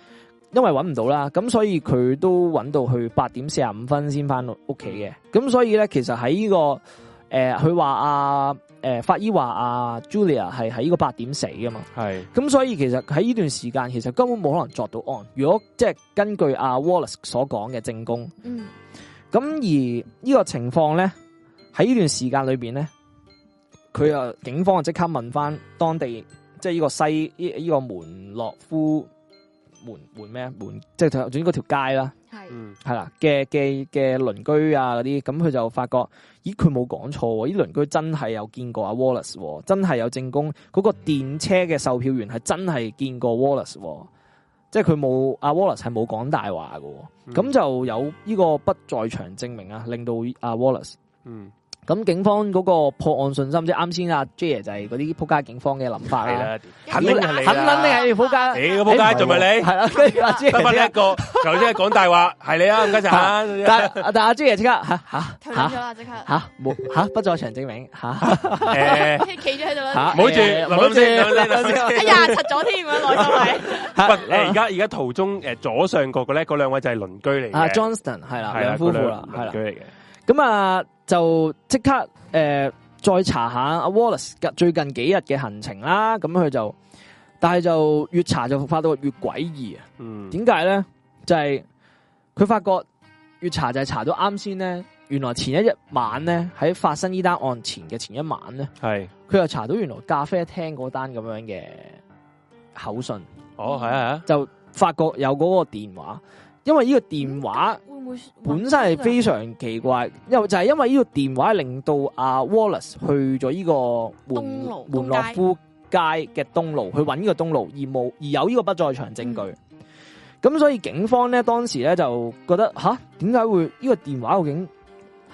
因為揾唔到啦，咁所以佢都揾到去八點四十五分先翻到屋企嘅。咁所以咧，其實喺呢、個诶，佢話啊诶，法醫話啊 Julia 係喺呢個八點死噶嘛。
係
咁所以其實喺呢段時間，其實根本冇可能作到案。如果即係根據阿 Wallace 所講嘅證供。
嗯，
咁而呢個情況咧，喺呢段時間裏边咧，佢啊警方就即刻問翻當地，即係呢個西呢呢、個門洛夫門門咩門，即係總之嗰條街啦，
係
嗯
係啦嘅嘅嘅邻居啊嗰啲，咁佢就發覺，咦佢冇講錯喎，呢鄰居真係有見過阿 Wallace，喎真係有證供，嗰、個電車嘅售票員係真係見過 Wallace，喎即係佢冇阿 Wallace 係冇講大話嘅喎，咁、
嗯
就有呢個不在場證明啊，令到阿 Wallace。
嗯，
咁警方嗰個破案信心，即係啱先阿 J 爺就係嗰啲撲街警方嘅諗
系
法啦，
啦，肯定
嗯
係
肯
你啦
肯定係你撲街，
你個啊仆街仲咪你，
係啦，跟住阿 J
得
爺
翻
即
你一
刻，
個，頭先係講大話，係你啊，唔該晒啊。
但但阿 J 爺即刻吓吓
退
吓
咗啦，即刻
吓冇吓不在場證明吓
誒
企住喺度
吓，
啦
哎 唔。好住
誒
諗諗先諗諗先諗
哎呀，柒咗添咁樣內心係。
喂，
嚇
誒而家而家途中誒左上角嘅咧，嗰兩位就係鄰居嚟
啊
嘅，
Johnston 係啦，啊
係
兩夫婦啦，係
嗰兩
啦
鄰居。嚟嘅。
咁啊，就即刻诶、呃再查下阿 Wallace 嘅最近幾日嘅行程啦。咁佢就，但係就越查就發到越詭異啊！
嗯，
點解咧？就係佢發覺越查就係查到啱先咧，原來前一日晚咧喺發生呢單案前嘅前一晚咧，
係，
佢又查到原來咖啡廳嗰單咁樣嘅口信，
哦，係啊，
就發覺有嗰個電話，因為呢個電話。
會唔會
本身係非常奇怪，因為就係因為呢個電話令到阿 Wallace 去咗呢個門
東路
門洛夫街嘅東路去揾呢個東路，而冇而有呢個不在場證據。
嗯
咁、所以警方咧當時咧就覺得吓，點解會呢、個電話究竟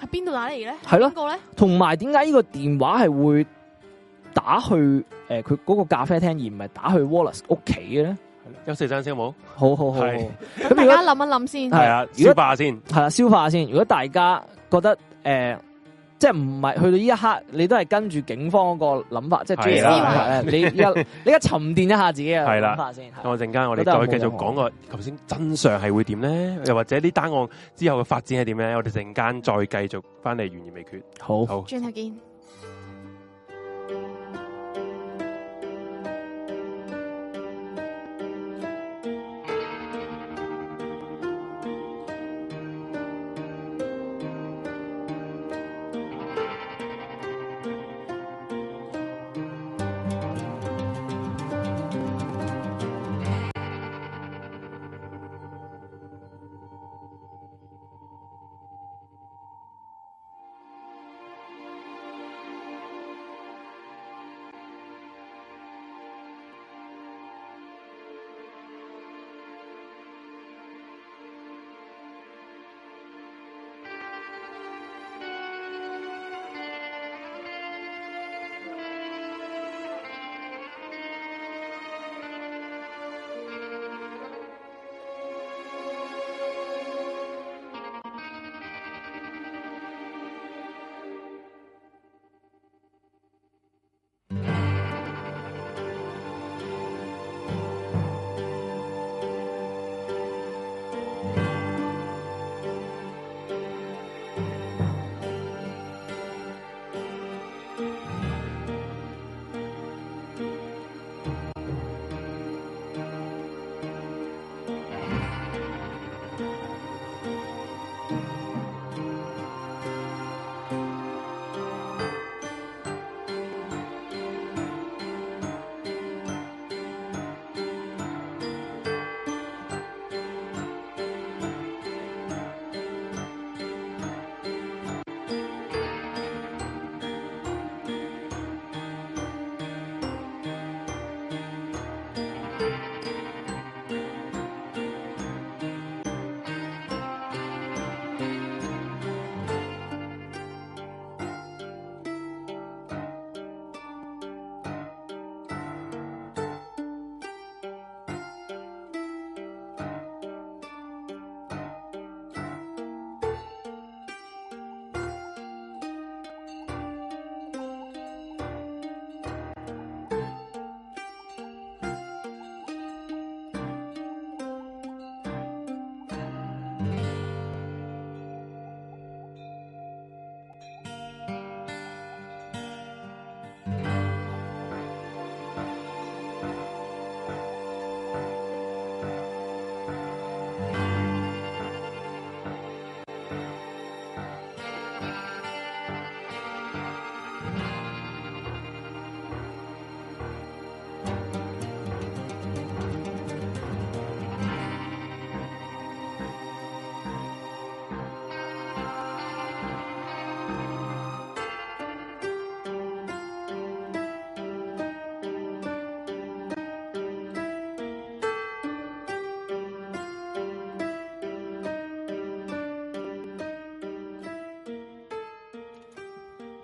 喺邊度打嚟嘅咧？
係咯
邊個咧？
同埋點解呢個電話係會打去誒佢嗰個咖啡廳，而唔係打去 Wallace 屋企嘅咧？
休息陣先好冇？
好好好好，
係
咁
大
如果
家諗一諗先。
係
係啊，
如果
消化下先。
系啦，消化下先。如果大家覺得诶、呃即系唔係去到呢一刻，你都係跟住警方嗰個諗法，即係
係
J
啦
嘅諗法咧，你而家 你而家沉澱一下自己嘅
係啦
諗法先。係
咁我陣間我哋
覺得有啊
再繼續
冇
講個頭先真相係會點咧，又或者呢單案之後嘅發展係點咧？我哋陣間再繼續翻嚟懸而未決。
好
好。
轉頭見。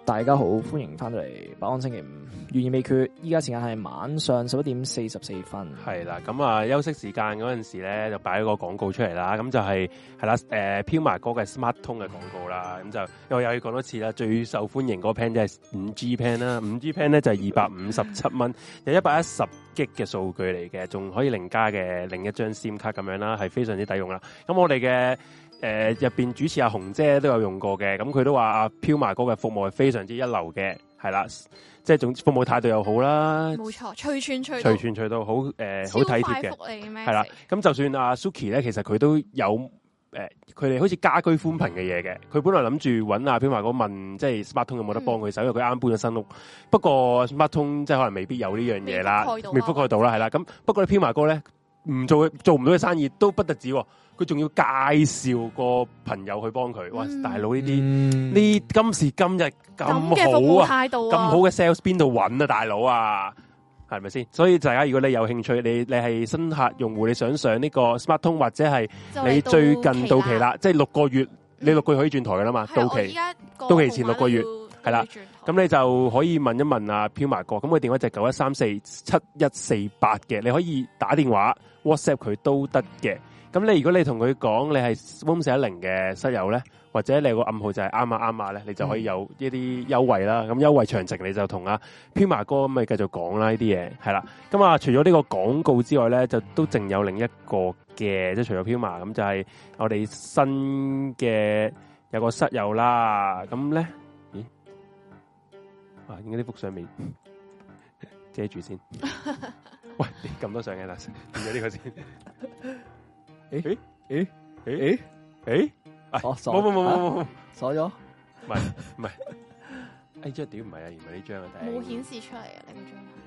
大家好，歡迎翻到嚟百安星期五，懸而未決。依家時間係晚上十一點四十四分。
系啦，咁啊休息時間嗰陣時咧，就擺咗個廣告出嚟啦。咁就係係啦，誒飄埋哥嘅 Smart 通嘅廣告啦。咁就又又要講多次啦，最受歡迎嗰個 plan 就係五 G plan 啦。五 G plan 咧就係二百五十七蚊，有一百一十 G 嘅數據嚟嘅，仲可以另加嘅另一張 SIM 卡咁樣啦，係非常之抵用啦。咁我哋嘅誒入邊主持阿紅姐都有用過嘅，咁佢都話阿飄埋哥嘅服務係非常之一流嘅，係啦，即係總之服務態度又好啦，
冇錯，隨傳隨到
隨，傳隨到好
超
誒好體貼
快
嘅。
覆你咩？
系啦，咁就算阿 Suki 咧，其實佢都有诶，佢、哋好似家居寬頻嘅嘢嘅。佢本來諗住揾阿編華哥問，即係 Smart 通有冇得幫佢
嗯
手，因為佢啱搬咗新屋。不過 Smart 通即係可能未必有呢樣嘢啦，
未覆蓋到啊
未覆蓋到啦，係啦。咁不過咧，編華哥咧唔做做唔到嘅生意都不特止喎，佢仲要介紹個朋友去幫佢。哇，
嗯
大佬呢啲
呢
呢今時今日
咁嘅服
咁好
務
啊！
態度
咁
啊，
好嘅 sales 邊度揾啊，大佬啊，係咪先？所以大家如果你有興趣，你你係新客用戶，你想上呢個 Smart 通或者係
就嚟
你最近到期啦，即係六個月，你六個月可以轉台噶啦嘛，
嗯係啊，
到
我依
期。
家個
到期前六個月
號碼都要
係啦，咁你就可以問一問啊，飄埋哥，咁佢電話就九一三四七一四八嘅，你可以打電話 WhatsApp 佢都得嘅。咁你如果你同佢講你係 Room 四一零嘅室友咧，或者你有個暗號就係啱啊啱啊咧，你就可以有一啲優惠啦。咁優惠詳情你就同阿飄埋哥咁咪繼續講啦呢啲嘢，係啦。咁啊，除咗呢個廣告之外咧，就都淨有另一個嘅，即係除咗飄埋咁就係、我哋新嘅有個室友啦，咁咧，咦？啊，應該呢幅相面遮住先。喂，你咁多相嘅，但係變咗呢個先。
咦
誒
咦
誒誒，
哦，
冇冇冇
冇，
冇冇，
鎖咗。
呢張屌唔係啊，而唔係呢張啊，頂
冇顯示出嚟啊！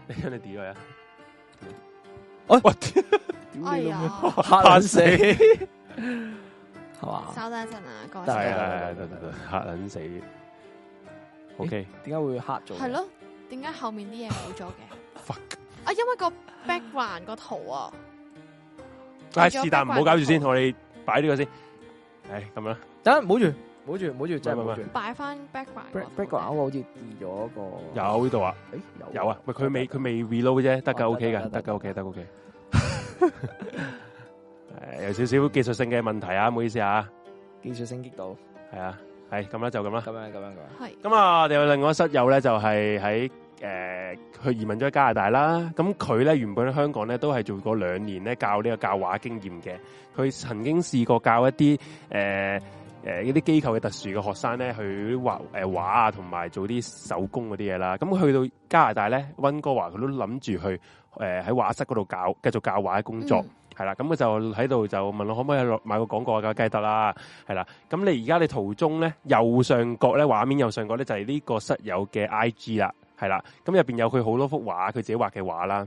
你嗰
呢張你屌佢啊！
哎
喂，
嗯
張，哎 呀，
吓
嚇
撚
死！
死
係
係嘛？
稍等一陣啊，各位
得
小
係
姐，
係係係嚇撚死！OK，
點解會黑咗？
係，咯，點解後面啲嘢冇咗嘅？
fuck，
啊，因為個 background 個圖啊，
唉，是但唔好搞住先，我哋擺呢個先。唉，咁啦，
等陣唔好住，唔好住，唔好住，真係唔好住。
擺翻 background 個
break
圖
break 個好似跌咗個
有呢度啊。
誒
有啊，咪佢未佢未 reload 啫，得噶
哦
OK
得
噶，
得
得噶
得
OK 得 OK。誒有少少技術性嘅問題啊，唔好意思啊，
技術升激到
係啊，係咁啦，就咁啦
咁。樣咁樣咁樣。
係
咁啊，我哋有另外一個室友咧，就係喺誒去移民咗加拿大啦。咁佢咧原本喺香港咧都係做過兩年咧教呢個教畫經驗嘅。佢曾經試過教一啲誒誒一啲機構嘅特殊嘅學生咧去畫誒畫啊，同埋做啲手工嗰啲嘢啦。咁去到加拿大咧，温哥華佢都諗住去呃誒喺、畫室嗰度教繼續教畫嘅工作。
嗯
係啦，咁佢就喺度就問我可唔可以落買個廣告啊？梗係得啦，係啦。咁你而家你途中咧右上角咧畫面右上角咧就係呢個室友嘅 I G 啦，係啦。咁入邊有佢好多幅畫，佢自己畫嘅畫啦。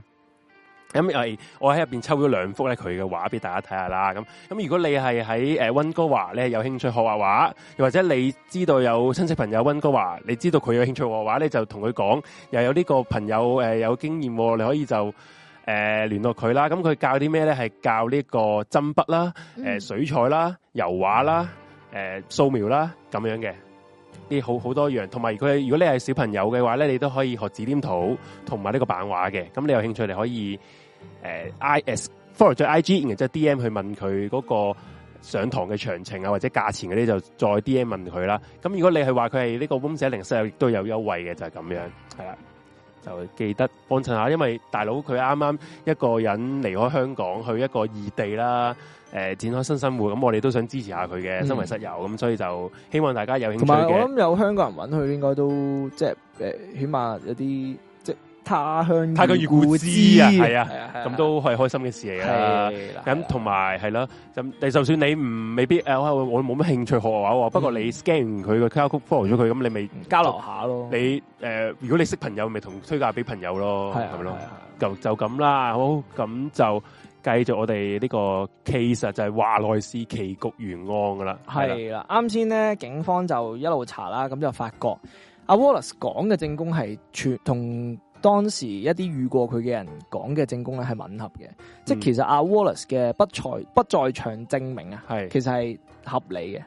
咁誒，我喺入邊抽咗兩幅咧佢嘅畫俾大家睇下啦。咁咁如果你係喺誒温哥華咧有興趣學畫畫，又或者你知道有親戚朋友温哥華，你知道佢有興趣學畫咧，就同佢講，又有呢個朋友誒、呃有經驗喎，你可以就。誒、聯絡佢啦。咁佢教啲咩咧？係教呢個針筆啦、誒、
嗯
水彩啦、油畫啦、誒、素描啦咁樣嘅。啲好好多樣，同埋佢如果你係小朋友嘅話咧，你都可以學紙黏土同埋呢個版畫嘅。咁你有興趣，你可以誒、I S follow 咗 I G，然後即係 D M 去問佢嗰個上堂嘅詳情啊，或者價錢嗰啲就再 D M 問佢啦。咁如果你係話佢係呢個 room 寫零室，亦都有優惠嘅，就係、咁樣係啦。就記得幫襯下，因為大佬佢啱啱一個人離開香港去一個異地啦，誒、展開新生活，咁我哋都想支持下佢嘅，
嗯
身為室友，咁、所以就希望大家有興趣
同埋我
嘅。
諗有香港人揾佢，應該都即係誒，起碼有啲即係他鄉
他鄉遇故知啊係啊
啊，
咁都係開心嘅事嚟啦。
係啊啦。
咁同埋係啦，咁你就算你唔未必誒，我我冇乜興趣學畫喎。不過你 scan 完佢個 QR code follow 咗佢，咁你咪
嗯交流下咯，
你誒，如果你識朋友，咪同推介俾朋友咯，
係啊
係咪咯？
係啊
就就咁啦，好咁就繼續我哋呢個 case 啊就係華萊士棋局懸案噶啦，啦
係啦，啱先咧，警方就一路查啦，咁就發覺阿 Wallace 講嘅證供係全同當時一啲遇過佢嘅人講嘅證供咧係吻合嘅，即
嗯
係其實阿 Wallace 嘅不在不在場證明啊，
係
其實係合理嘅，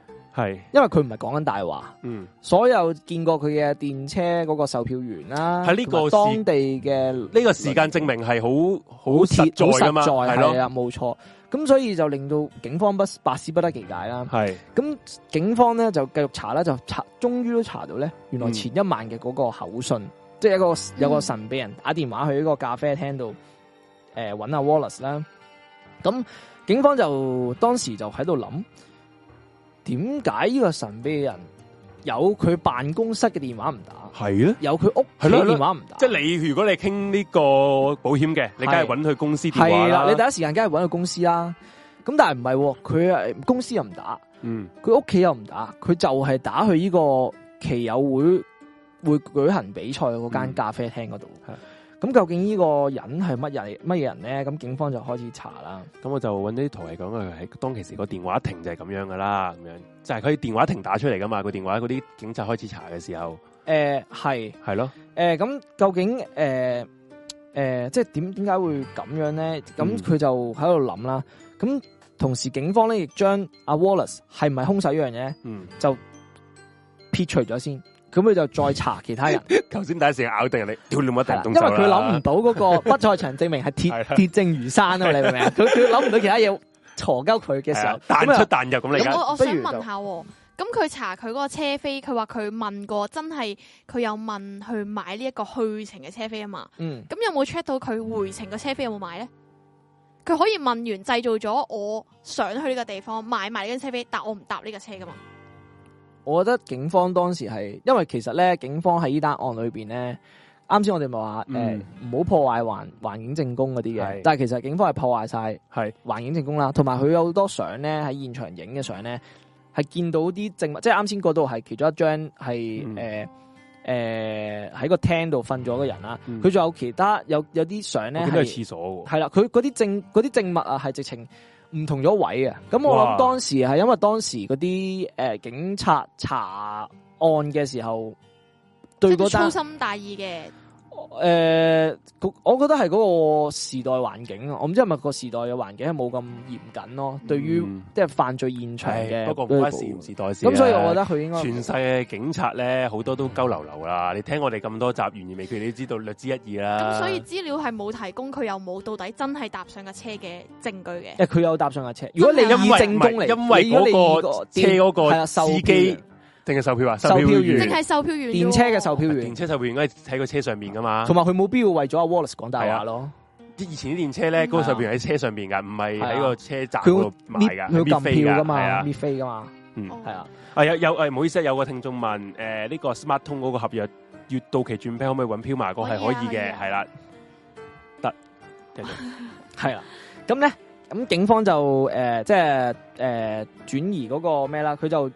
系，
因為佢唔係講緊大話。
嗯，
所有見過佢嘅電車嗰個售票員啦，
喺呢
同
個
埋當地嘅
呢個時間證明係好好
好切
實
好
在噶嘛，
實在
係
係
咯，
啊，冇錯。咁所以就令到警方不百思不得其解啦。
係
咁警方咧就繼續查啦，就查，終於都查到咧，原來
嗯
前一晚嘅嗰個口信，即係一個有個神秘人打電話去呢個咖啡廳度，诶、揾阿 Wallace 啦。咁警方就當時就喺度諗，點解呢個神秘人有佢辦公室嘅電話唔打，
係咧。
有佢屋企
係咯係咯
電話唔打？
即係你如果你傾呢個保險嘅，你梗係
係
揾佢公司電話
係啦，你第
啦。
一時間梗係揾個公司啦。咁但係唔係喎，佢诶公司又唔打。
嗯，
佢屋企又唔打，佢就係打去呢個騎友會會舉行比賽嗰間咖啡廳嗰度。
嗯
咁、究竟呢個人係乜人乜嘢人咧？咁警方就開始查啦。
咁我就揾啲圖嚟講佢係當其時個電話亭就係咁樣噶啦，咁樣就係佢電話亭打出嚟噶嘛，個電話嗰啲警察開始查嘅時候，
诶、係
係咯，
诶，咁、究竟诶诶、誒即係點點解會咁樣咧？
嗯
咁佢就喺度諗啦。咁同時警方咧亦將阿 Wallace 係唔係兇手呢樣嘢
嗯，
撇除咗先。咁佢就再查其他人，
頭先第一時間咬定你，屌你乜
係啦
定
因
動
為
手啦
佢諗唔到嗰個 不在場證明係
係
鐵
啦
鐵證如山啊！你明唔明啊？佢佢諗唔到其他嘢鋤鳩佢嘅時
係
候
啊，彈
咁
出
啊
彈入咁嚟
咁
噶，
我我
不
想
如就
問下喎，咁佢查佢嗰個車飛，佢話佢問過，真係佢有問去買呢一個去程嘅車飛啊嘛。
嗯，
咁有冇 check 到佢回程個車飛有冇買咧？佢可以問完製造咗我想去呢個地方買埋呢張車飛，但我唔搭呢個車噶嘛。
我覺得警方當時係因為其實咧，警方喺呢單案裏邊咧，啱先我哋咪話誒
嗯
唔好破壞環環境證供嗰啲嘅
係，
但係其實警方係破壞晒
係
環境證供啦，同埋佢有好多相咧喺現場影嘅相咧，係見到啲證物，即係啱先嗰度係其中一張係
嗯
誒誒喺個廳度瞓咗個人啦，
嗯
佢仲有其他有有啲相
我
咧
見到係
係。
廁所喎，
系啦，佢嗰啲證嗰啲證物啊，係直情唔同咗位啊。咁我
哇
諗當時係因為當時嗰啲诶警察查案嘅時候，對
即係
嗰
粗
單
心大意嘅，
诶，嗰我覺得係嗰個時代環境啊。我唔知係咪個時代嘅環境係冇咁嚴謹咯，對於
嗯
即係犯罪現場
係
嘅。
不過唔關事唔時代事啊。
咁所以我覺得佢應該
全世嘅警察咧，好多都鳩流流啦。你聽我哋咁多集懸而未決，你都知道略知一二啦。
咁所以資料係冇提供佢有冇到底真係搭上架車嘅證據嘅。
誒佢有搭上架車。如果你以
因為
證供嚟，
因為
你如果你以
嗰個車嗰
係
個
啦售
司
票
機
員
定係售票啊？
售票員
員
淨係售票員啫喎
電車嘅售票員
電，車售票員應該喺個車上面噶嘛
同。埋佢冇必要為咗阿 Wallace 講大
係
話
啊
咯。
啲以前啲電車咧，嗰個售票員喺車上面㗎，唔係喺個車站
佢
度
會
買㗎，
佢
係
會
搣
撳
飛
票
㗎
噶
係
嘛，
啊
搣，飛噶嘛，
嗯，
哦
係啊。
啊有有誒，唔好意思，有個聽眾問誒呢個 ờ, Smart 通嗰個合約要到期轉飛，可唔可以揾飄麻哥？係可以
可以
嘅，
啊
係啦，得繼續。
系啦，啊咁咧，咁警方就诶、呃即系诶转移嗰個咩啦，佢就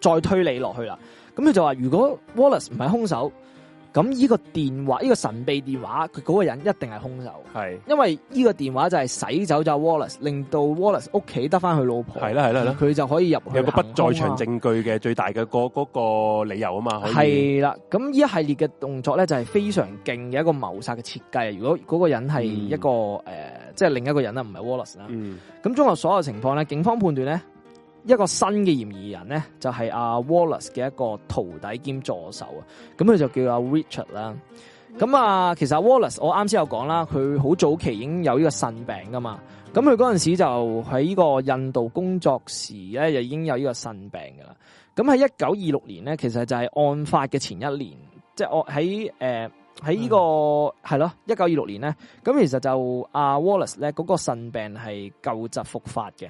再推理落去啦。咁佢就話：如果 Wallace 唔係兇手，咁呢個電話，呢、個神秘電話，佢嗰個人一定係兇手，
係
因為呢個電話就係洗走咗 Wallace，令到 Wallace 屋企得翻佢老婆，
係啦係啦係啦
而佢就可以入去
有個不在
行兇啊
場證據嘅最大嘅個嗰個理由啊嘛，可以
系啦，咁呢一系列嘅動作咧就係非常勁嘅一個謀殺嘅設計。如果嗰個人係一個诶、呃即係另一個人啦，唔係 Wallace 啦。
嗯
咁綜合所有情況咧，警方判斷咧一個新嘅嫌疑人咧就係阿 Wallace 嘅一個徒弟兼助手啊。咁佢就叫阿 Richard 啦。咁啊，其實阿 Wallace 我啱先有講啦，佢好早期已經有呢個腎病噶嘛。咁佢嗰陣時就喺呢個印度工作時咧，就已經有呢個腎病噶啦。咁喺一九二六年咧，其實就係案發嘅前一年，即係我喺誒喺呢個係咯，一九二六年咧。咁其實就阿、Wallace 咧嗰、個腎病係舊疾復發嘅，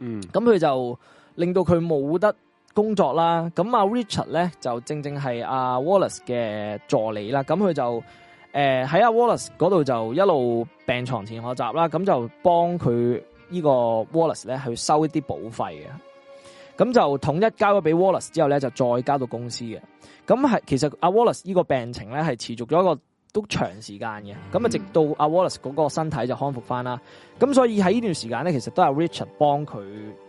嗯
咁佢就令到佢冇得工作啦。咁阿、Richard 咧就正正係阿、Wallace 嘅助理啦，咁佢就誒喺阿 Wallace 嗰度就一路病床前學習啦，咁就幫佢呢個 Wallace 咧去收一啲保費嘅。咁就統一交咗俾 Wallace 之後咧，就再交到公司嘅。咁係其實阿 Wallace 呢個病情咧係持續咗一個都長時間嘅。咁啊，直到阿 Wallace 嗰個身體就康復翻啦。咁所以喺呢段時間咧，其實都係 Richard 幫佢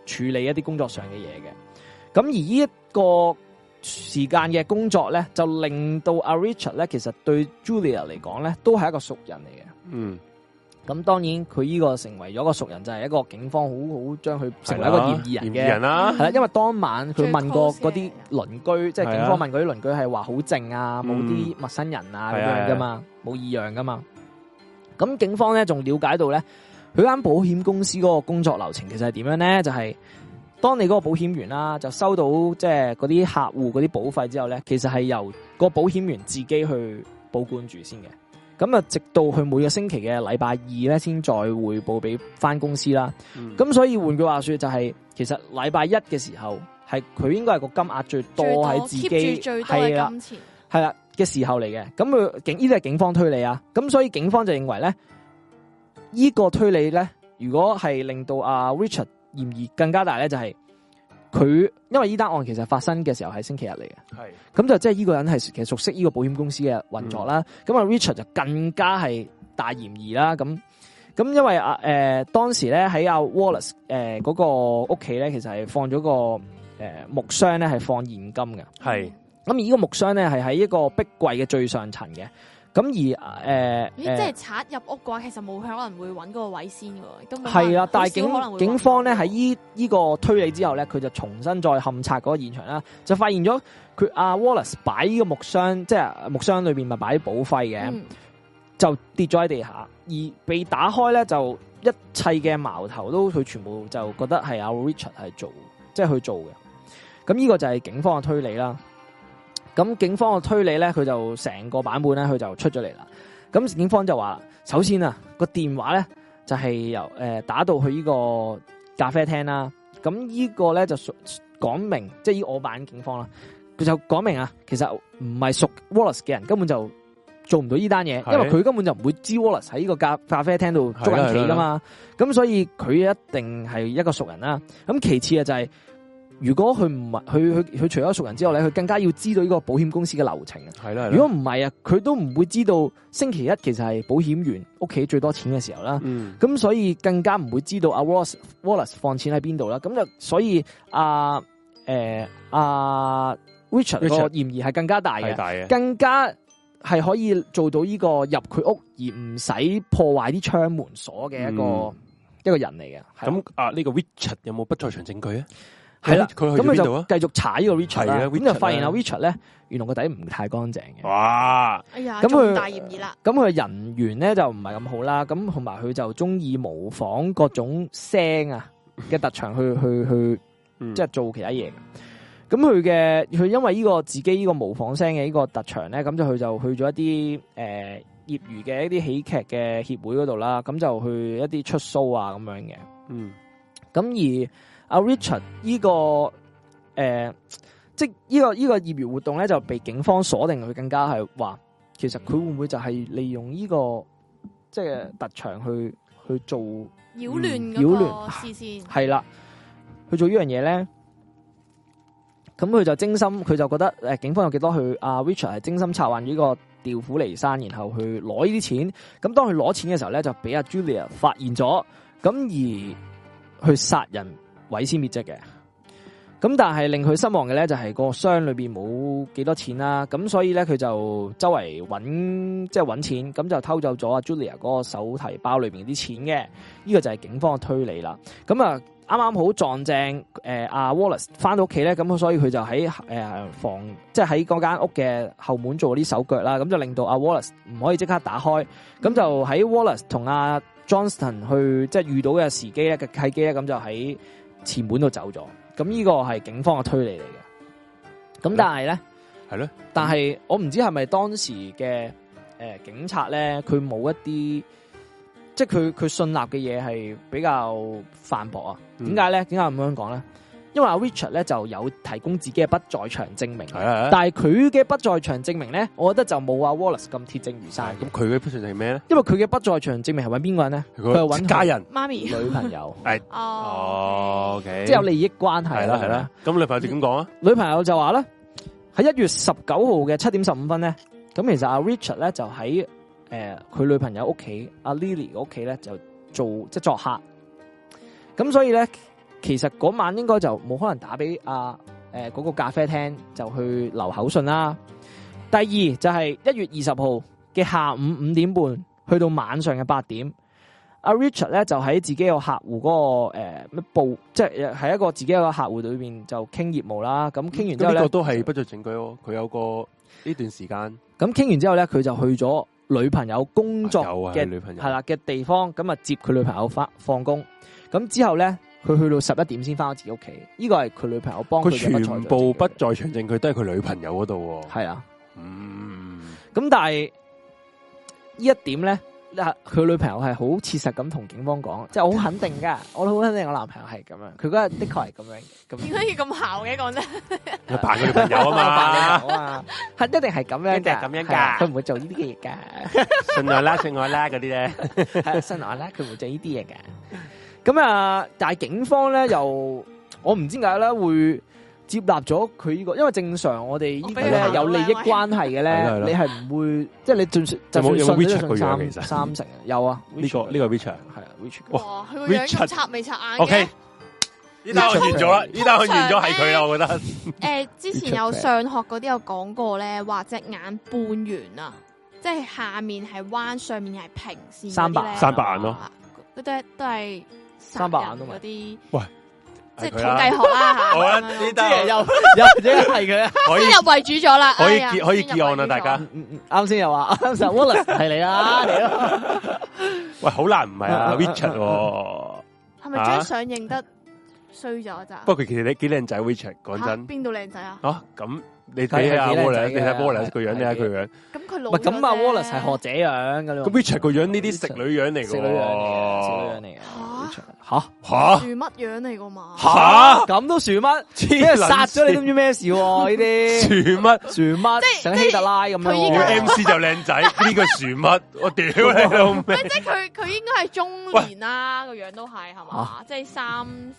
處理一啲工作上嘅嘢嘅。咁而呢一個時間嘅工作咧，就
ừ.
令到阿 Richard 咧，其實對 Julia 嚟講咧，都係一個熟人嚟嘅。
嗯
咁當然佢呢個成為咗個熟人，就係、一個警方好好將佢成為一個嫌疑人嘅。
啦
啊係，啦，因為當晚佢問過嗰啲鄰居，即
係啊
係警方問嗰啲鄰居係話好靜啊，冇
嗯
啲陌生人啊咁
係啊
樣噶嘛，冇異樣噶嘛。咁警方咧仲了解到咧，佢間保險公司嗰個工作流程其實係點樣咧？就係、當你嗰個保險員啦，就收到即係嗰啲客户嗰啲保費之後咧，其實係由個保險員自己去保管住先嘅。咁啊，直到佢每個星期嘅禮拜二咧，先再匯報俾翻公司啦。
嗯
咁所以換句話說就係、其實禮拜一嘅時候係佢應該係個金額最多
最多
係自
keep
己
住最多
係啊
嘅
啦
金錢，
係啦嘅時候嚟嘅。咁佢警呢啲係警方推理啊，咁所以警方就認為咧，呢、個推理咧，如果係令到阿、Richard 嫌疑更加大咧，就係、佢因為呢單案其實發生嘅時候係星期日嚟嘅。
係
咁就即係呢個人係其實熟悉呢個保險公司嘅運作啦。咁啊、Richard 就更加係大嫌疑啦。咁咁因為啊誒、呃、當時咧喺阿 Wallace 誒、呃、嗰、個屋企咧，其實係放咗個誒、呃木箱咧，係放現金嘅。
係
咁而呢個木箱咧係喺一個壁櫃嘅最上層嘅。咁而誒呃
咦？即係賊入屋嘅話，其實冇可能會揾嗰個位先嘅喎，亦都冇
係啊啦，但係
係
警警方咧喺依依個推理之後咧，佢就重新再勘察嗰個現場啦，就發現咗佢阿 Wallace 擺呢個木箱，即係木箱裏邊咪擺啲保費嘅，
嗯
就跌咗喺地下，而被打開咧就一切嘅矛頭都佢全部就覺得係阿 Richard 係做，即係去做嘅。咁呢個就係警方嘅啊推理啦。咁警方嘅啊推理咧，佢就成個版本咧，佢就出咗嚟啦。咁警方就話：首先啊，個電話咧就係、由誒、呃打到去呢個咖啡廳啦。咁呢個咧就屬講明，即係依我版警方啦，佢就講明啊，其實唔係屬 Wallace 嘅人，根本就做唔到呢單嘢，
係
因為佢根本就唔會知 Wallace 喺呢個咖咖啡廳度捉緊棋噶嘛。咁所以佢一定係一個熟人啦。咁其次啊就係、如果佢唔係佢佢佢除咗熟人之外咧，佢更加要知道呢個保險公司嘅流程啊。
係啦，
如果唔係啊，佢都唔會知道星期一其實係保險員屋企最多錢嘅時候啦。
嗯
咁所以更加唔會知道阿 Wallace Wallace 放錢喺邊度啦。咁就所以阿誒阿 Richard 個
Richard
嫌疑係更加大
係
嘅，
大嘅，
更加係可以做到呢個入佢屋而唔使破壞啲窗門鎖嘅一個、
嗯
一個人嚟嘅。係啦
咁啊呢個 à, Richard dạ, 有冇不在場證據啊？
係啦，
佢
咁
去咗
佢
邊度啊？
就繼續查呢個 Richard 啦
係啊。哦
咁
Richard
就發現阿
啦
Richard 咧，原來個底唔太乾淨嘅。
哇！
哎呀，
咁
咁
佢
佢大嫌疑啦，
咁佢人緣咧就唔係咁好啦，咁同埋佢就中意模仿各種聲啊嘅特長去去去，
嗯
即係做其他嘢。咁佢嘅佢因為呢個自己呢個模仿聲嘅呢個特長咧，咁就佢就去咗一啲诶、呃、業餘嘅一啲喜劇嘅協會嗰度啦，咁就去一啲出 show 啊咁樣嘅。
嗯
咁而阿 Richard 呢、個誒、呃即呢、個呢、個業餘活動咧，就被警方鎖定佢更加係話，其實佢會唔會就係利用呢、個即係特長去去做
擾
嗯
亂
擾
嗰
亂
個視線，
係啦，去做呢樣嘢咧？咁佢就精心，佢就覺得誒警方有幾多去阿、Richard 係精心策劃呢個調虎離山，然後去攞呢啲錢。咁當佢攞錢嘅時候咧，就俾阿 Julia 發現咗，咁而去殺人毀屍滅跡嘅。咁但係令佢失望嘅咧，就係個箱裏边冇幾多錢啦。咁所以咧，佢就周圍揾即係揾錢，咁就偷走咗阿 Julia 嗰個手提包裏边啲錢嘅。呢、個就係警方嘅推理啦。咁啊。啱啱好撞正诶阿、Wallace 翻到屋企咧，咁所以佢就喺诶、呃房，即係喺嗰間屋嘅後門做啲手腳啦，咁就令到阿、Wallace 唔可以即刻打開。咁就喺 Wallace 同阿 Johnston 去即係遇到嘅時機咧嘅契機咧，咁就喺前門度走咗。咁呢個係警方嘅推理嚟嘅。咁但係咧，
係咯，
但係我唔知係咪當時嘅诶、呃警察咧，佢冇一啲即係佢佢信納嘅嘢係比較泛薄啊。
嗯
點解咧？點解咁樣講咧？因為阿 Richard 咧就有提供自己嘅不在場證明，
係啊係啊。
但係佢嘅不在場證明咧，我覺得就冇阿 Wallace 咁鐵證如山嘅
咁佢嘅 position 係咩咧？
因為佢嘅不在場證明係揾邊個人咧？
佢
佢係揾佢
家人。
媽咪
女朋友，
哦，
哦，OK，
即係有利益關係啊
係啦係啦。。咁女朋友就點講啊？
女朋友就話咧，喺一月十九號嘅七點十五分咧，咁其實阿 Richard 咧就喺诶佢女朋友屋企，阿 Lily 嘅屋企咧就做即係作客。咁所以咧，其實嗰晚應該就冇可能打俾阿诶嗰個咖啡廳就去留口信啦。第二就係一月二十號嘅下午五點半去到晚上嘅八點，阿 Richard 咧就喺自己個客戶嗰、個誒咩、部，即係喺一個自己一個客戶裏邊就傾業務啦。咁傾完之後
咁呢
咧
個，都係不著證據喎。佢有個呢段時間
咁傾完之後咧，佢就去咗女朋友工作
有啊，
嘅
佢女朋友
係啦嘅地方，咁啊接佢女朋友翻放工。咁之後咧，佢去到十一點先翻到自己屋企。呢個係佢女朋友幫
佢
嘅不在
全部不
場
在場證據都係佢女朋友嗰度喎。
係啊。
嗯，
咁但係呢一點咧，嗱佢女朋友係好切實咁同警方講，即係我好肯定 噶，我好肯定我男朋友係咁樣，佢嗰日的確係咁樣嘅。咁
點解要咁姣嘅講真？
佢扮佢女朋友啊嘛，
嘛，係一定係咁樣㗎，
一定係咁樣㗎
係啊佢唔會做呢啲嘅嘢噶，
信我啦，信我啦嗰啲咧。
係啊新來啦，佢唔會做呢啲嘢噶。咁啊，但係警方咧又，我唔知點解咧會。接納咗佢呢個，因為正常我哋呢
我
啲
哦俾
佢
咧
行
有利益關係嘅咧
係咯係，咯
你係唔會，即係你就算就算信
有冇有冇
都
WeChat
信
佢樣
三
其實
三成，有啊，
呢個
WeChat
呢個 Richard。
係啊，WeChat
哇
哦
哇，佢個樣
Richard
咁插未插眼
O K，
嘅。
呢單案完咗啦，呢單案完咗係佢啦，我覺得。
誒，之前有上學嗰啲有講過咧，話隻眼半圓啊，即係下面係彎，上面係平線嗰啲
三
咧
白
三白眼咯
啊嗰啲都係殺
三白眼啊
人
嘛
嗰啲，即係
係
統
佢啦
計學啦
好
嚇咁
啦，呢
樣
單案
又 又即係佢
可以
先入為主咗 啦，
可
哎
以
呀
結可以
先入
結案啦
為主咗
大家
嗯嗯嗯啱先又話，啱先 Wallace 係你 啦，你咯，
喂好難唔係
啊啊
啊
啊
，Richard 喎。
係咪
啊
張相影得衰咗咋？
不過佢其實你幾靚仔，Richard 講
嚇
真。
邊度靚仔啊？
啊，咁你
佢係
睇下
幾靚
Wallace，
仔
你睇
嘅
Wallace 個樣，
係
你睇佢樣。
咁佢老
唔係咁啊
咗啫
，Wallace 係學者樣噶啦。
咁 Richard 個樣呢啲食女樣嚟嘅喎，
食女樣嚟嘅，食女樣嚟嘅。
嚇
Richard 嚇
吓
住乜樣嚟噶嘛？
吓
咁都算乜？俾
黐
人
撚
殺咗你
線
都唔知咩事喎？呢啲
樹乜？
算乜？想希特拉咁樣
佢依
屌
家
喎。
M C 就 靚仔，呢個樹乜？我屌你老味！
即係佢佢應該係中年啦，個樣都係係
啊
嘛？即係三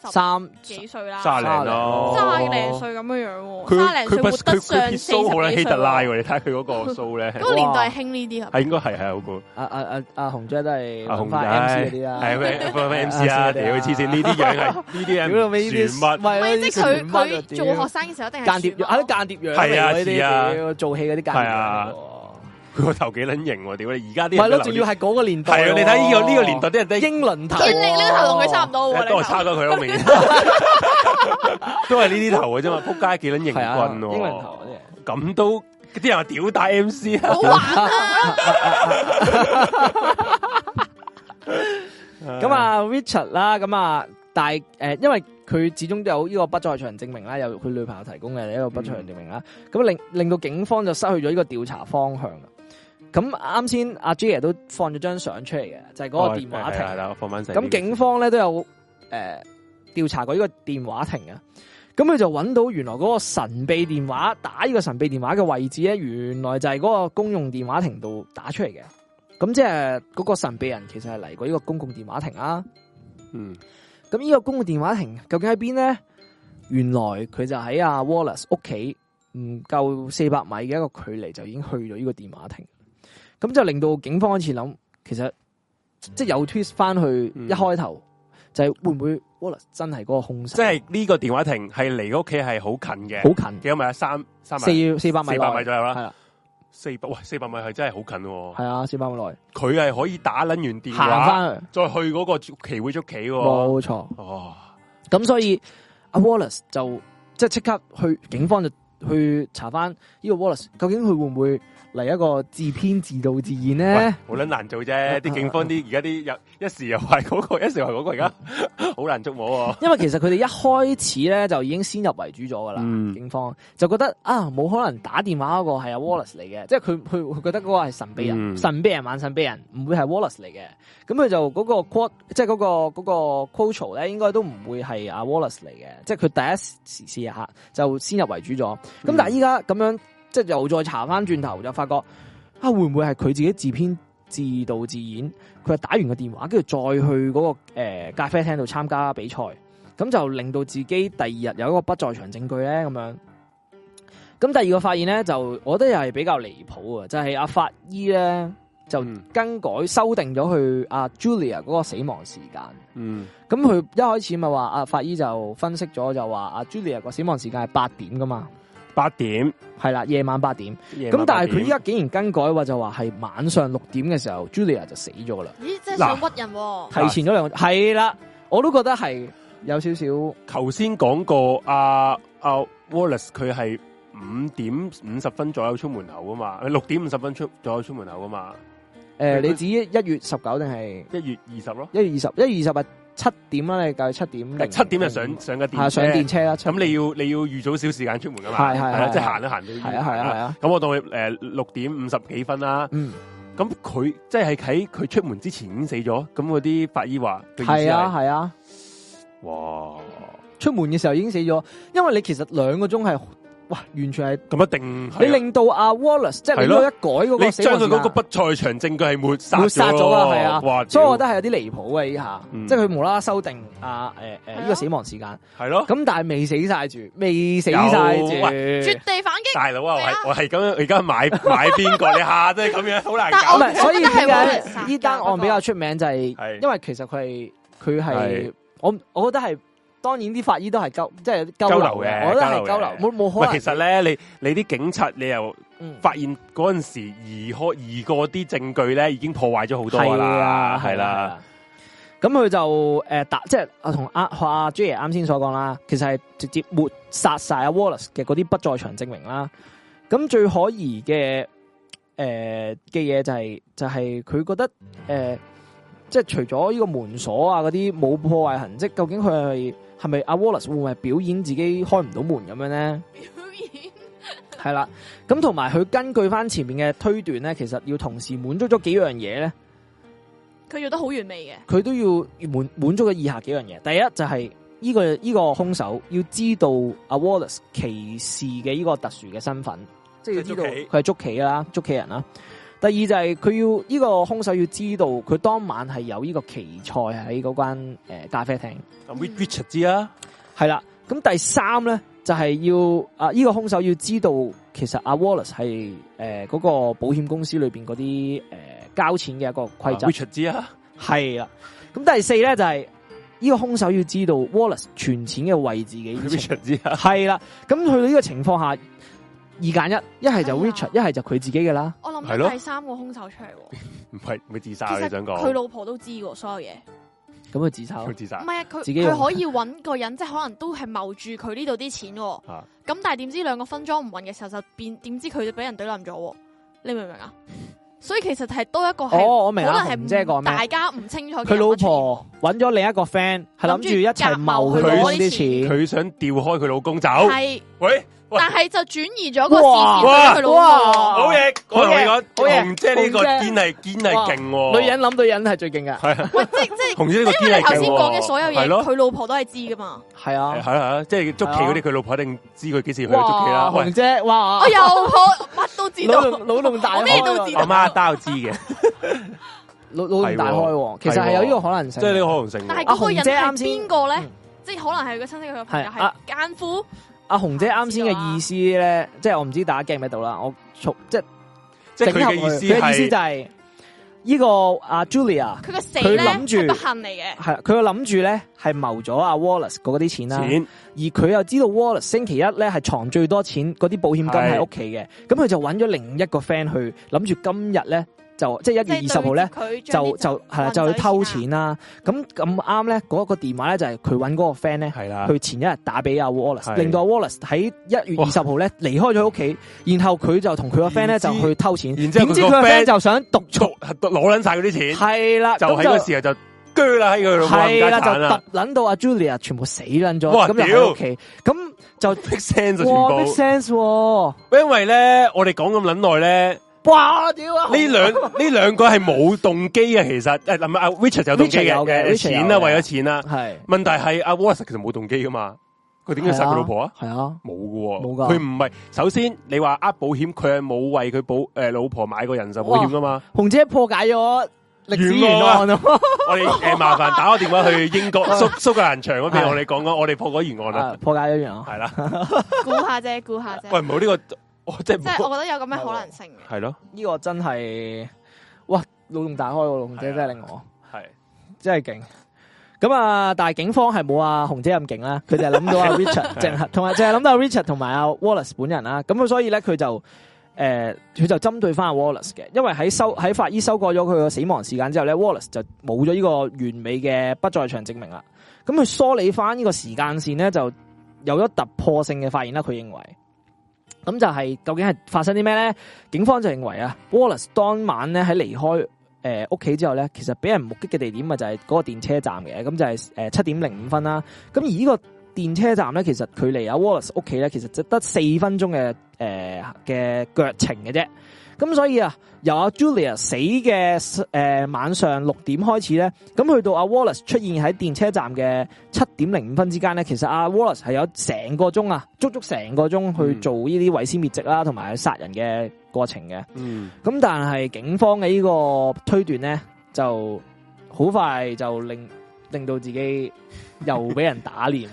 十
三
幾歲啦，
卅零
哦
咯，
卅零歲咁樣樣喎，
佢
卅零
佢
歲
不
活
佢
得
佢
上
撇
四
須好
十
撚希
幾
特拉
歲。
喎，你睇佢嗰個須咧
嗰，個年代係興呢啲啊，
係應該係係好過
阿阿阿阿紅姐都係
阿
紅
紅
翻 M C 嗰啲啦。
仔，係咩咩 M C
啊
啊？屌黐線，呢啲樣 係呢啲
屌
樣
到尾呢啲
樹乜？
唔係即係佢佢做
做
學生嘅時候一定
間
係
諜
諜
樣，啊啲間諜樣
係啊
嚟喎
似啊
呢啲屌做戲嗰啲間諜
係啊
樣嚟喎。
佢個頭幾撚型喎，屌你而家啲
唔係
人
咯，
都
仲要
留啲
係嗰個年代喎。
係啊！你睇呢個呢個年代啲人都
英倫
啊
頭，
哦你你呢個頭同佢差唔。多
啊
喎，
哦都係
你頭
差過佢，好 明顯，都係呢啲頭嘅啫嘛，仆街幾撚型
係啊，
棍
英倫
喎，
頭嗰啲。
咁都啲人話屌打 M C 啊！
好 玩啊！
咁啊，Richard 啦，咁啊，但係誒，因為佢始終都有呢個不在場證明啦，有佢女朋友提供嘅一個不在場
嗯
證明啦，咁令令到警方就失去咗呢個調查方向啦。咁啱先阿 J 都放咗張相出嚟嘅，就係嗰個電話
哦係
亭。
啦，我啊放翻
咁警方咧都有誒調查過呢個電話亭嘅，咁佢就揾到原來嗰個神秘電話打呢個神秘電話嘅位置咧，原來就係嗰個公用電話亭度打出嚟嘅。咁即係嗰個神秘人其實係嚟過呢個公共電話亭啊啦。
嗯，
咁呢個公共電話亭究竟喺邊咧？原來佢就喺阿 Wallace 屋企唔夠四百米嘅一個距離就已經去咗呢個電話亭，咁就令到警方開始諗，其實即係有 twist 翻去
嗯
一開頭、就係會唔會 Wallace 真係嗰個兇手？
即係呢個電話亭係離屋企係好近嘅，
好近，
幾多米啊？三三米，
四四百米內，
四百米左右
係
啦，
啦，
四百喂四百米係真係好近喎，
係啊，四百米內
佢係可以打撚完電
行
話，
翻去，
再去嗰個旗會捉棋喎，
冇錯。
哦，
咁所以阿 Wallace 就即係即刻去警方就去查翻呢個 Wallace 究竟佢會唔會嚟一個自編自導自演
喂
咧？，
好撚難做 啫，啲警方啲而家啲又一時又係嗰個， 一時又係嗰個，而家 好難捉摸喎，
因為其實佢哋一開始咧就已經先入為主咗噶啦，
嗯
警方就覺得啊冇可能打電話嗰個係阿 Wallace 嚟嘅，即係佢佢佢覺得嗰個係神秘人，
嗯
神秘人玩神秘人，唔會係 Wallace 嚟嘅。咁佢就嗰個 quad 即係嗰、個嗰、個 quotro 咧，應該都唔會係阿 Wallace 嚟嘅，即係佢第一時試下就先入為主咗。咁、
嗯
但係依家咁樣即係又再查翻轉頭就發覺啊，會唔會係佢自己自編自導自演？佢係打完個電話，跟住再去嗰、個呃咖啡廳度參加比賽，咁就令到自己第二日有一個不在場證據咧咁樣。咁第二個發現咧，就我覺得又係比較離譜啊，就係、阿法醫咧就
嗯
更改修訂咗佢阿 Julia 嗰個死亡時間。
嗯，
咁佢一開始咪話阿法醫就分析咗就話阿 Julia 個死亡時間係八點噶嘛，
八點，
係啦，夜晚八點。
夜晚
咁但係
8
佢
點
依家竟然更改話就話係晚上六點嘅時候，Julia 就死咗㗎啦，
咦，真係想屈人喎！
提前咗兩個
啊
係啦，我都覺得係有少少。
頭先講過阿阿 Wallace 佢係五點五十分左右出門口啊嘛，六點五十分出左右出門口啊嘛，
诶、
佢
你指一月十九定係
一月二十咯，
一月二十？一月二十系七點啦，你計七點零。
七點就上上架電
嗯係上
車
電車啦。
咁你要你要預早少時間出門噶嘛，
係係
係啦
係
即係行都行到。
係啊係啊係。啊，
咁我當佢誒六點五十幾分啦，
嗯，
咁佢即係喺佢出門之前已經死咗，咁嗰啲法醫話佢意思
係啊，係啊，
哇，
出門嘅時候已經死咗，因為你其實兩個鐘係哇，完全係
咁一定係啊
你令到阿 Wallace 即係
係
你
咯
都一改嗰
你
個死
將
亡
佢
時
嗰個
間
不在場證據係抹殺
抹殺咗啦
喎
係啊
哇！
所以我覺得係有啲離譜嘅呢下，
嗯
即係佢無啦啦修訂啊誒誒呢個死亡時間，
屌係咯，
咁但係未死晒住，未死晒
有啊
住
絕。地反擊。
大佬啊，我
係啊
係我係咁樣，我而家買 買邊個？你下真係咁樣，好難
但
唔
我
搞。
係，所以
覺得係
點解
Wallace 殺㗎
呢單案比較出名就
係
係，因為其實佢係佢係
係
我我覺得係當然啲法醫都係鳩，即係鳩
鳩
流
流嘅
嘅，我覺得係
鳩
鳩
流嘅
流，冇冇
喂
可，能。
其實咧，你你啲警察你又
嗯
發現嗰陣時移開移過啲證據咧，已經破壞咗好多
係
㗎啦，
啦，
係啦。。
咁佢就誒打，即係我同阿學阿 J 爺啱先所講啦，其實係直接抹殺晒阿 Wallace 嘅嗰啲不在場證明啦。咁最可疑嘅誒嘅嘢就係、就係、佢覺得誒、呃即係除咗呢個門鎖啊嗰啲冇破壞痕跡，究竟佢係係咪阿 Wallace 會唔會係表演自己開唔到門咁樣咧？係啦，咁同埋佢根據翻前面嘅推斷咧，其實要同時滿足咗幾樣嘢咧。
佢做得好完美嘅，
佢都要滿滿足嘅以下幾樣嘢。第一就係呢、個呢、個兇手要知道阿 Wallace 歧視嘅呢個特殊嘅身份，即係要知道
即係捉棋
佢係捉棋啦，捉棋人啦。第二就係佢要呢、個兇手要知道佢當晚係有呢個棋賽喺嗰間誒咖啡廳，
咁 Rich- Richard 知啊，
係啦。咁第三咧就係、要啊呢、個兇手要知道其實阿 Wallace 係誒嗰個保險公司裏邊嗰啲誒呃交錢嘅一個規則。
啊 Richard 知啊，
系啦，咁第四咧就係呢個兇手要知道 Wallace 存錢嘅位置 嘅
Richard 知啊，
系啦，咁去到呢個情況下，二揀一，一係就
哎呀
Richard，一係就佢自己嘅啦。
我
係
諗
咯
到第三個兇手出嚟喎，
唔係唔係自
其
殺啊
實
你想
佢
講？
老婆都知喎，所有嘢。
咁佢自首
佢，自殺
唔係啊，佢
自己用
佢可以揾個人，即係可能都係謀住佢呢度啲錢喎。
啊
咁但係點知兩個分裝唔穩嘅時候就變，點知佢就俾人懟冧咗喎。你明唔明啊？所以其實係多一個係，
哦，我明啦，
可能
紅姐
係
講
唔大
咩？
家唔清楚嘅
佢
人物
老
出現。
婆揾咗另一個 friend，係諗
諗
住
住
一齊謀佢
夾謀佢
攞
攞
啲
啲
錢。
佢想調開佢老公走。
係，
喂，喂
但係就轉移咗個視
哇
線俾佢老
哇
婆。
好嘢，我同你講，
好嘢
紅姐呢個
紅姐
堅係堅係勁喎，
女人諗女人係最勁嘅，
係啊，
即即
紅姐呢個
因
堅
為
係
你頭
勁
先
喎，
講嘅所有
係
嘢，
咯。
佢老婆都係知噶嘛。
係
係
啊。
係啦，即係捉棋嗰啲，佢老婆一定知佢幾時去捉棋啦。
紅
喂，
姐，哇！
我又可乜都知道
腦。洞腦洞大
我咩都
開
知
喎，
道
我媽都知嘅，
腦腦洞大開喎，其實係有呢個可能
即
性。
係呢個可能性
但係
喎。
嗰個人係
阿紅姐啱先
邊個咧
嗯？
即係可能係佢親戚，佢個朋友
係啊
係奸夫。
阿紅姐啱先嘅
啊
意思咧，即系我唔知大家 get 唔 get 到啦。我從即系
即係佢嘅意思
佢嘅意思
係
就係呢個阿 Julia
佢個死
佢
咧
諗住
係不幸嚟嘅，
係啦，佢嘅諗住咧係謀咗阿 Wallace 嗰啲錢啦，
錢，
而佢又知道 Wallace 星期一咧係藏最多錢嗰啲保險金喺屋企嘅，咁佢就揾咗另一個 friend 去諗住今日咧就即系一
即係
月二十號咧。
對住佢將啲
就 就係啦，
運
就
走
去偷
錢啊
錢啦。咁咁啱咧，嗰、個電話咧就係佢揾嗰個 friend 咧，
係啦，
佢前一日打俾阿 Wallace，
啊係
令到阿 Wallace 喺一月
哇
二十號咧離開咗屋企，然後佢就同佢個 friend 咧
然之
就去偷錢，
然之後
點知
佢
佢
個
個
friend
friend 就想獨
捉攞撚晒嗰啲錢，
係啦，
就
咁
喺嗰時候就鋸啦喺佢老婆
係啦，
冚家
就
產啦
突撚到阿 Julia 全部死撚咗，
哇
咁就喺
屌
屋企，咁就
，make sense 啊
哇 make
全
sense 喎，
部。因為咧，我哋講咁撚耐咧，
哇屌啊！
呢兩呢兩個係冇動機嘅，其實誒唔係阿 Richard 有動機
Richard 有嘅
嘅，誒
Richard
錢
有
啦，
嘅
為咗錢啦。
係
問題係阿 Wallace 其實冇動機噶嘛，佢點解殺佢老婆啊？？
係啊，
冇嘅喎，
冇㗎
佢唔係首先你話呃保險，佢係冇為佢保誒、老婆買過人壽保險噶嘛？
紅姐破解咗歷史
原
原
案啊
案咯，
我哋誒、麻煩打個電話去英國 蘇蘇格蘭場嗰邊，
係
我哋講講我哋破嗰原案
啊
啦，
破解咗原案。
係啦。
估下啫，估下
喂，
啫。
唔好呢個，我真
即
係
係
冇
我覺得有咁嘅可能 性嘅。
係咯，
呢個真係哇，腦洞大開喎，紅姐
係啊
真係令我
係
真係勁。咁啊，但系警方係冇阿紅姐咁勁啦，佢就係諗到阿 Richard，淨係同埋淨係諗到阿 Richard 同埋阿 Wallace 本人啦。咁啊所以咧佢就诶，佢、就針對翻阿 Wallace 嘅，因為喺修喺法醫修改咗佢個死亡時間之後咧，Wallace 就冇咗呢個完美嘅不在場證明啦。咁佢梳理翻呢個時間線咧，就有咗突破性嘅發現啦。佢認為。咁就係究竟係發生啲咩咧？警方就認為啊，Wallace 當晚咧喺離開诶呃屋企之後咧，其實俾人目擊嘅地點咪就係嗰個電車站嘅，咁就係诶七點零五分啦。咁而呢個電車站咧，其實距離阿 Wallace 屋企咧，其實只得四分鐘嘅诶嘅腳程嘅啫。咁所以啊，由阿 Julia 死嘅诶、呃晚上六點開始咧，咁去到阿 Wallace 出現喺電車站嘅七點零五分之間咧，其實阿 Wallace 係有成個鐘啊，足足成個鐘去
嗯
做呢啲毀屍滅跡啦，同埋殺人嘅過程嘅。
嗯，
咁但係警方嘅呢個推斷咧，就好快就令令到自己又俾人打 臉。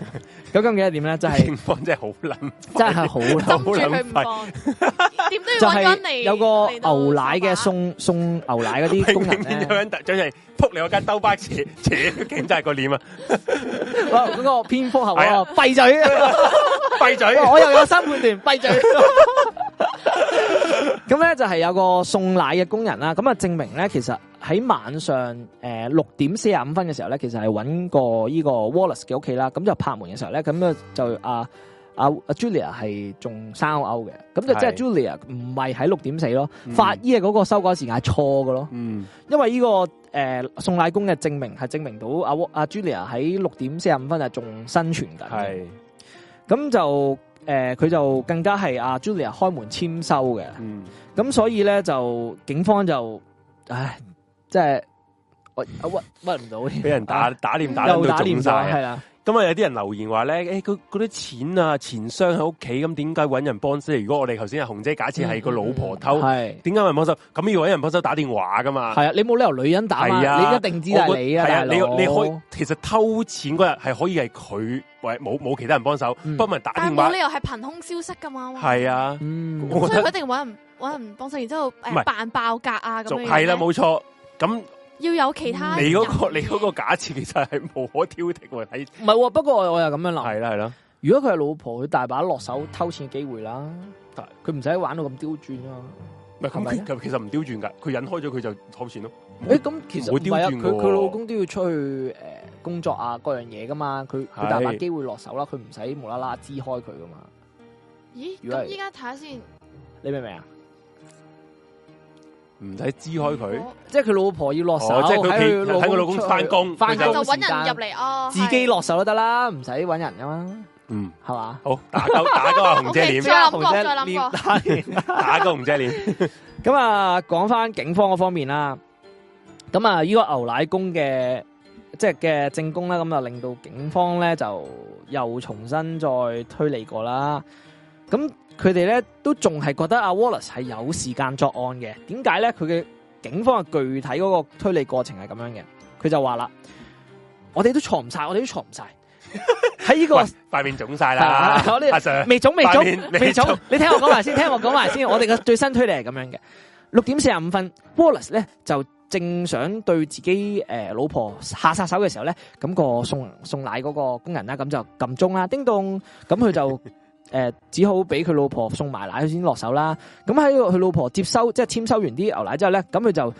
咁究竟係點咧？就係
警方真係好撚，
真係好啦。
好
住佢
撚
唔
快，
放，點
就
都要揾翻
係
嚟。
有個
嚟到
牛奶嘅
手把
送送牛奶嗰啲
明
工人
明 見有
咧，
人突咗嚟，撲你嗰間兜巴斜斜警察個臉啊！
哇嗰個蝙蝠俠
係
嗰
啊
個閉嘴，
閉嘴！
我又有新判斷，閉 嘴。咁咧就係有個送奶嘅工人啦，咁啊證明咧其實喺晚上誒六點四十五分嘅時候咧，其實係揾過呢個 Wallace 嘅屋企啦，咁就拍門嘅時候咧，咁啊就啊啊啊 Julia 係仲生勾勾嘅，咁就即係
係
Julia 唔係喺六點四咯，
嗯
法醫嘅嗰個修改時間係錯嘅咯。
嗯，
因為呢、個誒、呃送奶工嘅證明係證明到阿阿、Julia 喺六點四十五分係仲生存緊嘅，
係，
咁就呃誒佢、就更加係阿、Julia 開門簽收嘅，
嗯，
咁所以咧就警方就唉，即係我我屈屈唔到添，
俾人打打臉打
啊又
撚
打
到
臉
中晒啊
咗，係！啦，
咁啊，有啲人留言話咧，誒嗰嗰啲錢啊、錢箱喺屋企，咁點解揾人幫手？如果我哋頭先阿紅姐假設
嗯
係個老婆偷，
係
點解揾人幫手？咁要揾人幫手打電話噶嘛？
係啊，你冇理由女人打嘛，
係啊
你一定知係你啊，
我覺係
大
你
佬，
你可以其實偷錢嗰日係可以係佢，喂冇冇其他人幫手，
嗯
不過咪打
但係
電
冇
話
理由係憑空消失噶嘛。
係啊，
嗯
我
所
覺
以佢
得
一定揾人揾人幫手，然之後
唔
誒
係
扮爆格啊咁
仲
樣。
係啦，冇錯。咁
要有其他人
你
嘅。
嗰個你嗰個假設其實係無可挑剔喎，喺
唔係喎，不過我我又咁樣諗。
係啦係啦，
如果佢係老婆，佢大把落手偷錢嘅機會啦
但。
佢唔使玩到咁刁鑽啊！
唔係
係咪
咁佢其實唔刁轉㗎，佢引開咗佢就偷錢咯。
誒、咁其實
唔
唔
會刁
係啊，
鑽
佢
喎
佢老公都要出去誒、呃工作啊，各樣嘢噶嘛，佢佢
係
大把機會落手啦，佢唔使無啦啦支開佢噶嘛，
咦？
如果係
咁依家睇下先。
你明唔明啊？
唔使支開佢。
我
即係佢老婆要落手，
哦即係佢
喺
企喺佢老公
出去
返工
返
佢
係
工
就
時
揾人
間
入嚟哦，
自己落手都得啦，唔使揾人噶嘛，
嗯，
係嘛？
好打鳩打鳩阿紅姐
OK，
臉
再。諗過再諗過
過。
打個紅姐臉，
咁啊，講翻警方嗰方面啦，咁啊，呢個牛奶工嘅即係嘅證供啦，咁啊令到警方咧就又重新再推理過啦。咁佢哋咧都仲係覺得阿 Wallace 係有時間作案嘅，點解咧？佢嘅警方嘅具體嗰個推理過程係咁樣嘅，佢就話啦：我哋都錯唔晒，我哋都錯唔晒。喺呢、個。
喂塊面腫晒啦
係係係我呢，
阿 Sir，
未總未總
塊面
未
未總
總，你聽我講埋 先，聽我講埋先。我哋嘅最新推理係咁樣嘅：六點四十五分，Wallace 咧就正想對自己诶、呃老婆下殺手嘅時候咧，咁、個送送奶嗰個工人啦，咁就撳鐘啦，叮咚，咁佢 就。诶、只好俾佢老婆送埋奶先落手啦。咁喺佢老婆接收，即係簽收完啲牛奶之後咧，咁佢就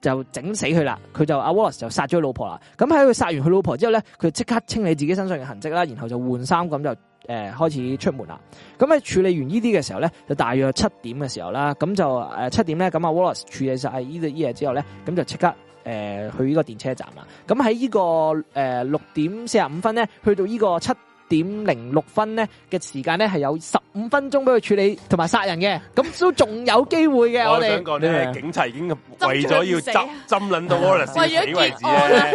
就整死佢啦。佢就阿 Wallace 就殺咗佢老婆啦。咁喺佢殺完佢老婆之後咧，佢即刻清理自己身上嘅痕跡啦，然後就換衫咁就诶、呃、開始出門啦。咁喺處理完呢啲嘅時候咧，就大約七點嘅時候啦，咁就诶七、點咧，咁阿 Wallace 處理晒呢啲嘢之後咧，咁就即刻。诶、去呢個電車站啦。咁喺呢個诶六點四十五分咧，去到呢個七點零六分咧嘅時間咧，係有十五分鐘俾佢處理同埋殺人嘅，咁都仲有機會嘅。
我
我
想講
哋你明唔明
咧，
啊
警察已經為咗要
針佢唔
針針 撚到 Wallace
為咗
死為止
結案啊
咧，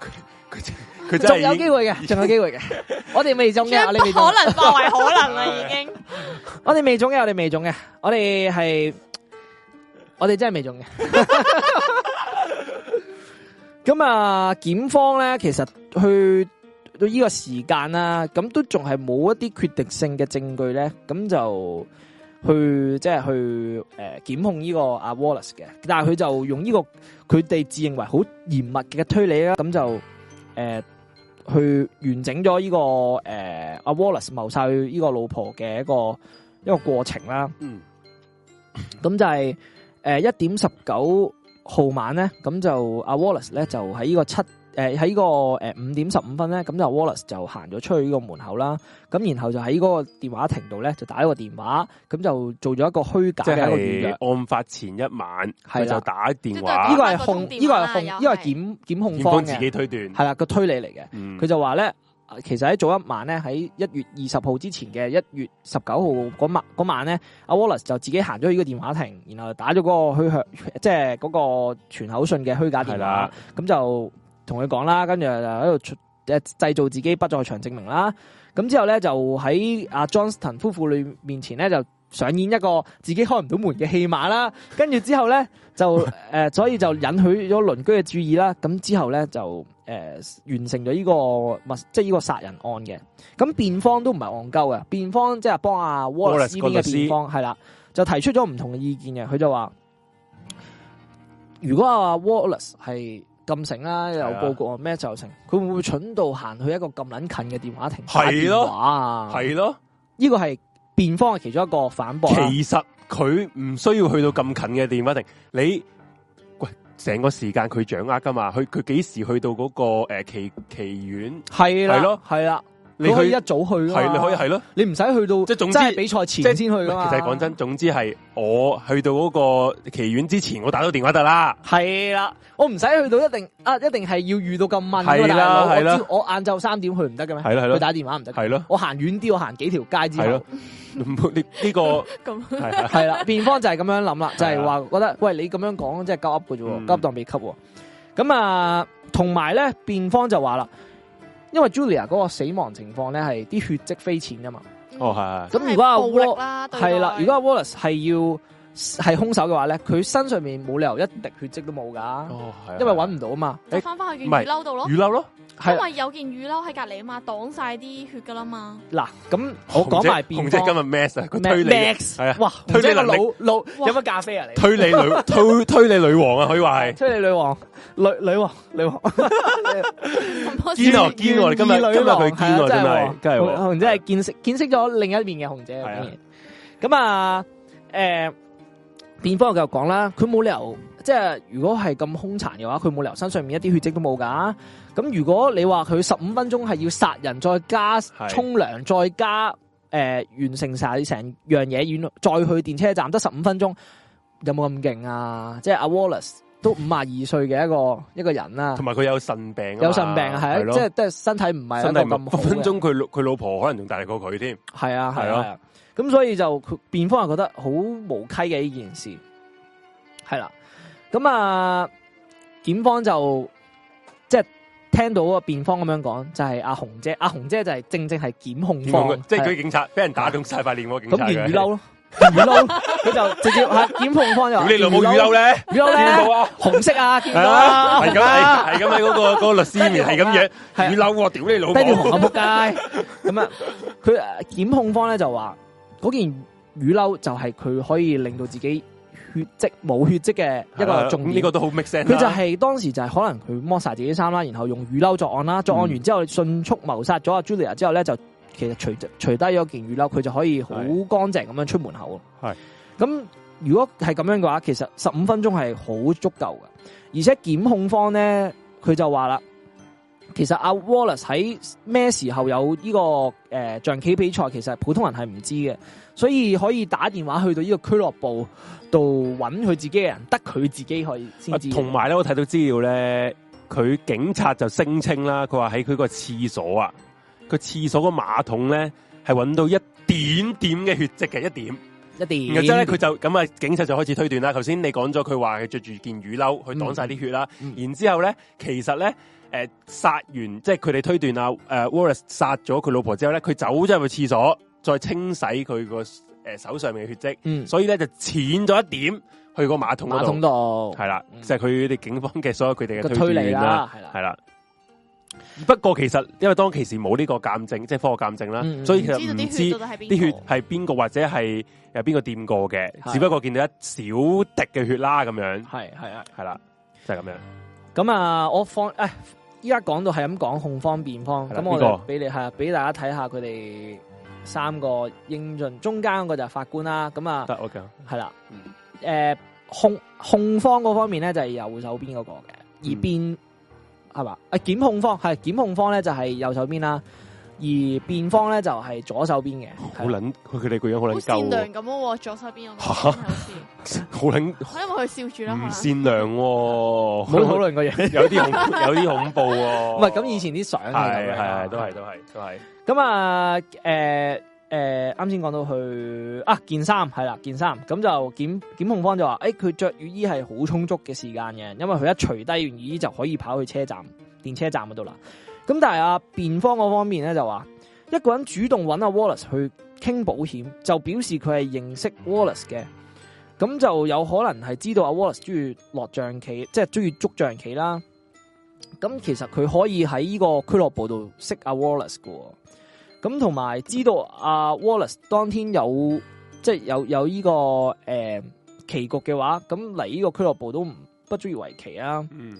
佢 佢真佢真
仲
係
有
已經
機會嘅，仲有機會嘅。我哋未中 嘅，
將
我
不
哋未中
可。能化為可能啦，已經。
我哋未中嘅，我哋未中嘅，我哋係我哋真係未中嘅。咁啊，檢方咧，其實去到呢個時間啦，咁都仲係冇一啲決定性嘅證據咧，咁就去即係去诶检、檢控呢個阿 Wallace 嘅，但係佢就用呢、個佢哋自認為好嚴密嘅推理啦，咁就诶、去完整咗呢、個个诶阿、Wallace 謀殺佢呢個老婆嘅一個一個過程啦。
嗯，
咁就係诶一点十九號晚咧，咁就阿、Wallace 咧就喺呢個七诶喺呢個诶五點十五分咧，咁就 Wallace 就行咗出去呢個門口啦。咁然後就喺嗰個電話亭度咧就打一個電話，咁就做咗一個虛假
即
嘅一個預約
系。案发前一晚，
係啦
佢就打电
呢
话
個，
打
係
一個
控，
通電
呢個係
話
控，
又
呢
係啊
個係檢檢控
检
方
方自己
嘅，
推断，
係啦個推理嚟嘅。
嗯
佢就話咧，啊其實喺早一晚咧，喺一月二十號之前嘅一月十九號嗰晚嗰晚咧，阿 Wallace 就自己行咗呢個電話亭，然後打咗嗰個虛 向，即係嗰個傳口信嘅虛假
系
電話
啦，，
咁就同佢講啦，跟住就喺度出誒製造自己不在場證明啦。咁之後咧就喺阿 Johnston 夫婦裏面前咧就上演一個自己開唔到門嘅戲碼啦。跟住之後咧就誒、呃所以就引起咗鄰居嘅注意啦。咁之後咧就誒、呃完成咗呢、個密即係呢個殺人案嘅。咁辯方都唔係戇鳩嘅，辯方即係幫阿 Wallace
Wallace
呢
個
邊嘅
律師
辯方係啦，就提出咗唔同嘅意見嘅。佢就話：如果阿 Wallace 係咁醒啦，有
係啊
報告咩就成，佢會唔會蠢到行去一個咁撚近嘅電話亭
係
打電
咯
話啊？
系咯。
呢個係辯方嘅其中一個反駁啦。
其實佢唔需要去到咁近嘅電話亭，你喂成個時間佢掌握噶嘛？佢佢幾時去到嗰、個呃奇奇苑？
係啦，
係咯
係啦，
你
你可以
去
一啊早去㗎嘛
係你可以係咯。
你唔使去到
即係總之
真係比賽前先去
喂
噶嘛。
其實講真，總之係我去到嗰個奇苑之前，我打到電話得啦。
係啦，我唔使去到一定啊，一定係要遇到咁問㗎
係啦
大佬
係啦
我朝我晏晝三點去唔得嘅咩？
係啦係啦
佢打電話唔得嘅。
係咯，
我行遠啲，我行幾條街之
係
後
咯。，唔好呢 呢個
咁
係啊
系 啦，辯方就係咁樣諗啦，就係
係啊
話覺得喂你咁樣講即係鳩噏嘅啫喎，
嗯
鳩當未吸喎。咁啊，同埋咧，辯方就話啦，因為 Julia 嗰個死亡情況咧係啲血跡飛濺噶嘛，
哦係係
咁如果阿
真係暴力
Wall
啦，對待
係啦，如果阿 Wallace 係要係兇手嘅話咧，佢身上面冇理由一滴血跡都冇噶，
哦係啊，
因為揾唔到啊嘛。
就翻翻去
唔
件
係
雨褸度咯
雨，褸咯，
係啊
因
啦
為有件雨褸喺隔離啊嘛，擋晒啲血噶啦嘛。
嗱，咁我講埋
紅
辯
姐紅姐今
方
日 mess 啊，佢推理
Max，
係啊
哇，
推理
紅姐個
能力
腦腦
哇
飲乜咖啡啊你？
推理女推推理女王啊，可以話 係。
推理女王，女女王，女王。
嗯
堅啊堅啊！我哋今日今日佢堅啊，真係
係
真係
紅
喎
紅姐係見識見識咗另一面嘅紅姐，
係啊
竟然咁啊誒，辯方又繼續講啦，佢冇理由即係如果係咁兇殘嘅話，佢冇理由身上面一啲血跡都冇㗎。咁如果你話佢十五分鐘係要殺人，再加
係
沖涼，再加誒、呃完成晒成樣嘢，然後再去電車站得十五分鐘，有冇咁勁啊？即係阿 Wallace 都五廿二歲嘅一個一個人啦、
同埋佢有腎病啊嘛，
有腎病啊，係
係
啊，
咯
即係即係身體唔係
真
一個
係
咁
五
好
分
嘅，
鐘，佢老佢老婆可能仲大力過佢添。
係啊係啊
係咯
係啊，咁所以就佢辯方係覺得好無稽嘅呢件事，係啦，咁啊，檢方就即係聽到個辯方咁樣講，就係阿紅姐，阿紅姐就係正正係檢控
見
方
過佢，即係
係
佢
啊
警察俾人打中晒塊面喎，警察
咁
嘅
件雨褸，咯，件雨褸 咯佢就直接係檢控方就
屌
話
你老母雨褸，咧，
雨褸
見到
咧
啊，
紅色啊，見
係
到啊，
啊，係
紅
咁
啊
係係咁喺嗰個嗰個律師面係咁樣
係啊
雨褸喎，屌你老
低調
母，
紅啊咁仆街。咁啊，佢呃檢控方咧就話嗰件雨褸就係佢可以令到自己血跡冇血跡嘅一
係
個
啊啦
重
咁呢
點。
個都好 make sense 啊啦。
佢就係當時就係可能佢剝晒自己衫啦，然後用雨褸作案
嗯
啦，作案完之後迅速謀殺咗阿 Julia 之後咧，就其實除除低咗件雨褸，佢就可以好乾
係
淨咁樣出門口。
係
咁，如果係咁樣嘅話，其實十五分鐘係好足夠嘅，而且檢控方咧佢就話啦。其實阿 Wallace 喺咩時候有呢、個誒、呃象棋比賽，其實普通人係唔知嘅，所以可以打電話去到呢個俱樂部度揾佢自己嘅人，得佢自己可以先
啊
知嘅。
同埋咧，我睇到資料咧，佢警察就聲稱啦，佢話喺佢個廁所啊，佢廁所個馬桶咧係揾到一點點嘅血跡嘅一點。
一定。
然後之後咧，佢就咁啊，警察就開始推斷啦。頭先你講咗，佢話佢着住件雨褸去擋晒啲血啦。
嗯
然之後咧，其實咧，誒、呃、殺完，即係佢哋推斷啊，誒、Wallace 殺咗佢老婆之後咧，佢走咗入去廁所，再清洗佢個誒手上面嘅血跡，
嗯
所以咧就淺咗一點去個馬桶
馬
嗰
桶
度，
度
係啦，
嗯
就係佢哋警方嘅所有佢哋
個
嘅
推理
斷啦，
啦，係啦
係，啦。不過其實因為當其時冇呢個鑑證，即係科學鑑證啦，
嗯嗯
所以其
知道
實唔
啲
知
血到底係邊
啲血
個
係邊個或者係有邊個掂過嘅，
係
只不過見到一小滴嘅血啦，咁樣
係係啊。
係啦，就係咁樣。
咁啊，我放誒依家講到係咁講控方辯方，
係啦
咁我
呢個
哋俾你係啊俾大家睇下佢哋三個英俊，中間嗰個就係法官啦，咁啊
得 OK，
係啦
嗯，
誒控控方嗰方面咧就係右手邊嗰個嘅，而
嗯
辯係嘛？啊檢控方係檢控方咧就係右手邊啦，而辯方咧就係左手邊嘅，
好撚佢佢哋個樣好
好
撚
善良
鳩
咁喎，左手邊嗰個
嚇
好似，
喎，好撚
可能因為佢笑住啦，可
唔
能
善良喎，
唔好討論個嘢。
有啲恐有啲恐怖喎。
唔係咁以前啲相係
哦係
咁樣啊
係係
㗎
都係都係都係
咁啊，诶、诶，啱先講到去啊，件衫係啦，件衫咁就檢檢控方就話，诶、佢着雨衣係好充足嘅時間嘅，因為佢一除低完雨衣就可以跑去車站、電車站嗰度啦。咁但係啊，辯方嗰方面咧就話，一個人主動揾阿 Wallace 去傾保險，就表示佢係認識 Wallace 嘅。咁就有可能係知道阿 Wallace 中意落象棋，即係中意捉象棋啦。咁其實佢可以喺呢個俱樂部度識阿 Wallace 嘅喎。咁同埋知道阿 Wallace 當天有即係有有呢、個誒、呃棋局嘅話，咁嚟呢個俱樂部都唔不足以為奇啊。
嗯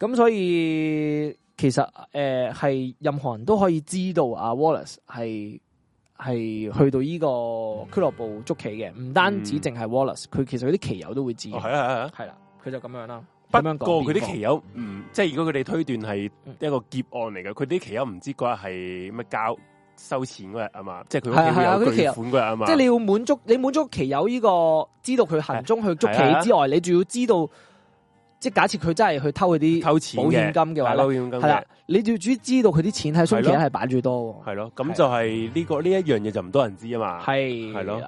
咁所以其實誒係、任何人都可以知道阿 Wallace 係係去到呢個俱樂部捉棋嘅，唔單止
嗯
淨係 Wallace，佢其實嗰啲棋友都會知
哦
嘅，
係啊係啊。
係啦、佢就咁樣啦。
不
嗯咁樣講
過佢
邊
啲
個嗯
棋友唔即係如果佢哋推斷係一個劫案嚟嘅，佢啲棋友唔知嗰日係乜交收錢嗰日啊嘛，即係佢
係啊係啊
屋
嗰啲
企會
棋
有
友
巨款嗰日啊嘛，
即係你要滿足你滿足其有呢、個知道佢行蹤去捉
係啊
棋之外，你仲要知道，即係假設佢真係去偷佢啲
偷錢
保險
嘅
金嘅話
係
咧
啦，，保險金
係
嘅
啦，你就要主知道佢啲錢喺
係
松
咯
期係擺住多喎，
係咯，咁就係呢個呢一樣嘢就唔多人知啊嘛，
係
係咯。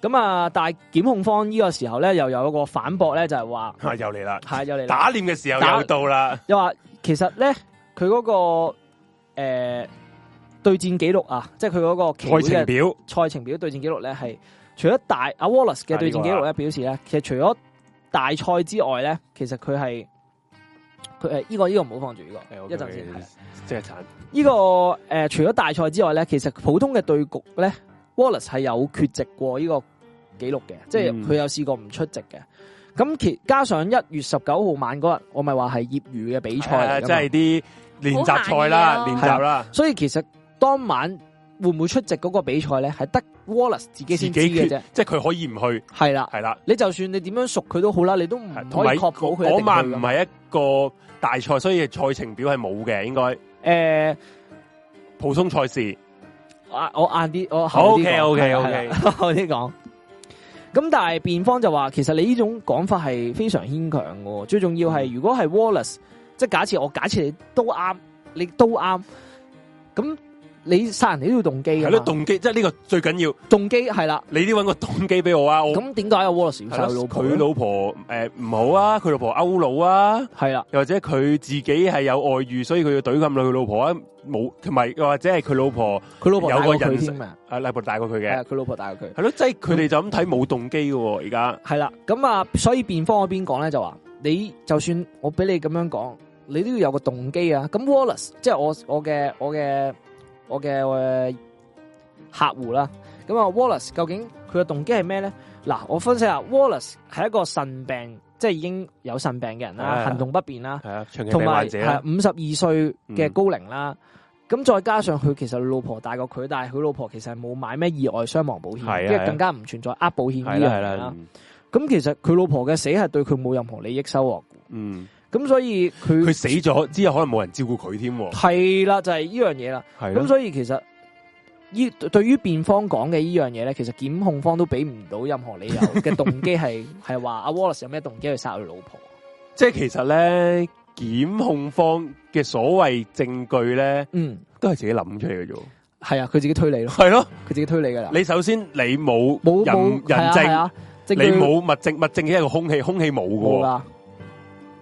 咁啊，但係檢控方呢個時候咧，又有一個反駁咧，就係話
啊 又嚟啦，
係有嚟啦
打臉嘅時候
打
又到啦，
又話其實咧，佢嗰個诶對戰記錄啊，即係佢嗰個棋會
愛
嘅
情表
賽程表對戰記錄咧係除咗大阿 Wallace
啊
嘅對戰記錄咧表示咧，其實除咗大賽之外咧，其實佢係佢诶呢個呢、個唔好放住呢、
係
個，一陣先係
，OK，
啦。
即係慘，
呢、個誒、呃除咗大賽之外咧，其實普通嘅對局咧，Wallace 係有缺席過呢個記錄嘅，即係
嗯
佢有試過唔出席嘅。咁其加上一月十九號晚嗰日，我咪話係業餘嘅比賽嚟
即
㗎嘛
係啲練習賽啦，
好閒嘢
練
咯
習啦，
所以其實當晚會唔會出席嗰個比賽咧，係得 Wallace 自己
自
先
己
知嘅啫
決。即係佢可以唔去，
係啦，
係啦。
你就算你點樣熟佢都好啦，你都唔
係
嗯可
同埋
以確保佢一定
嗰晚
去
唔
㗎嘛
係一個大賽，所以賽程表係冇嘅，應該
誒
普通賽事。
啊我晏啲，我
好
後啲講
OK OK
係啦係
OK，
啦 我啲講。咁但係辯方就話，其實你呢種講法係非常牽強嘅。最重要
嗯
係，如果係 Wallace，即係假設我假設你都啱，你都啱，咁你殺人你都要動機
係
嘅
咯，
嘛，
動機即係呢個最緊要，
動機係啦。
你都揾個動機俾我啊！我
咁點解阿 Wallace 要
係
殺
咯
佢老婆
佢
咧？
老婆誒唔好啊，佢老婆勾佬啊，
係啦，
又或者佢自己係有外遇，所以佢要懟冧佢老婆啊，冇同埋又或者係佢老婆
佢老婆
有
大
個
過佢
人
添啊，
啊，禮物大過佢
係啊
嘅，
佢老婆大過佢。
係咯，即係佢哋就咁睇冇動機嘅喎，而家
系啦，咁啊，所以辯方嗰邊講咧就話，你就算我俾你咁樣講，你都要有個動機啊。咁 Wallace 即係我我嘅我嘅我嘅、呃客户啦。咁啊，Wallace 究竟佢嘅動機係咩咧？嗱，我分析下，Wallace 係一個腎病，即係已經有腎病嘅人
係
啦
啊，
行動不便啦，
係啊，長期
同
病
埋
患
系
者嗯啊
五十二歲嘅高齡啦。咁、再加上佢其實老婆大過佢，但係佢老婆其實係冇買咩意外傷亡保
係啊
險，即係
係啊
更加唔存在呃保險呢
係
樣
啦係
嘢啦
啦。，嗯
咁其實佢老婆嘅死係對佢冇任何利益收穫，
嗯，
咁所以佢
佢死咗之後可能冇人照顧佢添喎，
係啦，就係呢樣嘢啦。
係
咁
咯，
所以其實依對於辯方講嘅呢樣嘢咧，其實檢控方都俾唔到任何理由嘅動機 係係話阿 Wallace 有咩動機去殺佢老婆？
即係其實咧，檢控方嘅所謂證據咧，
嗯，
都係自己諗出嚟嘅啫喎。
係啊，佢自己推理咯，
系咯，
佢自己推理噶啦。
你首先你冇
冇
人
冇係
人
啊係
證，
啊，證據
你冇物證，物證只係一個空氣，空氣冇
冇
嘅喎，
噶，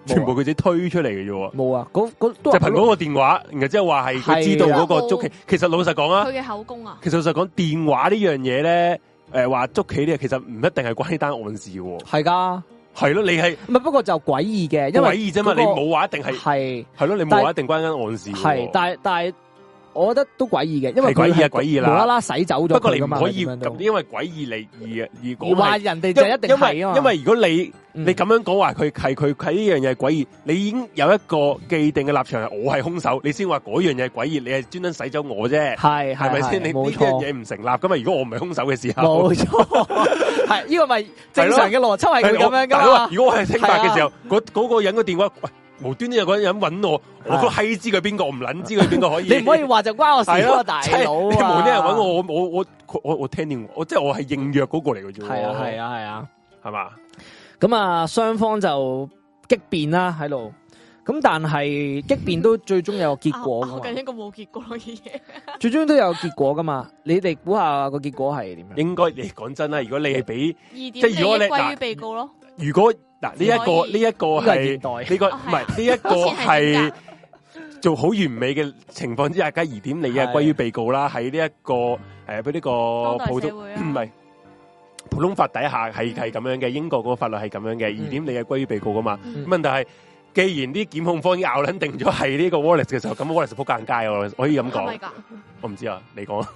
全部佢自己推出嚟嘅啫喎，
冇啊，嗰嗰都
就
係
憑嗰個電話，然後之後話係
係啊
佢知道嗰個捉棋。其實老實講啊，
佢嘅口供啊，
其實老實講電話呢樣嘢咧，诶話捉棋呢，其實唔一定係關呢單案事嘅喎，
係噶，
係咯，你係
唔係不過就詭異嘅，因
詭
為
異啫嘛，
嗰個
你冇話一定係
係。
係咯，你冇話一定關呢單案事喎，
系，但系但系我覺得都詭異嘅，因為
係詭異
佢
啊
係
詭異啦
無啦啦洗走咗
不過你
佢㗎
唔
嘛
可
佢
以
點樣都
咁，因為詭異你而而
啊而
講
話
係
人哋就一定係
因
啊嘛，
為因為如果你
嗯
你咁樣講話佢係佢佢呢樣嘢係詭異，你已經有一個既定嘅立場係我係兇手，你先話嗰樣嘢係詭異，你係專登洗走我啫，
係
係咪
係
先？你呢
冇
樣
錯
嘢啊唔成立噶嘛？如果我唔係兇手嘅時候，
冇錯，係啊
啊
呢個咪正常嘅邏輯係
係
會咁
我
樣
大佬啊
噶嘛？啊
如果我係清白嘅時
係
候，嗰嗰個人個電話，喂，無端端有個人揾我，我
係
個閪知佢邊個，我唔撚知佢邊個可以。
啊你唔可以話就關我事
係
咯，
咯，
大
即係
佬
你
啊！
冇啲人揾我，我我我我我聽電話，我即係我係應約嗰個嚟嘅啫喎。
係啊係啊係啊！
係嘛？
咁啊，雙方就激辯啦喺度。咁但係激辯都最終有個結果
啊我
噶
近
嘛，
一個冇結果嘅嘢，
最終都有結果噶嘛。你哋估下個結果係點樣？
應該你講真啦，如果你係俾
二
即
點
係如果你
利益歸
嗱
於被告咯。
如果嗱呢一個
可以
呢一個
呢個係現
係
代，
呢個
哦
唔
係啊
係呢一個
好似係點
係做好完美嘅情況之下，梗係疑點你
係
嘅歸於被告啦。喺呢一個誒俾呢個
當代
普通
社會啊
唔係普通法底下係係咁樣嘅，英國嗰個法律係咁樣嘅，疑點你嘅歸於被告噶嘛。
嗯
問題係。既然啲檢控方已經拗撚定咗係呢個 Wallace 嘅時候，咁 Wallace 仆街街我可以咁
係咪
講，
㗎？
我唔知啊，你講啊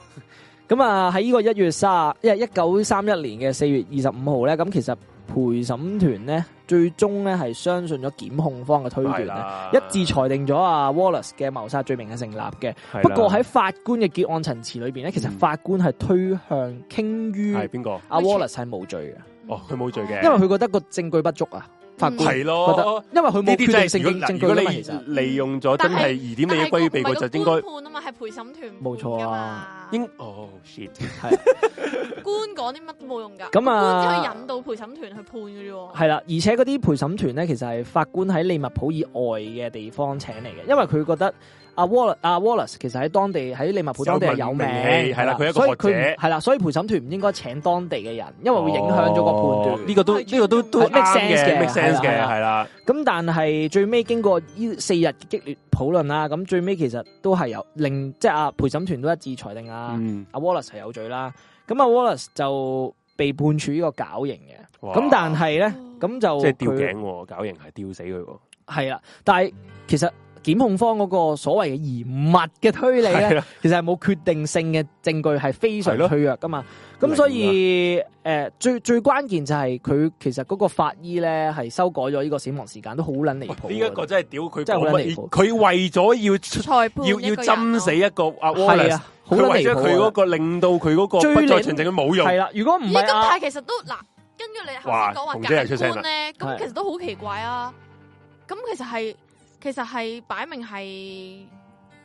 咁啊喺呢個一月三一一九三一年嘅四月二十五號咧，咁其實陪審團咧最終咧係相信咗檢控方嘅推斷
係
咧，
啦，
啊一致裁定咗啊 Wallace 嘅謀殺罪名係成立嘅。
係啦
不過喺法官嘅結案陳詞裏邊咧，其實
嗯
法官係推向傾於
係邊個？
阿 Wallace 係無罪嘅，
哦，
嗯
佢冇罪嘅，
因為佢覺得個證據不足啊。法官
係
覺得
咯。
因為佢
哦呢
冇
啲
決定
真係
性
如
證
果嗱
證
如果
據啊嘛，其實
你利用咗真係疑點利益
但係
歸於被告，
唔係
就
個
應
官
該
判啊嘛，係陪審團
冇錯
判
啊
㗎嘛
應哦 shit
官講啲乜都冇用㗎。
咁
官只可
啊
以引導陪審團去判嘅啫喎。
係啦，而且嗰啲陪審團咧，其實係法官喺利物浦以外嘅地方請嚟嘅，因為佢覺得阿 Wallace 阿 Wallace 其實喺當地喺利物浦當地係有名
有名氣係啦佢係一個
所以
學者
佢唔係啦，所以陪審團唔應該請當地嘅人，因為會影響咗個判
哦
斷。
呢個都呢個都都
係 make
啱
sense 嘅
嘅，make sense
係
嘅
啦
係啦，
咁但係最尾經過呢四日嘅激烈討論啦，咁最尾其實都係有令即係阿陪審團都一致裁定啊，
嗯，
阿 Wallace 係有罪啦。咁阿 Wallace 就被判處呢個絞刑嘅。
哇
咁但係咧，咁就
即係吊
佢
頸喎，搞型係吊死佢喎，
係啦，但係其實檢控方嗰個所謂嘅嚴密嘅推理
係
咧，
啦，
其實係冇決定性嘅證據，係非常
係咯
脆弱噶嘛。咁所以诶、呃最最關鍵就係佢其實嗰個法醫咧係修改咗呢個死亡時間，都好撚離譜。
呢一個真係屌佢
真係好
講
撚
乜
離
嘢
譜
佢為咗要出
裁判
要要針死
一
一個阿
係
Wallace，
啊，好
佢
撚
為
離
咗佢嗰
譜
個令到佢嗰個
最
不在
令
場證佢冇
啊。
用
係，啦，如果唔
個人咯。咦？
係
咁
啊
但係，其實都嗱，跟住你頭
哇
先講話
紅姐又出
解
聲
官
啦
咧，
係
咁其實都好奇怪啊。咁其實係其實係擺明係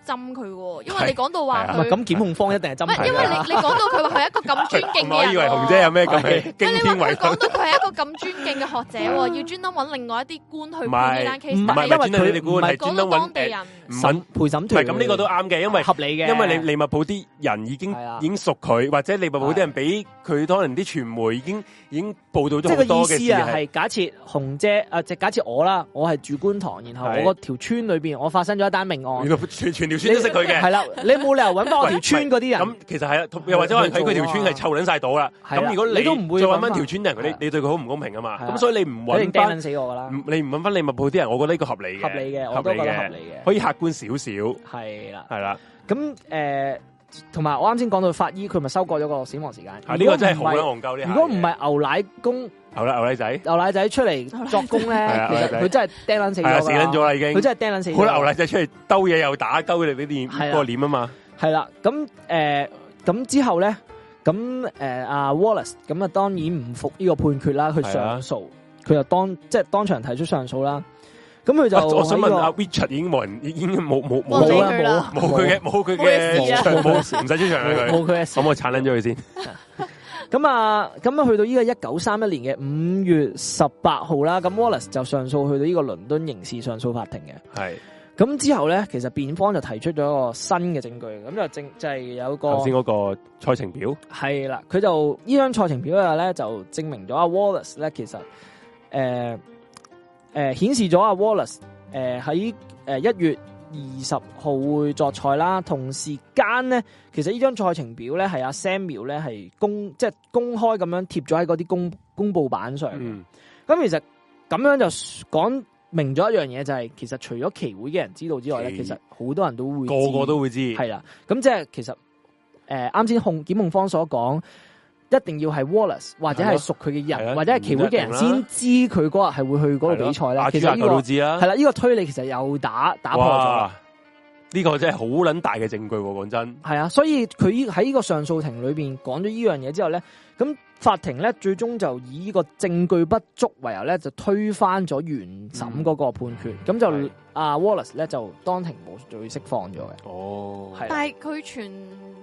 針佢喎，因為你講到話
係啊
唔係
佢。
咁檢控方一定係
唔
針
係，因為
佢啦。啊
你你講到佢話佢係一個咁尊敬
我
嘅人喎，
以為紅姐有咩
係
咁嘅
唔係
驚天
你話
偉
佢講到佢係一個咁尊敬嘅學者 喎，要專登揾另外一啲官去判呢單
唔
case，
係
但
唔係
係
因為
專登
佢
你哋估
唔係
係
講
專
到
登
當
揾
地
誒
人，
唔
審
揾，
陪審
唔係
團
咁呢個都啱嘅，因為。
合理嘅，
因為你利物浦啲人已經
係啊
已經熟佢，或者利物浦啲人俾佢可能啲傳媒已經已經報道
即
咗
係個
好
意
多嘅
思
事
啊，
係
係假設紅姐啊，即係假設我啦，我係住觀塘，然後
係
我個條村裏邊我發生咗一單命案
原，來全全條村都識佢
係
嘅。
啦，你冇理由揾翻 我條村嗰啲
咁
人，
其實係啊同，又或者可能喺佢條村係湊撚晒到啦。
係
咁
啦
如果
啊你都唔會
再
揾
揾
返
翻條村人，
係
你
啊
你對佢好唔公平啊嘛。
係啊
咁所以你唔
佢一定掟
揾翻
撚，死我噶啦，
唔你唔揾翻利物浦啲人，我覺得呢個合理嘅，
合理嘅，我
合
都
理
覺得合理
嘅，
嘅，
可以客觀少少，
係啦。
係啦。
咁誒，同埋我啱先講到法醫，佢咪修改咗個死亡時間，
啊呢個真係
如
好
果唔
撚
係
戇鳩呢下嘢
如果唔係牛奶公
牛奶牛奶仔，
牛奶仔出嚟作工咧
係，啊
其
牛奶
實
仔
佢真係掟撚死
係啊
咗
死撚咗啦已
㗎佢
經。
真係掟撚死咗
好
㗎。
啦，牛奶仔出嚟兜嘢又打，兜你啲
係
臉
啊
個臉啊嘛。
系啦，咁诶，咁、之後咧，咁诶阿 Wallace 咁啊，當然唔服呢個判決啦，佢
係
上
啊
訴，佢就當即係當場提出上訴啦。咁佢就
我我想
喺呢
問
個
阿 Richard 已經冇人，已經冇冇
冇
冇
理
冇
啦
啦
佢啦
冇佢嘅冇佢
冇事
嘅
啊
場冇唔使出場啦
冇
佢。
冇佢嘅事
咁。我鏟撚咗佢先。
咁啊，咁啊，去到呢個一九三一年嘅五月十八號啦，咁 Wallace 就上訴去到呢個倫敦刑事上訴法庭嘅。
係
咁之後咧，其實辯方就提出咗一個新嘅證據，咁就正就係、有個
頭先嗰個賽程表
系啦，佢就呢張賽程表嘅咧，就證明咗阿 Wallace 咧，其實诶诶顯示咗阿 Wallace 诶喺诶一月二十號會作賽啦，同時間咧，其實呢張賽程表咧係阿 Samuel 咧係公即係公開咁樣貼咗喺嗰啲公公佈板上嘅。
嗯
咁其實咁樣就講明咗一樣嘢就係、其實除咗期會嘅人知道之外咧，
期
其實好多人都會
個個
知
都會知，
係啦。咁即係其實誒啱先控檢控方所講，一定要係 Wallace 或者
係
係
咯
屬佢嘅
係啊
人，或者係期會嘅人先知佢嗰日係會去嗰度比賽啦。其
阿
實呢、
朱亞佢都
個
知啦
係，啦，呢、個推理其實又打打破咗啦。
哇！呢個真係好撚大嘅證據喎，講真。
係啊，所以佢依喺呢個上訴庭裏边講咗呢樣嘢之後咧，咁法庭咧最終就以呢個證據不足為由咧，就推翻咗原審嗰個判決，咁、
嗯係
就阿 Wallace 咧就當庭無罪釋放咗嘅，
哦，
係啦
但係佢全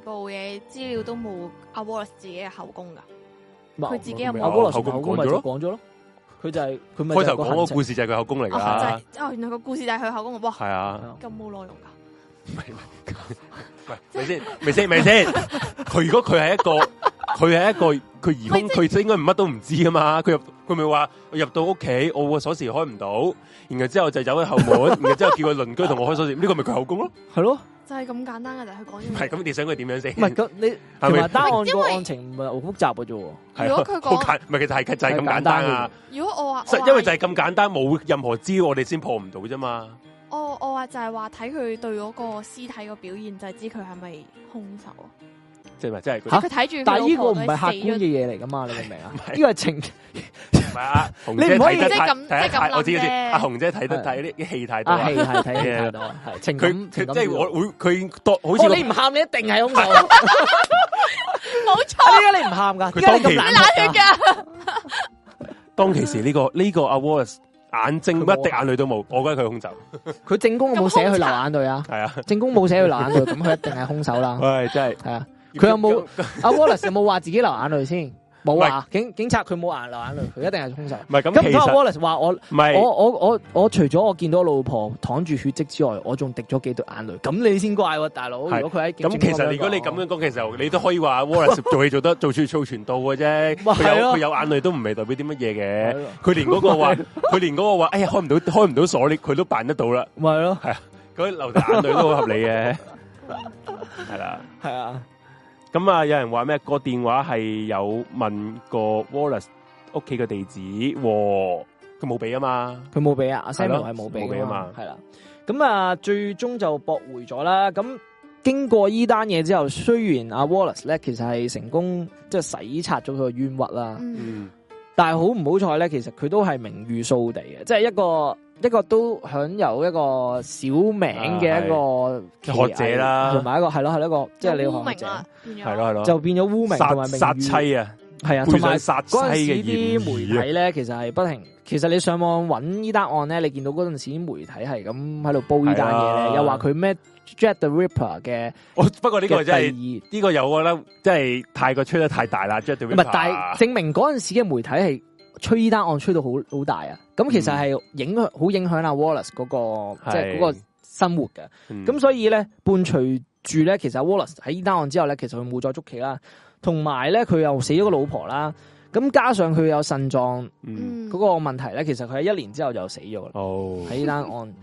部嘢資料都冇阿 Wallace 自己嘅口供㗎，佢自己有冇
阿
啊
Wallace
口供
口供咪
講咗
就
咯
講咗咯，佢就係佢咪
開頭
講
講嗰個故事就係佢口供嚟㗎，
哦，就係哦，原來個故事就係佢口供，哇，
係啊。
咁冇內容㗎。
咪先，咪先，咪先。佢如果佢係一個，佢係一個，佢疑兇，佢應該唔乜都唔知噶嘛。佢入，佢咪話我入到屋企，我個鎖匙開唔到，然後之後就走去後門，然後之後叫佢鄰居同我開鎖匙，呢個咪佢口供咯。
係 咯，
就係咁簡單嘅，就係佢講
唔
咗
係咁，你想佢點樣先？
唔係咁你
係
同
咪
埋單案
喂因
個
為
案情唔係好複雜嘅啫喎，
係
如
啊
果佢講
好簡，唔係其實係就係咁簡單啊。
如果我話，
實
我話
因為就係咁簡單，冇任何資料，我哋先破唔到啫嘛。
我我話就係話睇佢對嗰個屍體個表現，就係知佢係咪兇手。啊
即係咪？即係佢
嚇
佢睇住佢
但係呢個
老婆
唔係
都
客
死咗
觀嘅嘢嚟噶嘛，你明唔明啊？
係
呢個係情
唔係啊？紅
你
姐
唔可以
睇得
即係
太
咁
睇得
即係咁
太我知
諗
我知
啫
阿紅姐睇得睇啲戲太多
啊
啊
戲。係睇戲
係啊
太多，係情感情
佢佢
感
即係
表
我
露
會佢多好似
哦，
個
你唔喊你一定係兇 手，冇錯。點解你唔喊噶？
佢
點解你
當期
咁冷血㗎？
当其时呢、個呢、個阿 Wallace 眼睛一滴眼淚都冇，我覺得佢空手，
佢正宮冇寫佢流眼淚啊，
係啊，
正宮冇寫佢流眼淚，咁佢一定係兇手啦。
唉真係。
係啊，佢有冇
唔
阿 Wallace 有冇話自己流眼淚先？冇啊，警警察佢冇眼流眼淚，佢一定係兇手。
係咁？
咁
其
唔通阿
實
Wallace 話我
唔係
我我我我除咗我見到老婆淌住血跡之外，我仲滴咗幾滴眼淚，咁你先怪喎，大佬。
係
如果佢喺警
咁，其
正宮
實如果你
講
咁樣講，其實你都可以話 Wallace 做戲做得做處做全到嘅啫。
哇
佢
係
有
咯
佢有眼淚都唔係代表啲乜嘢
係
嘅。
咯
佢連嗰個話，佢連嗰個話，哎呀開唔到開唔到鎖，你佢都扮得到 啦。
咪係咯，
佢流滴眼淚都好合理嘅，係啦。
係啊，
咁啊，有人話咩？個電話係有問過 Wallace 屋企嘅地址喎，佢冇俾啊嘛。
佢冇俾啊，阿
係咯
Samuel 係冇俾
冇俾
噶
啊嘛
嘛，係啦。咁啊，最終就駁回咗啦。咁經過依單嘢之後，雖然阿 Wallace 咧其實係成功即係洗刷咗佢個冤屈啦，
嗯，
嗯，
但係好唔好彩咧，其實佢都係名譽掃地嘅，即係一個。一個都享有一個小名嘅一個奇藝
啊學者啦
同埋一個係咯係咯一個即係你個學者，
嗯
變
係
咗。
咯係咯，
就變咗污名同埋名
殺殺
譽，
妻啊，
係啊，
背
同埋
上殺妻
嗰陣時
嘅
啲
嫌
媒
疑啊
體咧，其實係不停。其實你上網揾呢單案咧，你見到嗰陣時啲媒體係咁喺度煲呢單嘢
係啊
咧，又話佢咩 Jack the Ripper 嘅
我不過呢個
嘅第
真
二，
係
唔
呢個有我覺得真係太過吹得太大啦，即係啊對
係，但係證明嗰陣時嘅媒體係吹呢單案吹到好好大啊！咁其實係影響好影響阿 Wallace 嗰個即係嗯嗰個生活嘅。咁
咁
所以咧，伴隨住咧，其實 Wallace 喺呢單案之後咧，其實佢冇再捉棋啦，同埋咧佢又死咗個老婆啦。咁加上佢有腎臟
嗯
嗯，
嗰個問題咧，其實佢喺一年之後就死咗啦。
哦，
喺呢單 案，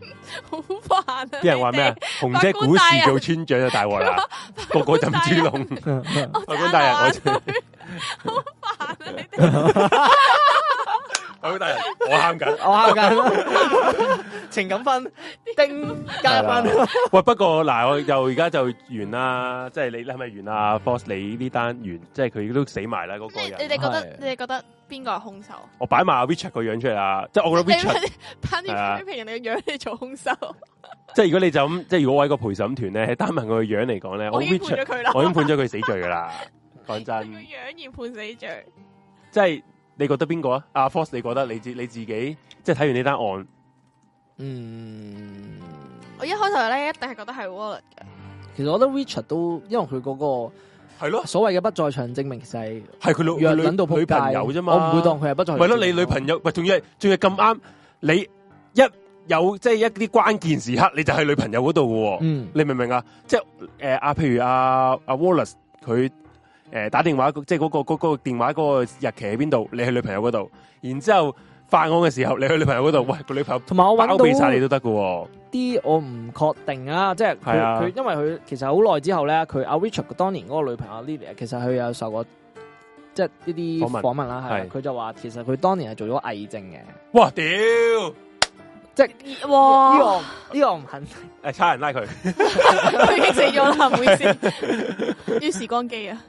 好煩啊！
啲人話咩啊？紅姐股市做村長就大鑊啦，個個浸豬籠，法官大人，我好
啊
法官大人，我喊緊。
我考緊情感分，丁加分。
係啦喂，不過嗱，我又而家就完啦，即係你你係咪完啊？Force 你呢單完，即係佢都死埋啦嗰個
你你
人。
哋
啊
覺得
係
你哋覺得邊個係兇手？
我擺埋阿 Richard 個樣出嚟啦，即係我覺
你
得 Richard，
攀
係啊
啲批評人哋嘅樣嚟做兇手，
即係如果你就咁，即係如果我喺個陪審團咧，單憑佢個樣嚟講咧，
我
我
已經判
Richard
咗佢啦。
我已經判咗佢死罪噶啦。講
佢個
真，
樣而判死罪，
即係你覺得邊個啊？阿 Force，你覺得你自你自己即係睇完呢單案，
嗯，
我一開頭咧一定係覺得係 Wallet 嘅，
其實我覺得 Richard 都因為佢嗰
係咯
個，所謂嘅不在場證明，其實係
係佢女
弱
女
撚到仆
女朋
街
友啫嘛，
我唔會當佢係不在場證明
咪
咯。
咯，你女朋友，喂，仲要係仲要係咁啱，你一有即係一啲關鍵時刻，你就喺女朋友嗰度嘅喎，
嗯
你明唔明啊？即係誒啊，譬如阿阿 Wallace 佢誒、呃打電話，即係嗰、個嗰、個電話嗰個日期喺邊度？你去女朋友嗰度，然之後犯案嘅時候，你去女朋友嗰度，喂，個女朋友
同埋我揾
包庇晒你
到
都得嘅喎，
啲我唔確定啊，即係佢
係啊
佢因為佢其實好耐之後咧，佢阿 Richard 當年嗰個女朋友 Lily，其實佢有受過即係呢啲
訪問
訪問啦，係
係
啦佢就話其實佢當年係做咗偽證嘅。
哇，屌！
呢
哇，
個呢個唔肯定，
诶，差人拉佢。
佢已經死咗啦，唔好意思， 要時光機啊，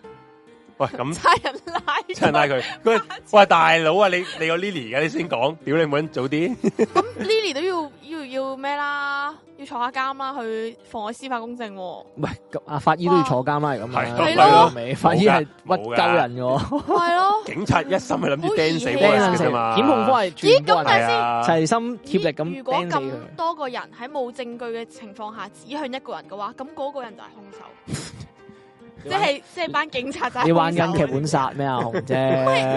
喂， 咁
差人拉咗，
嗯差人拉佢。佢喂大佬啊，你你有 Lily 嘅，你先講。屌你搵早啲。
Lily 都要要要咩啦，要坐下監啦，去妨礙司法公正 喎，
唔係咁阿法醫都要坐監啦，係咁
係
樣
咯
係
係
咯
咪法醫係屈鳩人嘅喎，
係咯。
警察一心係諗住釘死
好
w
兒戲啊
a 嘅啫嘛。
檢控科係
咦
全部人
咁但係
係啊，
齊心協力咁
如果
釘死佢。
咁多個人喺冇證據嘅情況下指向一個人嘅話，咁嗰個人就係兇手， 即係即係班警察就 係
你玩緊
緊
劇本殺咩啊？紅姐，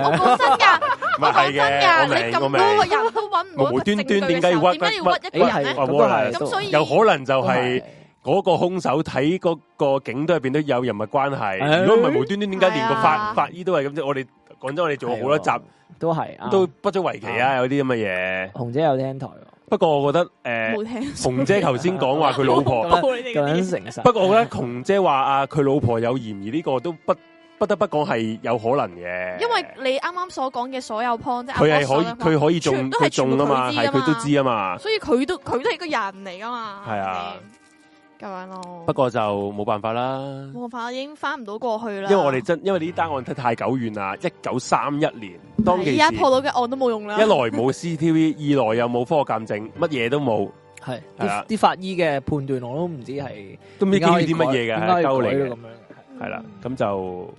我講真㗎，
唔
我
係
講真
嘅，
㗎，
我
你
明
咁
我
多
明。
個人都揾唔到
我
一個
無
證據
端端
嘅
點
時
解要
候，
屈
點解要屈一個
哎誒係
人
咁
咧？
都
啊
係，
咁所以
有可能就
都
啊
係嗰個兇手睇嗰個警隊入邊都有人物關係。
誒
如果唔係無端端點解連個
係
法
啊
法醫都係咁啫？我哋講真，我哋做咗好多集
係喎，啊都係
都
都
不足為奇啊，有啲咁嘅嘢。
紅姐有聽台喎，
不過我覺得诶，
冇聽
馮姐頭先講話佢老 婆。
咁
過你哋
咁
嗰
樣
啲。
誠實。
不過我覺得窮姐話啊，佢老婆有嫌疑呢個都不不得不講係有可能嘅，
因為你啱啱所講嘅所有 point，即係
佢
啱啱所
係可以
講
佢可以
全
中
都係
佢中啊嘛，係
全部佢知㗎嘛
佢都知啊嘛。
所以佢都佢都係一個人嚟㗎嘛，
係啊
係咪先，咁樣咯。
不過就冇辦法啦，
冇辦法，已經翻唔到過去啦。
因為我哋真因為呢單案睇太久遠啦，一九三一年當其
而
時，一
家
來
破到嘅案都冇用啦。
冇 CCTV，二來又冇科學鑑證，乜嘢都冇，
係
係啊
啲啲法醫嘅判斷我都唔知係
都唔知
點解
基
可以
於啲乜嘢嘅，
改點解
係鳩
可
嚟
以改
嘅
到咁，樣嘅。
係啦，咁就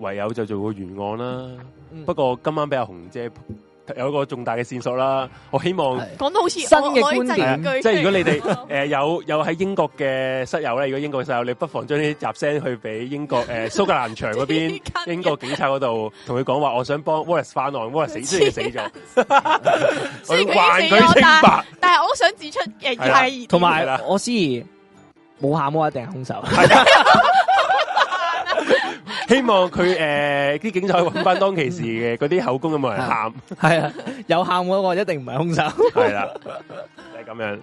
唯有就做個原案
嗯
啦。不
不過
過今晚俾阿紅姐有一個重大嘅線索啦，我希望。
係
講到好似
新嘅
我我
觀
啲
點
證
係 啊
據
即係如果你
出嚟
哋诶有有喺英國嘅室友咧，如果英國嘅室友，你不妨將呢集聲去俾英國 诶苏格蘭場嗰邊
黐筋
英國警察嗰度，同佢講話，我想幫 Wallace 翻案，Wallace 雖然死 咗，我
雖
要
然佢
還
已經死
佢
咗
清白，
但係我都想指出嘅
係啦
係
同
係啦
埋我思怡冇喊我一定係兇手。
希望佢诶啲警察去揾翻當其時嘅嗰啲口供有冇 人喊，
係啊，有喊嗰個一定唔係兇手。
係啦，就係咁樣。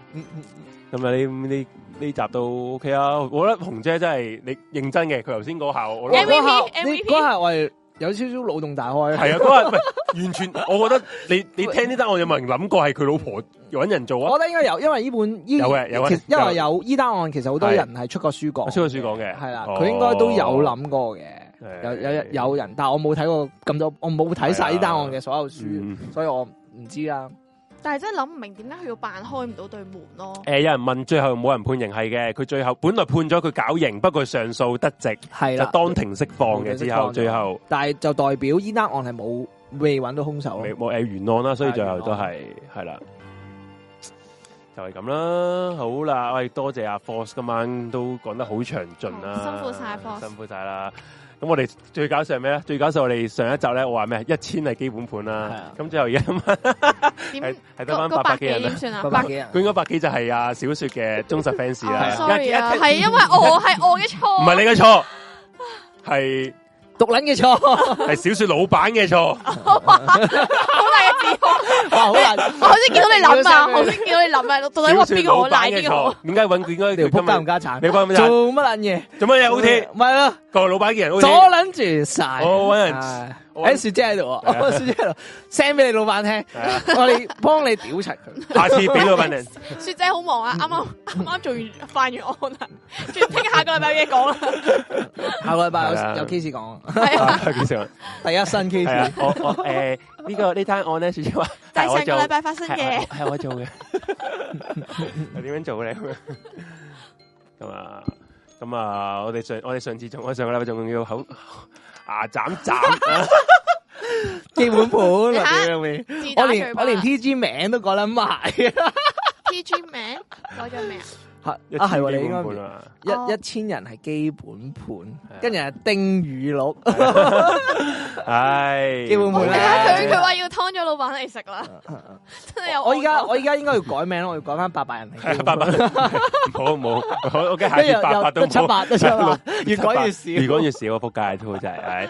咁啊，呢呢呢集都 OK 啊，我覺得紅姐真係你認真嘅，佢頭先嗰下我
哇
覺得
MVP
嗰下你
MVP
嗰下我係有少少腦洞大開。
系啊，嗰日喂，完全，我覺得 你你听呢單案有冇人諗過係佢老婆揾人做
我
啊？
覺得應該有，因為呢本依
有嘅有嘅
其實因為有依單案，其實好多人係出過書講，
出過書講嘅
係啦，
哦
佢應該都有諗過嘅，
係
有有有人，但我冇睇過咁多，我冇睇晒呢單案嘅所有書，
嗯，
所以我唔知啦。
但係真係諗唔明點解佢要扮開唔到對門咯。
诶，有人問最後有冇人判刑係嘅，佢最後本來判咗佢搞刑，不過上訴得直，
係
就
啦，
當庭釋放嘅。
當庭釋
之
放
後
咗
最後
但係就代表呢單案係冇未揾到兇
哦
手
未
咯。
冇诶原案啦，所以最後
係
都係係啦，就係咁啦。好啦，喂，多謝阿 Force 今晚都講得好詳盡啦，
辛苦晒 Force
辛苦晒啦。咁我哋最搞笑係咩咧？最搞笑我哋上一集咧，我話咩？一千係基本盤
係
啦
啊，
咁最後而家
點
系系得
嗰嗰
翻
百
八百
幾
幾人啦
點，算啊？
八
百
百幾人
佢，應該百幾就係啊小雪嘅忠實 fans 啦。
哦
啊
一
，sorry 啊，
一
係因為我係我嘅錯，
唔係你嘅錯，係
獨撚嘅錯， 哇
係小雪老闆嘅錯。
好大嘅自我。
好難。
我頭先見到你 諗啊，
你
我頭先見到你諗啊，到底
小
屈
雪
邊個
老
好賴
闆嘅
邊個好
錯？，點解揾應該
條仆街唔
今日
家產，
你幫佢
做乜撚嘢？
做乜嘢 O T？
唔係啦，
個老闆嘅人 O
阻
T。
撚住晒。
我搵人
唉
我搵
誒雪姐喺度啊，
係啊
我雪姐喺度 send 俾你老闆聽。
係啊
我哋帮你屌柒 佢，
下次俾老闆人。
雪姐好忙啊，啱 啱啱啱做完犯完案啦，仲要聽下個禮拜有嘢講啦，
下個禮拜
係啊
有有 case 講，
係啊，
啊幾成啊？
第一新
係啊
case，，
我我誒呢個呢單案咧，雪姐話
就
係我
係上
做
個禮拜發生嘅。
係我係我做嘅。係點樣做咧？咁樣咁啊，咁啊，我哋上我哋上次仲我上個禮拜仲要口牙斬斬，
基本盤
你睇
啊屌你老味
自打
我
嘴
連
巴
我連 T G 名都講得 埋啊！
T G 名攞咗未啊？
啊係喎，你應
半
該
啊。
一一千人係基本盤
係啊，
跟住係丁雨錄，
唉，
基本
我
盤
睇
啦
下佢，佢話要劏咗老闆嚟食啦，真係有
我依家
惡
我依家應該要改名，我要改翻八百人嚟基
係啊
本
八
盤，
百，冇冇，我我驚下
跟住
次八
又
百都
又七
冇，
百 都七百，越講越少，
越講越少啊！仆街都 真係，唉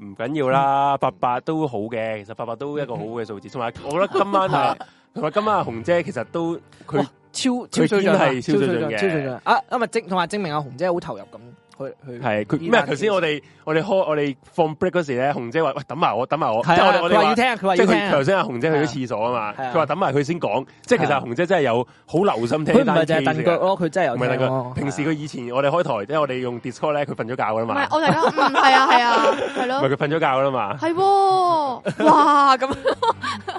唔緊要啦，八百都好嘅，其實八百都一個好嘅數字，同埋我覺得今晚啊，同埋今晚啊紅姐其實都佢
超
佢
超水準啊，
堅係超水準嘅
超水準啊！咁啊證同埋證明阿紅姐好投入咁去去
系佢
呢
咩？
單
頭先我哋我哋開我哋放 break 嗰時咧，紅姐話：喂，等埋我，等埋我。即
係
係我
啊，
哋
佢話
我哋
要
話，
聽，佢話
即
要聽
係佢頭
啊。
先阿紅姐去咗廁所啊嘛。
係啊
佢話等埋佢先講。即係其
係
實
啊
紅姐真係有好留心聽
佢
呢
唔
單
係就係
case
蹬腳
嘅。
咯，佢真係有
唔係
聽
等
咯
佢，。平時
係
佢以前我哋開台，即係我哋用 Discord 咧，佢瞓咗覺噶啦
唔
嘛
係，。我大家嗯係啊係啊係
唔
咯
係佢瞓咗覺噶 啦嘛。
係喎，哇咁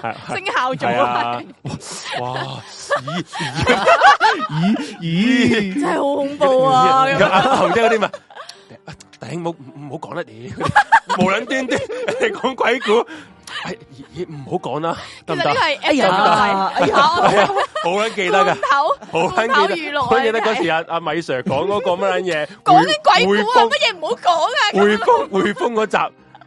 係係
升效
係
咗啊，
啊！哇！咦咦咦！
真係好恐怖 啊！咁
咁阿紅姐嗰啲咪。弟兄唔好唔好講啦，你無論端端你講鬼故，係咦咦唔好講啦，
其實
得唔
呢個係
得？
哎
F
呀哎呀
呀，
好撚記得
罐
噶，
頭
好
罐頭
撚記
娛
得，
樂
好撚記得
啊，
嗰時阿阿米 Sir 講嗰個乜撚嘢，
講啲鬼故啊，
匯
乜嘢唔好講啊！
匯豐匯豐嗰集。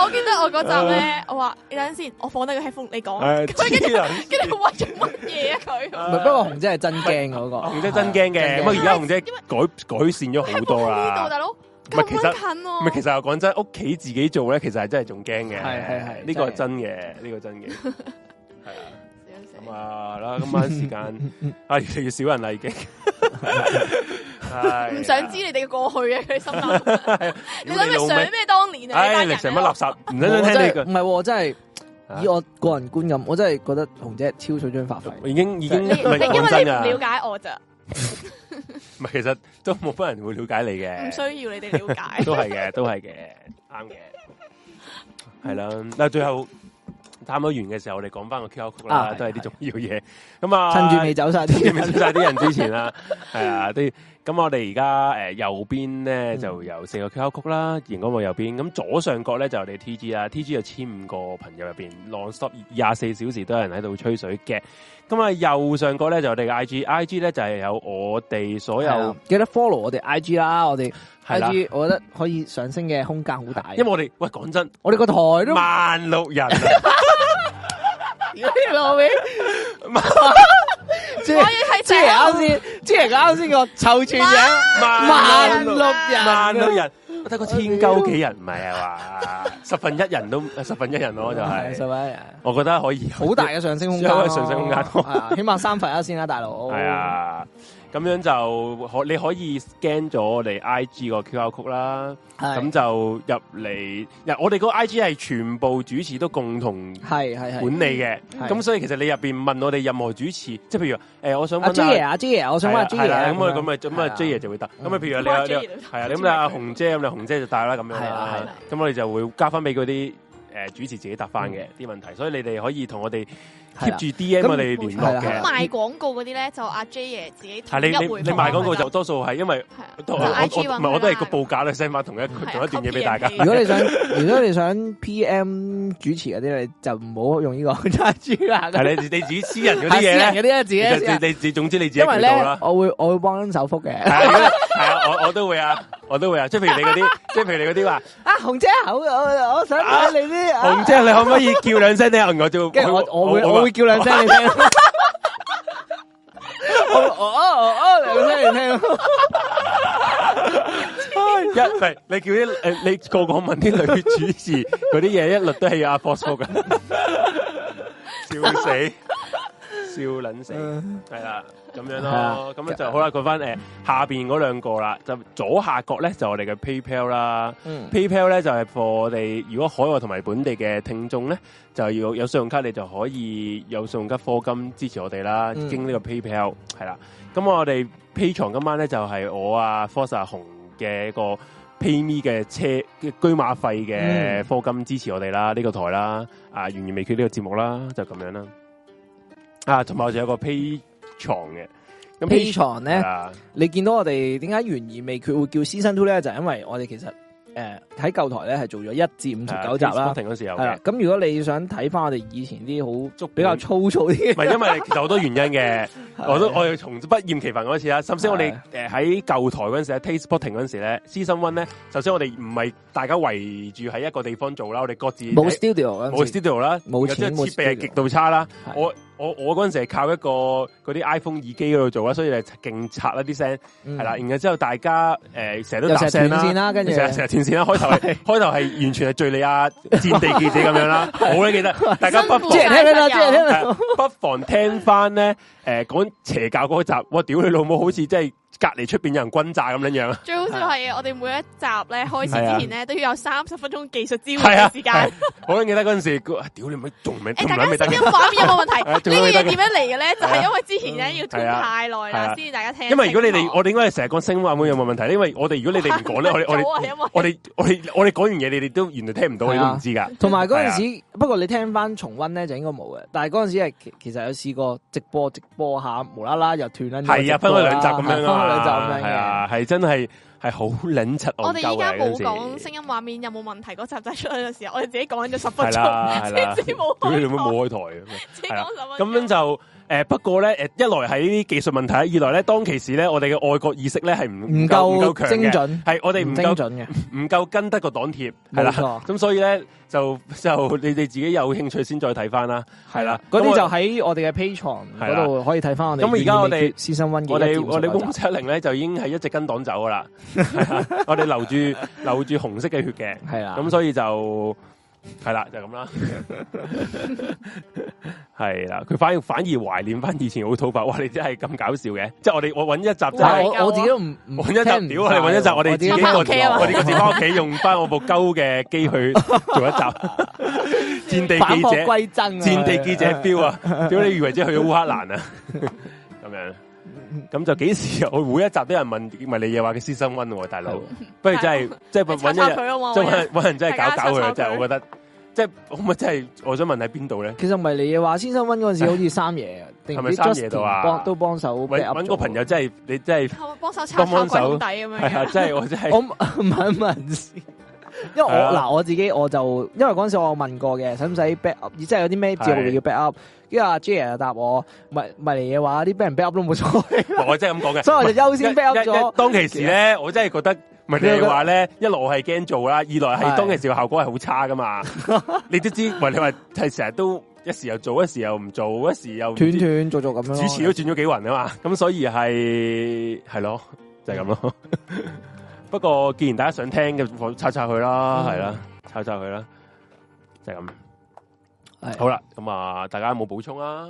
我記得我嗰集咧，我話你等陣先，我放低個 headphone，你講，
誒黐人。
跟住為咗乜嘢啊佢？
唔係，不過紅姐係真驚嗰個。
紅姐真驚嘅，
真
不過而家紅姐改改善咗 好多
呢度
啦。
大佬
唔係其
咁
實
近
唔係，
喎，
其實我講真，屋企自己做咧，其實係真係仲驚嘅。
係係係
呢個係真
真
嘅，呢個真嘅。係啊，咁啊，係啦，今晚時間啊，越嚟越少人啦，已經。
唔
唔
想知你哋嘅過去啊！佢心 諗，你諗
老
咩
味
想？咩當年啊？呢
唉，
班
你
人
成乜垃圾？唔
我
想想聽你
真係
嘅
唔係喎，真係
啊
以我個人觀感，我真係覺得紅姐超水準發揮。
已經已經
你
唔
你
係
因
講
為
真
你唔
啊，
了解我咋，
唔係其實都冇乜人會了解你嘅。
唔需要你哋了解。
都系嘅，都系嘅，啱嘅，系啦。嗱，最後探咗完嘅時候，我哋講翻個 Q R 曲啦，
啊
都係啲重要嘢。咁啊，
趁住未走晒啲
趁住未出晒啲人之前啦，係啊，啲咁我哋而家诶右邊咧
嗯
就有四個 Q R 曲啦，熒光幕右邊。咁左上角咧就有我哋 T G 啦，T G 有千五個朋友入边 non stop 廿四小時都有人喺度吹水嘅。咁啊，右上角咧就有我哋嘅 I G，I G 咧就係有我哋所
係
有
啊記得 follow 我哋 I G 啦，我哋
係
I
啦，
G 我覺得可以上升嘅空間好大。啊
因為我哋喂講真。
我哋個台都
萬六人啊，
老味，即
我
係
要睇
即係啱先，即係啱先個臭串樣，
萬
萬
六
六
萬六
人，啊
人，我得個千鳩幾人，唔係啊 嘛，十分一人都十分一人咯，就
十
係，
位啊人，
我覺得可以
好大，嘅上升空間
有
咯，
嘅上升空間
係 啊起碼三分一先啦，大佬。
係，啊，咁樣就可你可以 scan 咗我哋 I G 個 Q R code 啦，咁
係
就入嚟，嗱我哋個 I G 係全部主持都共同
係係係。
管理嘅，
係
咁所以其實你入邊問我哋任何主持，即係譬如誒，我想
阿
問
J 啊
下
爺，阿 J 爺，我想問阿 J
係
爺
啦
啊嗯
咁啊咁啊
樣
咁啊 J
係
爺就會得。咁啊，譬
咁
如
啊
話你
J
有
爺
你
就
係啊，你咁你阿紅姐咁，你紅姐就帶啦咁樣
係啦係
啦
啦。
咁我哋就會加翻俾嗰啲誒主持自己答翻嘅啲問題，所以你哋可以同我哋 keep 住 D
嗯
M
咁啊
我哋聯
係
絡
啦係
嘅
啦。
賣廣告嗰啲咧，就阿 J 爺自己統
係你
一
你
回覆
你賣廣告
係
就多數係因為
啊
我我
就 IG
我我唔
搵
係
佢
我都係
啦
個報價咧 send 翻同一
係啊
同一段嘢俾大家
copy。
如果你想， 如果你想 P M 主持嗰啲，你就唔好用 呢個揸住啦。
係你你自己私人嗰
嗰
啲嘢咧，
嗰啲咧自己
你
私
就
人，
你你自總之你自己
因為
渠道
咧
啦，。
我會我會幫手覆嘅。
係啊如果係啊，我我都會啊，我都會啊，即係譬如你嗰啲，即係譬如你嗰啲話。
啊，紅姐，好，我我想睇你啲啊
紅哦姐，你可唔可以叫兩聲聽？我就
跟住我我
啊
會我會叫兩聲你 聽。我哦哦哦兩聲你聽，
哎一係你叫啲誒，你個個問啲女主持嗰啲嘢，一律都係阿 Fox 嘅，笑死，笑撚死，
嗯
係啦，咁樣
係啊
咯，咁樣就好啦。講翻誒下邊嗰兩個啦，就左下角咧就我哋嘅 PayPal 啦。
嗯，
PayPal 咧就係 for 我哋如果海外同埋本地嘅聽眾咧，就要有信用卡，你就可以有信用卡課金支持我哋啦，
嗯
經呢個 PayPal 係啦。咁我哋 Pay 床今晚咧就係我啊 Force 阿紅嘅一個 PayMe 嘅車嘅居馬費嘅
嗯
課金支持我哋啦，呢、個台啦，啊懸而未決呢個節目啦，就咁樣啦。啊，同埋我仲有個 Pay 床嘅，咁
P
Pay
床
係
咧，
啊
你見到我哋點解懸而未決會叫 Season Two 咧，就係因為我哋其實誒喺舊台咧係做咗一至五十九集啦，
停嗰時候
係
嘅
啦。。咁如果你想睇翻我哋以前啲
足
好比較
本
粗糙啲
唔，係，因為其實好多原因嘅， 我都我要從不厭其煩嗰次啦。啊首先我哋誒喺舊台嗰陣時咧，Taste Spotting 嗰陣時咧，Season One 咧，首先我哋唔係大家圍住喺一個地方做啦，我哋各自
冇
喺
studio 啊嗰陣
冇
時
studio 啦，
冇
然後之後
錢冇
設備係
studio
極度差啦。
係
我我我嗰陣時係靠一個嗰啲 iPhone 耳機嗰度做啊，所以係勁拆一啲聲係
係
啦。，然後之後大家誒成日都
嗯又
搭
成
聲
日斷
啦
線。啦，跟住
成 日成日斷線啦，開頭係開頭係完全係敍利亞戰地記者咁樣啦，好鬼記得，大家不
辛苦
妨
即係聽啦，即係聽
係
啦，
不妨聽翻咧誒講邪教嗰集，我屌你老母，好似真係隔離出邊有人轟炸咁樣樣。
最好笑係我哋每一集 咧開始之前咧都要有三十分鐘技術支援
係啊
嘅 時間。
我都記得嗰陣時，個屌你咪仲未
誒，
仲
大
諗
家
未
知
得
唔，知畫面有冇 問題？
係
呢
哎仲有
個
未
嘢
得
點樣嚟嘅咧？就
係啊
係因為之前咧要
係
推
啊
太耐
係啊
啦，先至大家聽。
因為如果你哋我
哋
哋應該係成日講聲話會有冇問題，因為我哋如果你哋唔講咧，我哋我哋
我哋
我哋我哋我哋講完嘢，你哋都原來聽唔到，你都
係啊
唔知噶。
同埋嗰陣時，不過你聽翻重温咧就應該冇嘅，但係嗰陣時係其其實有試過直播直播下，無啦啦又斷啦，
係啊，分開兩集咁樣
分開
啊，
兩集咁樣
係
嘅。
啊，係真係係好撚柒
啊我
戇 鳩
哋依家
嘅
冇
嗰
講
陣時
聲。音畫面有冇問題嗰集仔出嚟嘅時候，我哋自己講咗十分
係
鐘，
啦，係啦，
先至冇
屌你老母
開
冇開台啊嘅
自己講十
咁
分鐘
樣。就誒，不過咧誒，一來係呢啲技術問題，二來咧當其時咧，我哋嘅愛國意識咧係唔
唔
夠唔
夠
夠強
精
嘅，
準，
係我哋
唔
唔
精
夠
準嘅，
唔夠跟得個黨貼，係
冇
啦。
錯，
咁所以咧就 就你哋自己有興趣先再睇翻啦。係啦
嗰
咁
啲
我
就喺我哋嘅 p a t r o n
係啦
嗰度可以睇翻我哋。
咁而家我哋
s e a
我哋我哋公七零咧就已經係一直跟黨 走噶啦，係啊我哋留住 留住紅色嘅血嘅，
係啦，
咁所以就係啦，就 咁啦，係啦，佢反反而懷念翻以前好土法，哇！你真係咁搞笑嘅，即係我哋我揾一集真
但
係
係
係
我我自己都唔唔
揾一集，屌我哋揾一集，我哋自己
翻
個
屋企啊嘛
我哋嗰時翻屋企用翻我部鳩嘅機去做一集戰 地
反
記
璞
者。
歸真啊，
戰地記者 feel 啊！屌你以為即係去咗烏克蘭啊？ 咁樣咁就幾時啊？我每一集都有人問迷你嘢話嘅私生温喎，大佬，不如真係即係
你插
揾
插
一日，
佢啊嘛
即
我
係
哋！
揾人真係搞搞佢啊，
大家插插佢
真係我覺得，即係可唔可以真係我想問喺邊度咧？
其實唔係你嘅話，先生温嗰陣時好似三爺定唔
係咪
知
三
Justin
爺度啊
幫都幫手啊
揾
back up
揾
咗
個朋友，真係你真係
幫手抄抄
幫
鬼
手
底咁樣
係啊！
樣。
真係我真係
我問一問先，因為我
係啊
嗱我自己我就因為嗰陣時我問過嘅，使唔使 back up，即係有啲咩照
係
料要 back up，跟住阿 J 爺就答我，迷迷你嘅話啲俾人 back up 都冇所謂，
我真係咁講嘅。
所以我就優先 back up
一一一
咗。
當其時咧， 我真係覺得。唔係你話咧，一來我係驚做啦，二來
係啊
係當其時個效果係好差噶 嘛。你都知，唔係你話係成日都一時又做，一時又唔做，一時又唔知
斷斷續續咁樣咯，
主持都轉咗幾雲啊嘛，咁所以係係咯，就係咁咯。 不過既然大家想聽嘅，我抄抄佢啦，
嗯
係啦，抄抄佢啦，就係咁。
係
好啦，咁啊，大家有冇補充啊？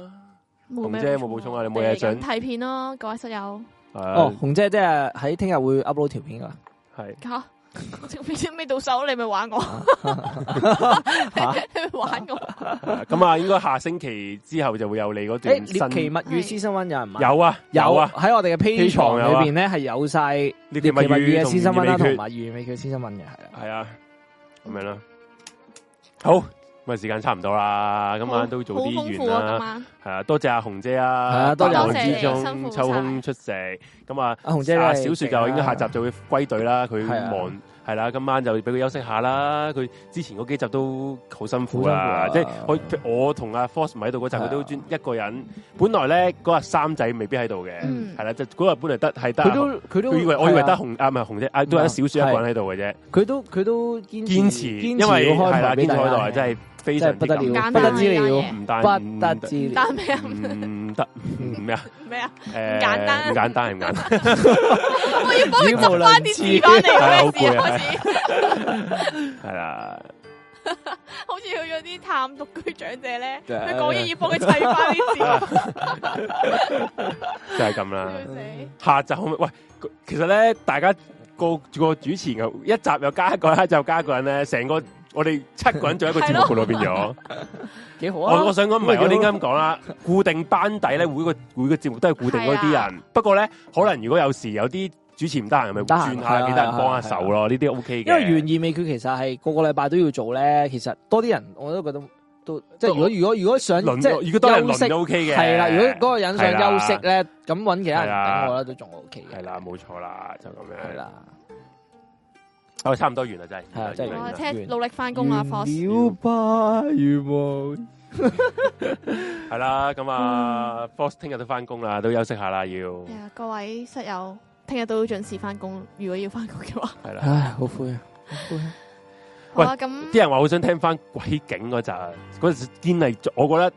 冇
紅
咩
姐有冇補充啊你冇嘢
我哋嚟緊
想
睇片咯，各位室友
哦
哦，，
紅姐即係喺聽日會 upload 條片噶，
係
吓。片未到手，你咪玩 我，你咪玩我。
係咁啊，應該下星期之後就會有你嗰
誒
段
獵奇
新
物語 season one 有人買，
有啊
有
啊，
喺我哋嘅 P 床
床有
裏
啊
邊咧係有晒獵
獵
奇
奇
物
物
語嘅
語
先生温啦，
同
同
完美
埋魚尾佢先生温嘅係啦。
係啊，咁樣啦。好，咁啊時間差唔多啦，今晚啊都早
好
啲
豐富
完啦
啊，。今晚
系啊，多謝阿紅姐
係
啊，
啊多謝
百忙
紅姐
之
辛苦
中
晒
抽空出席，咁啊，
阿紅姐
阿
咧，
小雪就應該下集就會歸隊啦，佢
係啊
忙係啦，今晚就俾佢休息下啦。佢之前嗰幾集都好辛苦啦，
好
即
辛
係
苦啊
我我同阿 Force 唔喺度嗰集，
係啊
佢都專一個人。本來咧嗰日三仔未必喺度嘅，
嗯
係啦，就嗰日本來得係得
佢
阿
都
紅。
佢都
啊佢以為我以為
係
得
啊
紅啊，唔係紅姐啊，都係得小雪一個人喺度嘅啫。
佢都佢都堅
堅持，因
嗯堅
為
要
係
開
啦，
台
堅
俾大
持
家聽真係
開台真係非常之
不得
感
了，
簡單
不得之
呢
了，
單
唔單
不得之
嘢，
了。
但咩啊
唔得唔 咩啊？
咩啊？
誒
簡單
唔簡單，唔簡單，
我要幫佢
語無
執翻啲字
倫
翻
係啊好
嚟，咩事
攰啊
啊？開始
係啦，
好似去咗啲探獨居長者咧，
真係
佢講嘢要幫佢砌翻啲字，
啊就係咁啦。
笑死！
下集可唔可以喂，其實咧，大家個個主持人一集又加一個，一集又加一個人咧，成個我哋七個人做一個節目
係
噶咯，變咗。
幾好啊！
我我想講唔係，
咁咪
我應
幾
該
好
咁講啦。固定班底咧，每個每個節目都係固定嗰啲
係
人。不過咧，可能如果有時有啲主持唔得閒，咪
啊唔得閒
轉
係啊啊
下其他人幫下手咯。呢啲 O K 嘅。
因為懸意未決其實係個個禮拜都要做咧，其實多啲人我都覺得都即係如果如果如果想
輪
即係
如果多人
休息
輪都 O K 嘅。
係啦，如果嗰個人
係啦
想休息咧，咁揾其他
係
人
啦
等我覺得都仲 OK 嘅。
係啦，冇錯啦，就咁樣。
係啦，
我差唔多完啦，真係。
係啊真係
完
我
啦
哦聽努力翻
啊
工啦，Force。啊
了吧，如無
係啦，咁啊，Force 聽日都翻工啦，都休息下啦，要
嗯係啊各位室友，聽日都要準時翻工，如果要翻工嘅話。
係啦。
唉，好灰啊！好灰啊
好
喂
啊，咁
啊啲人話好想聽翻鬼景嗰集，嗰陣時堅毅，我覺得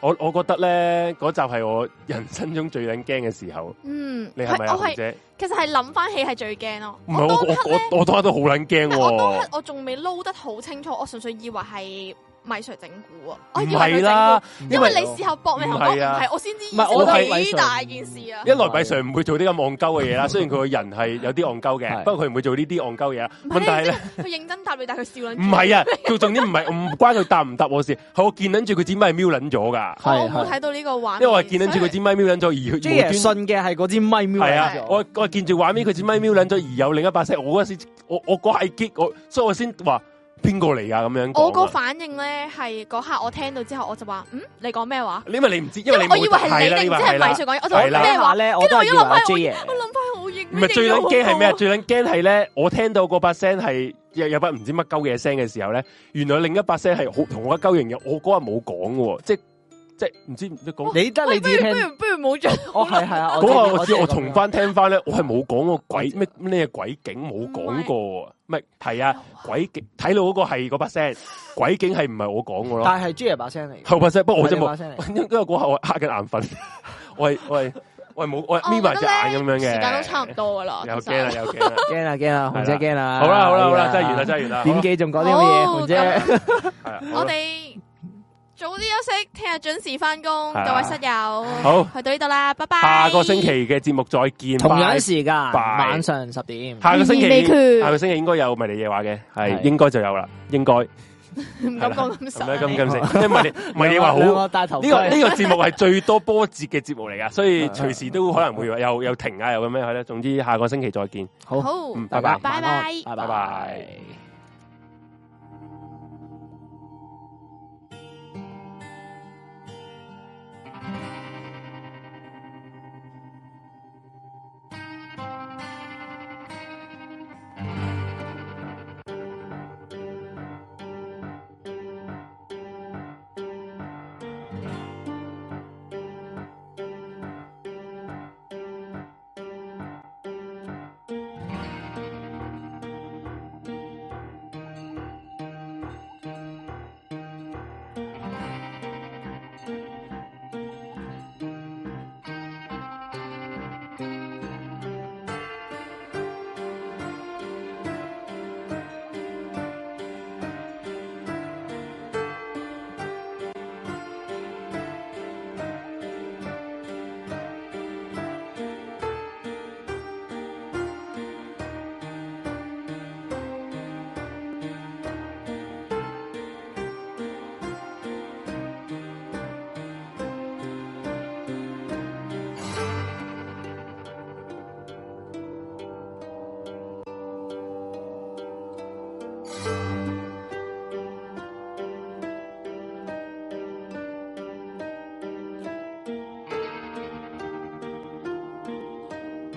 我我觉得咧嗰集係我人生中最撚驚嘅時候。
嗯，
你係咪啊，
我
紅
係
姐？
其實係諗翻起係最驚咯。
唔係我
當刻
我我我當刻都好撚驚
但我當
喎
刻。我仲未撈得好清楚，我純粹以為係米 Sir 整蠱啊，我
唔
以為佢
係
整蠱
啦，，
因為你事後搏命同我講
唔
唔
係啊
係，我先知
唔係我
都係
米
幾
Sir
大件事啊
一。來米 Sir 唔會做啲咁戇鳩嘅 嘢啦，雖然佢個人係有啲戇鳩嘅，
係
不過佢唔會做呢啲戇鳩嘢啦。
唔
問題係
係
咧，
你佢認真答你，但係佢笑撚住。
唔係啊，佢重點唔係唔關佢答唔答我事，係我見撚住佢支咪瞄撚咗 㗎，
我
係
冇睇
係，
到呢個畫面，
因為我係見撚住佢
所以
支咪瞄撚咗而
即係
無端。
信嘅係嗰支咪瞄
係
嚟
啊
咗，
我我見住畫面佢支咪瞄撚咗，而有另一把聲，我嗰時我我嗰係激我，所以我先話邊個嚟㗎咁樣講啊。
我個反應咧係嗰刻我聽到之後，我就話：嗯，你講咩話？
因為你唔知，因
因
為
為
你
我
冇
以為係
啦
你定唔知係
因為啦
米 Sir 講嘢，我就話
係啦
咩話
下？咧，我都係以為阿 J 爺，
我諗翻好認
唔係最撚
撚
驚係咩？啊最撚驚係咧，我聽到嗰把聲係有有把唔知乜鳩嘅聲嘅時候咧，原來另一把聲係好同我一鳩型嘅，我嗰日冇講嘅喎，即即唔知你講
你得你自己
不
聽。
如不如冇做。
哦，係係啊，知
嗰個我知，我
知
重翻聽翻咧，我係冇講過鬼咩咩鬼景冇講過喎，唔係係啊鬼景睇到嗰個係嗰把聲，鬼景係唔係我講嘅咯？
但係 J 爺把聲嚟嘅，
後把聲，不過 我真
係你把
冇，
聲嚟嘅
因因為嗰下我黑緊眼瞓， 我係我係我係冇我係
哦
眯埋隻眼咁樣嘅，
時間都差唔多噶啦，
又
其
驚
實
啦又驚啦。
驚啦驚啦，啊紅姐哎驚啦。
好啦好啊啦好啦，真係完啦真係完啦，
點幾仲講啲乜嘢？紅姐。
好啦係啊好
我
啦
哋早啲休息，聽日準時翻工，
係啊
各位室友，
好，
去到呢度啦，拜拜。
下個星期嘅節目再見，
同
拜
樣時間
拜
晚上十點，
下個星
懸而未
期
決
下個星期應該有迷你嘢話嘅，係
係
應該就有啦，應該唔
唔敢講咁
咁
實，啊
咁成，因為迷你迷你話好
兩
呢
個大頭盔
個呢個節目係最多波折嘅節目嚟噶，所以
係
隨時都可能會有有停啊，有咁樣係咧。總之下個星期再見，
好
好，
嗯，拜
大
拜
拜
家。
拜
晚安拜
拜拜
拜。
Hãy subscribe cho kênh Ghiền Mì Gõ Để không bỏ lỡ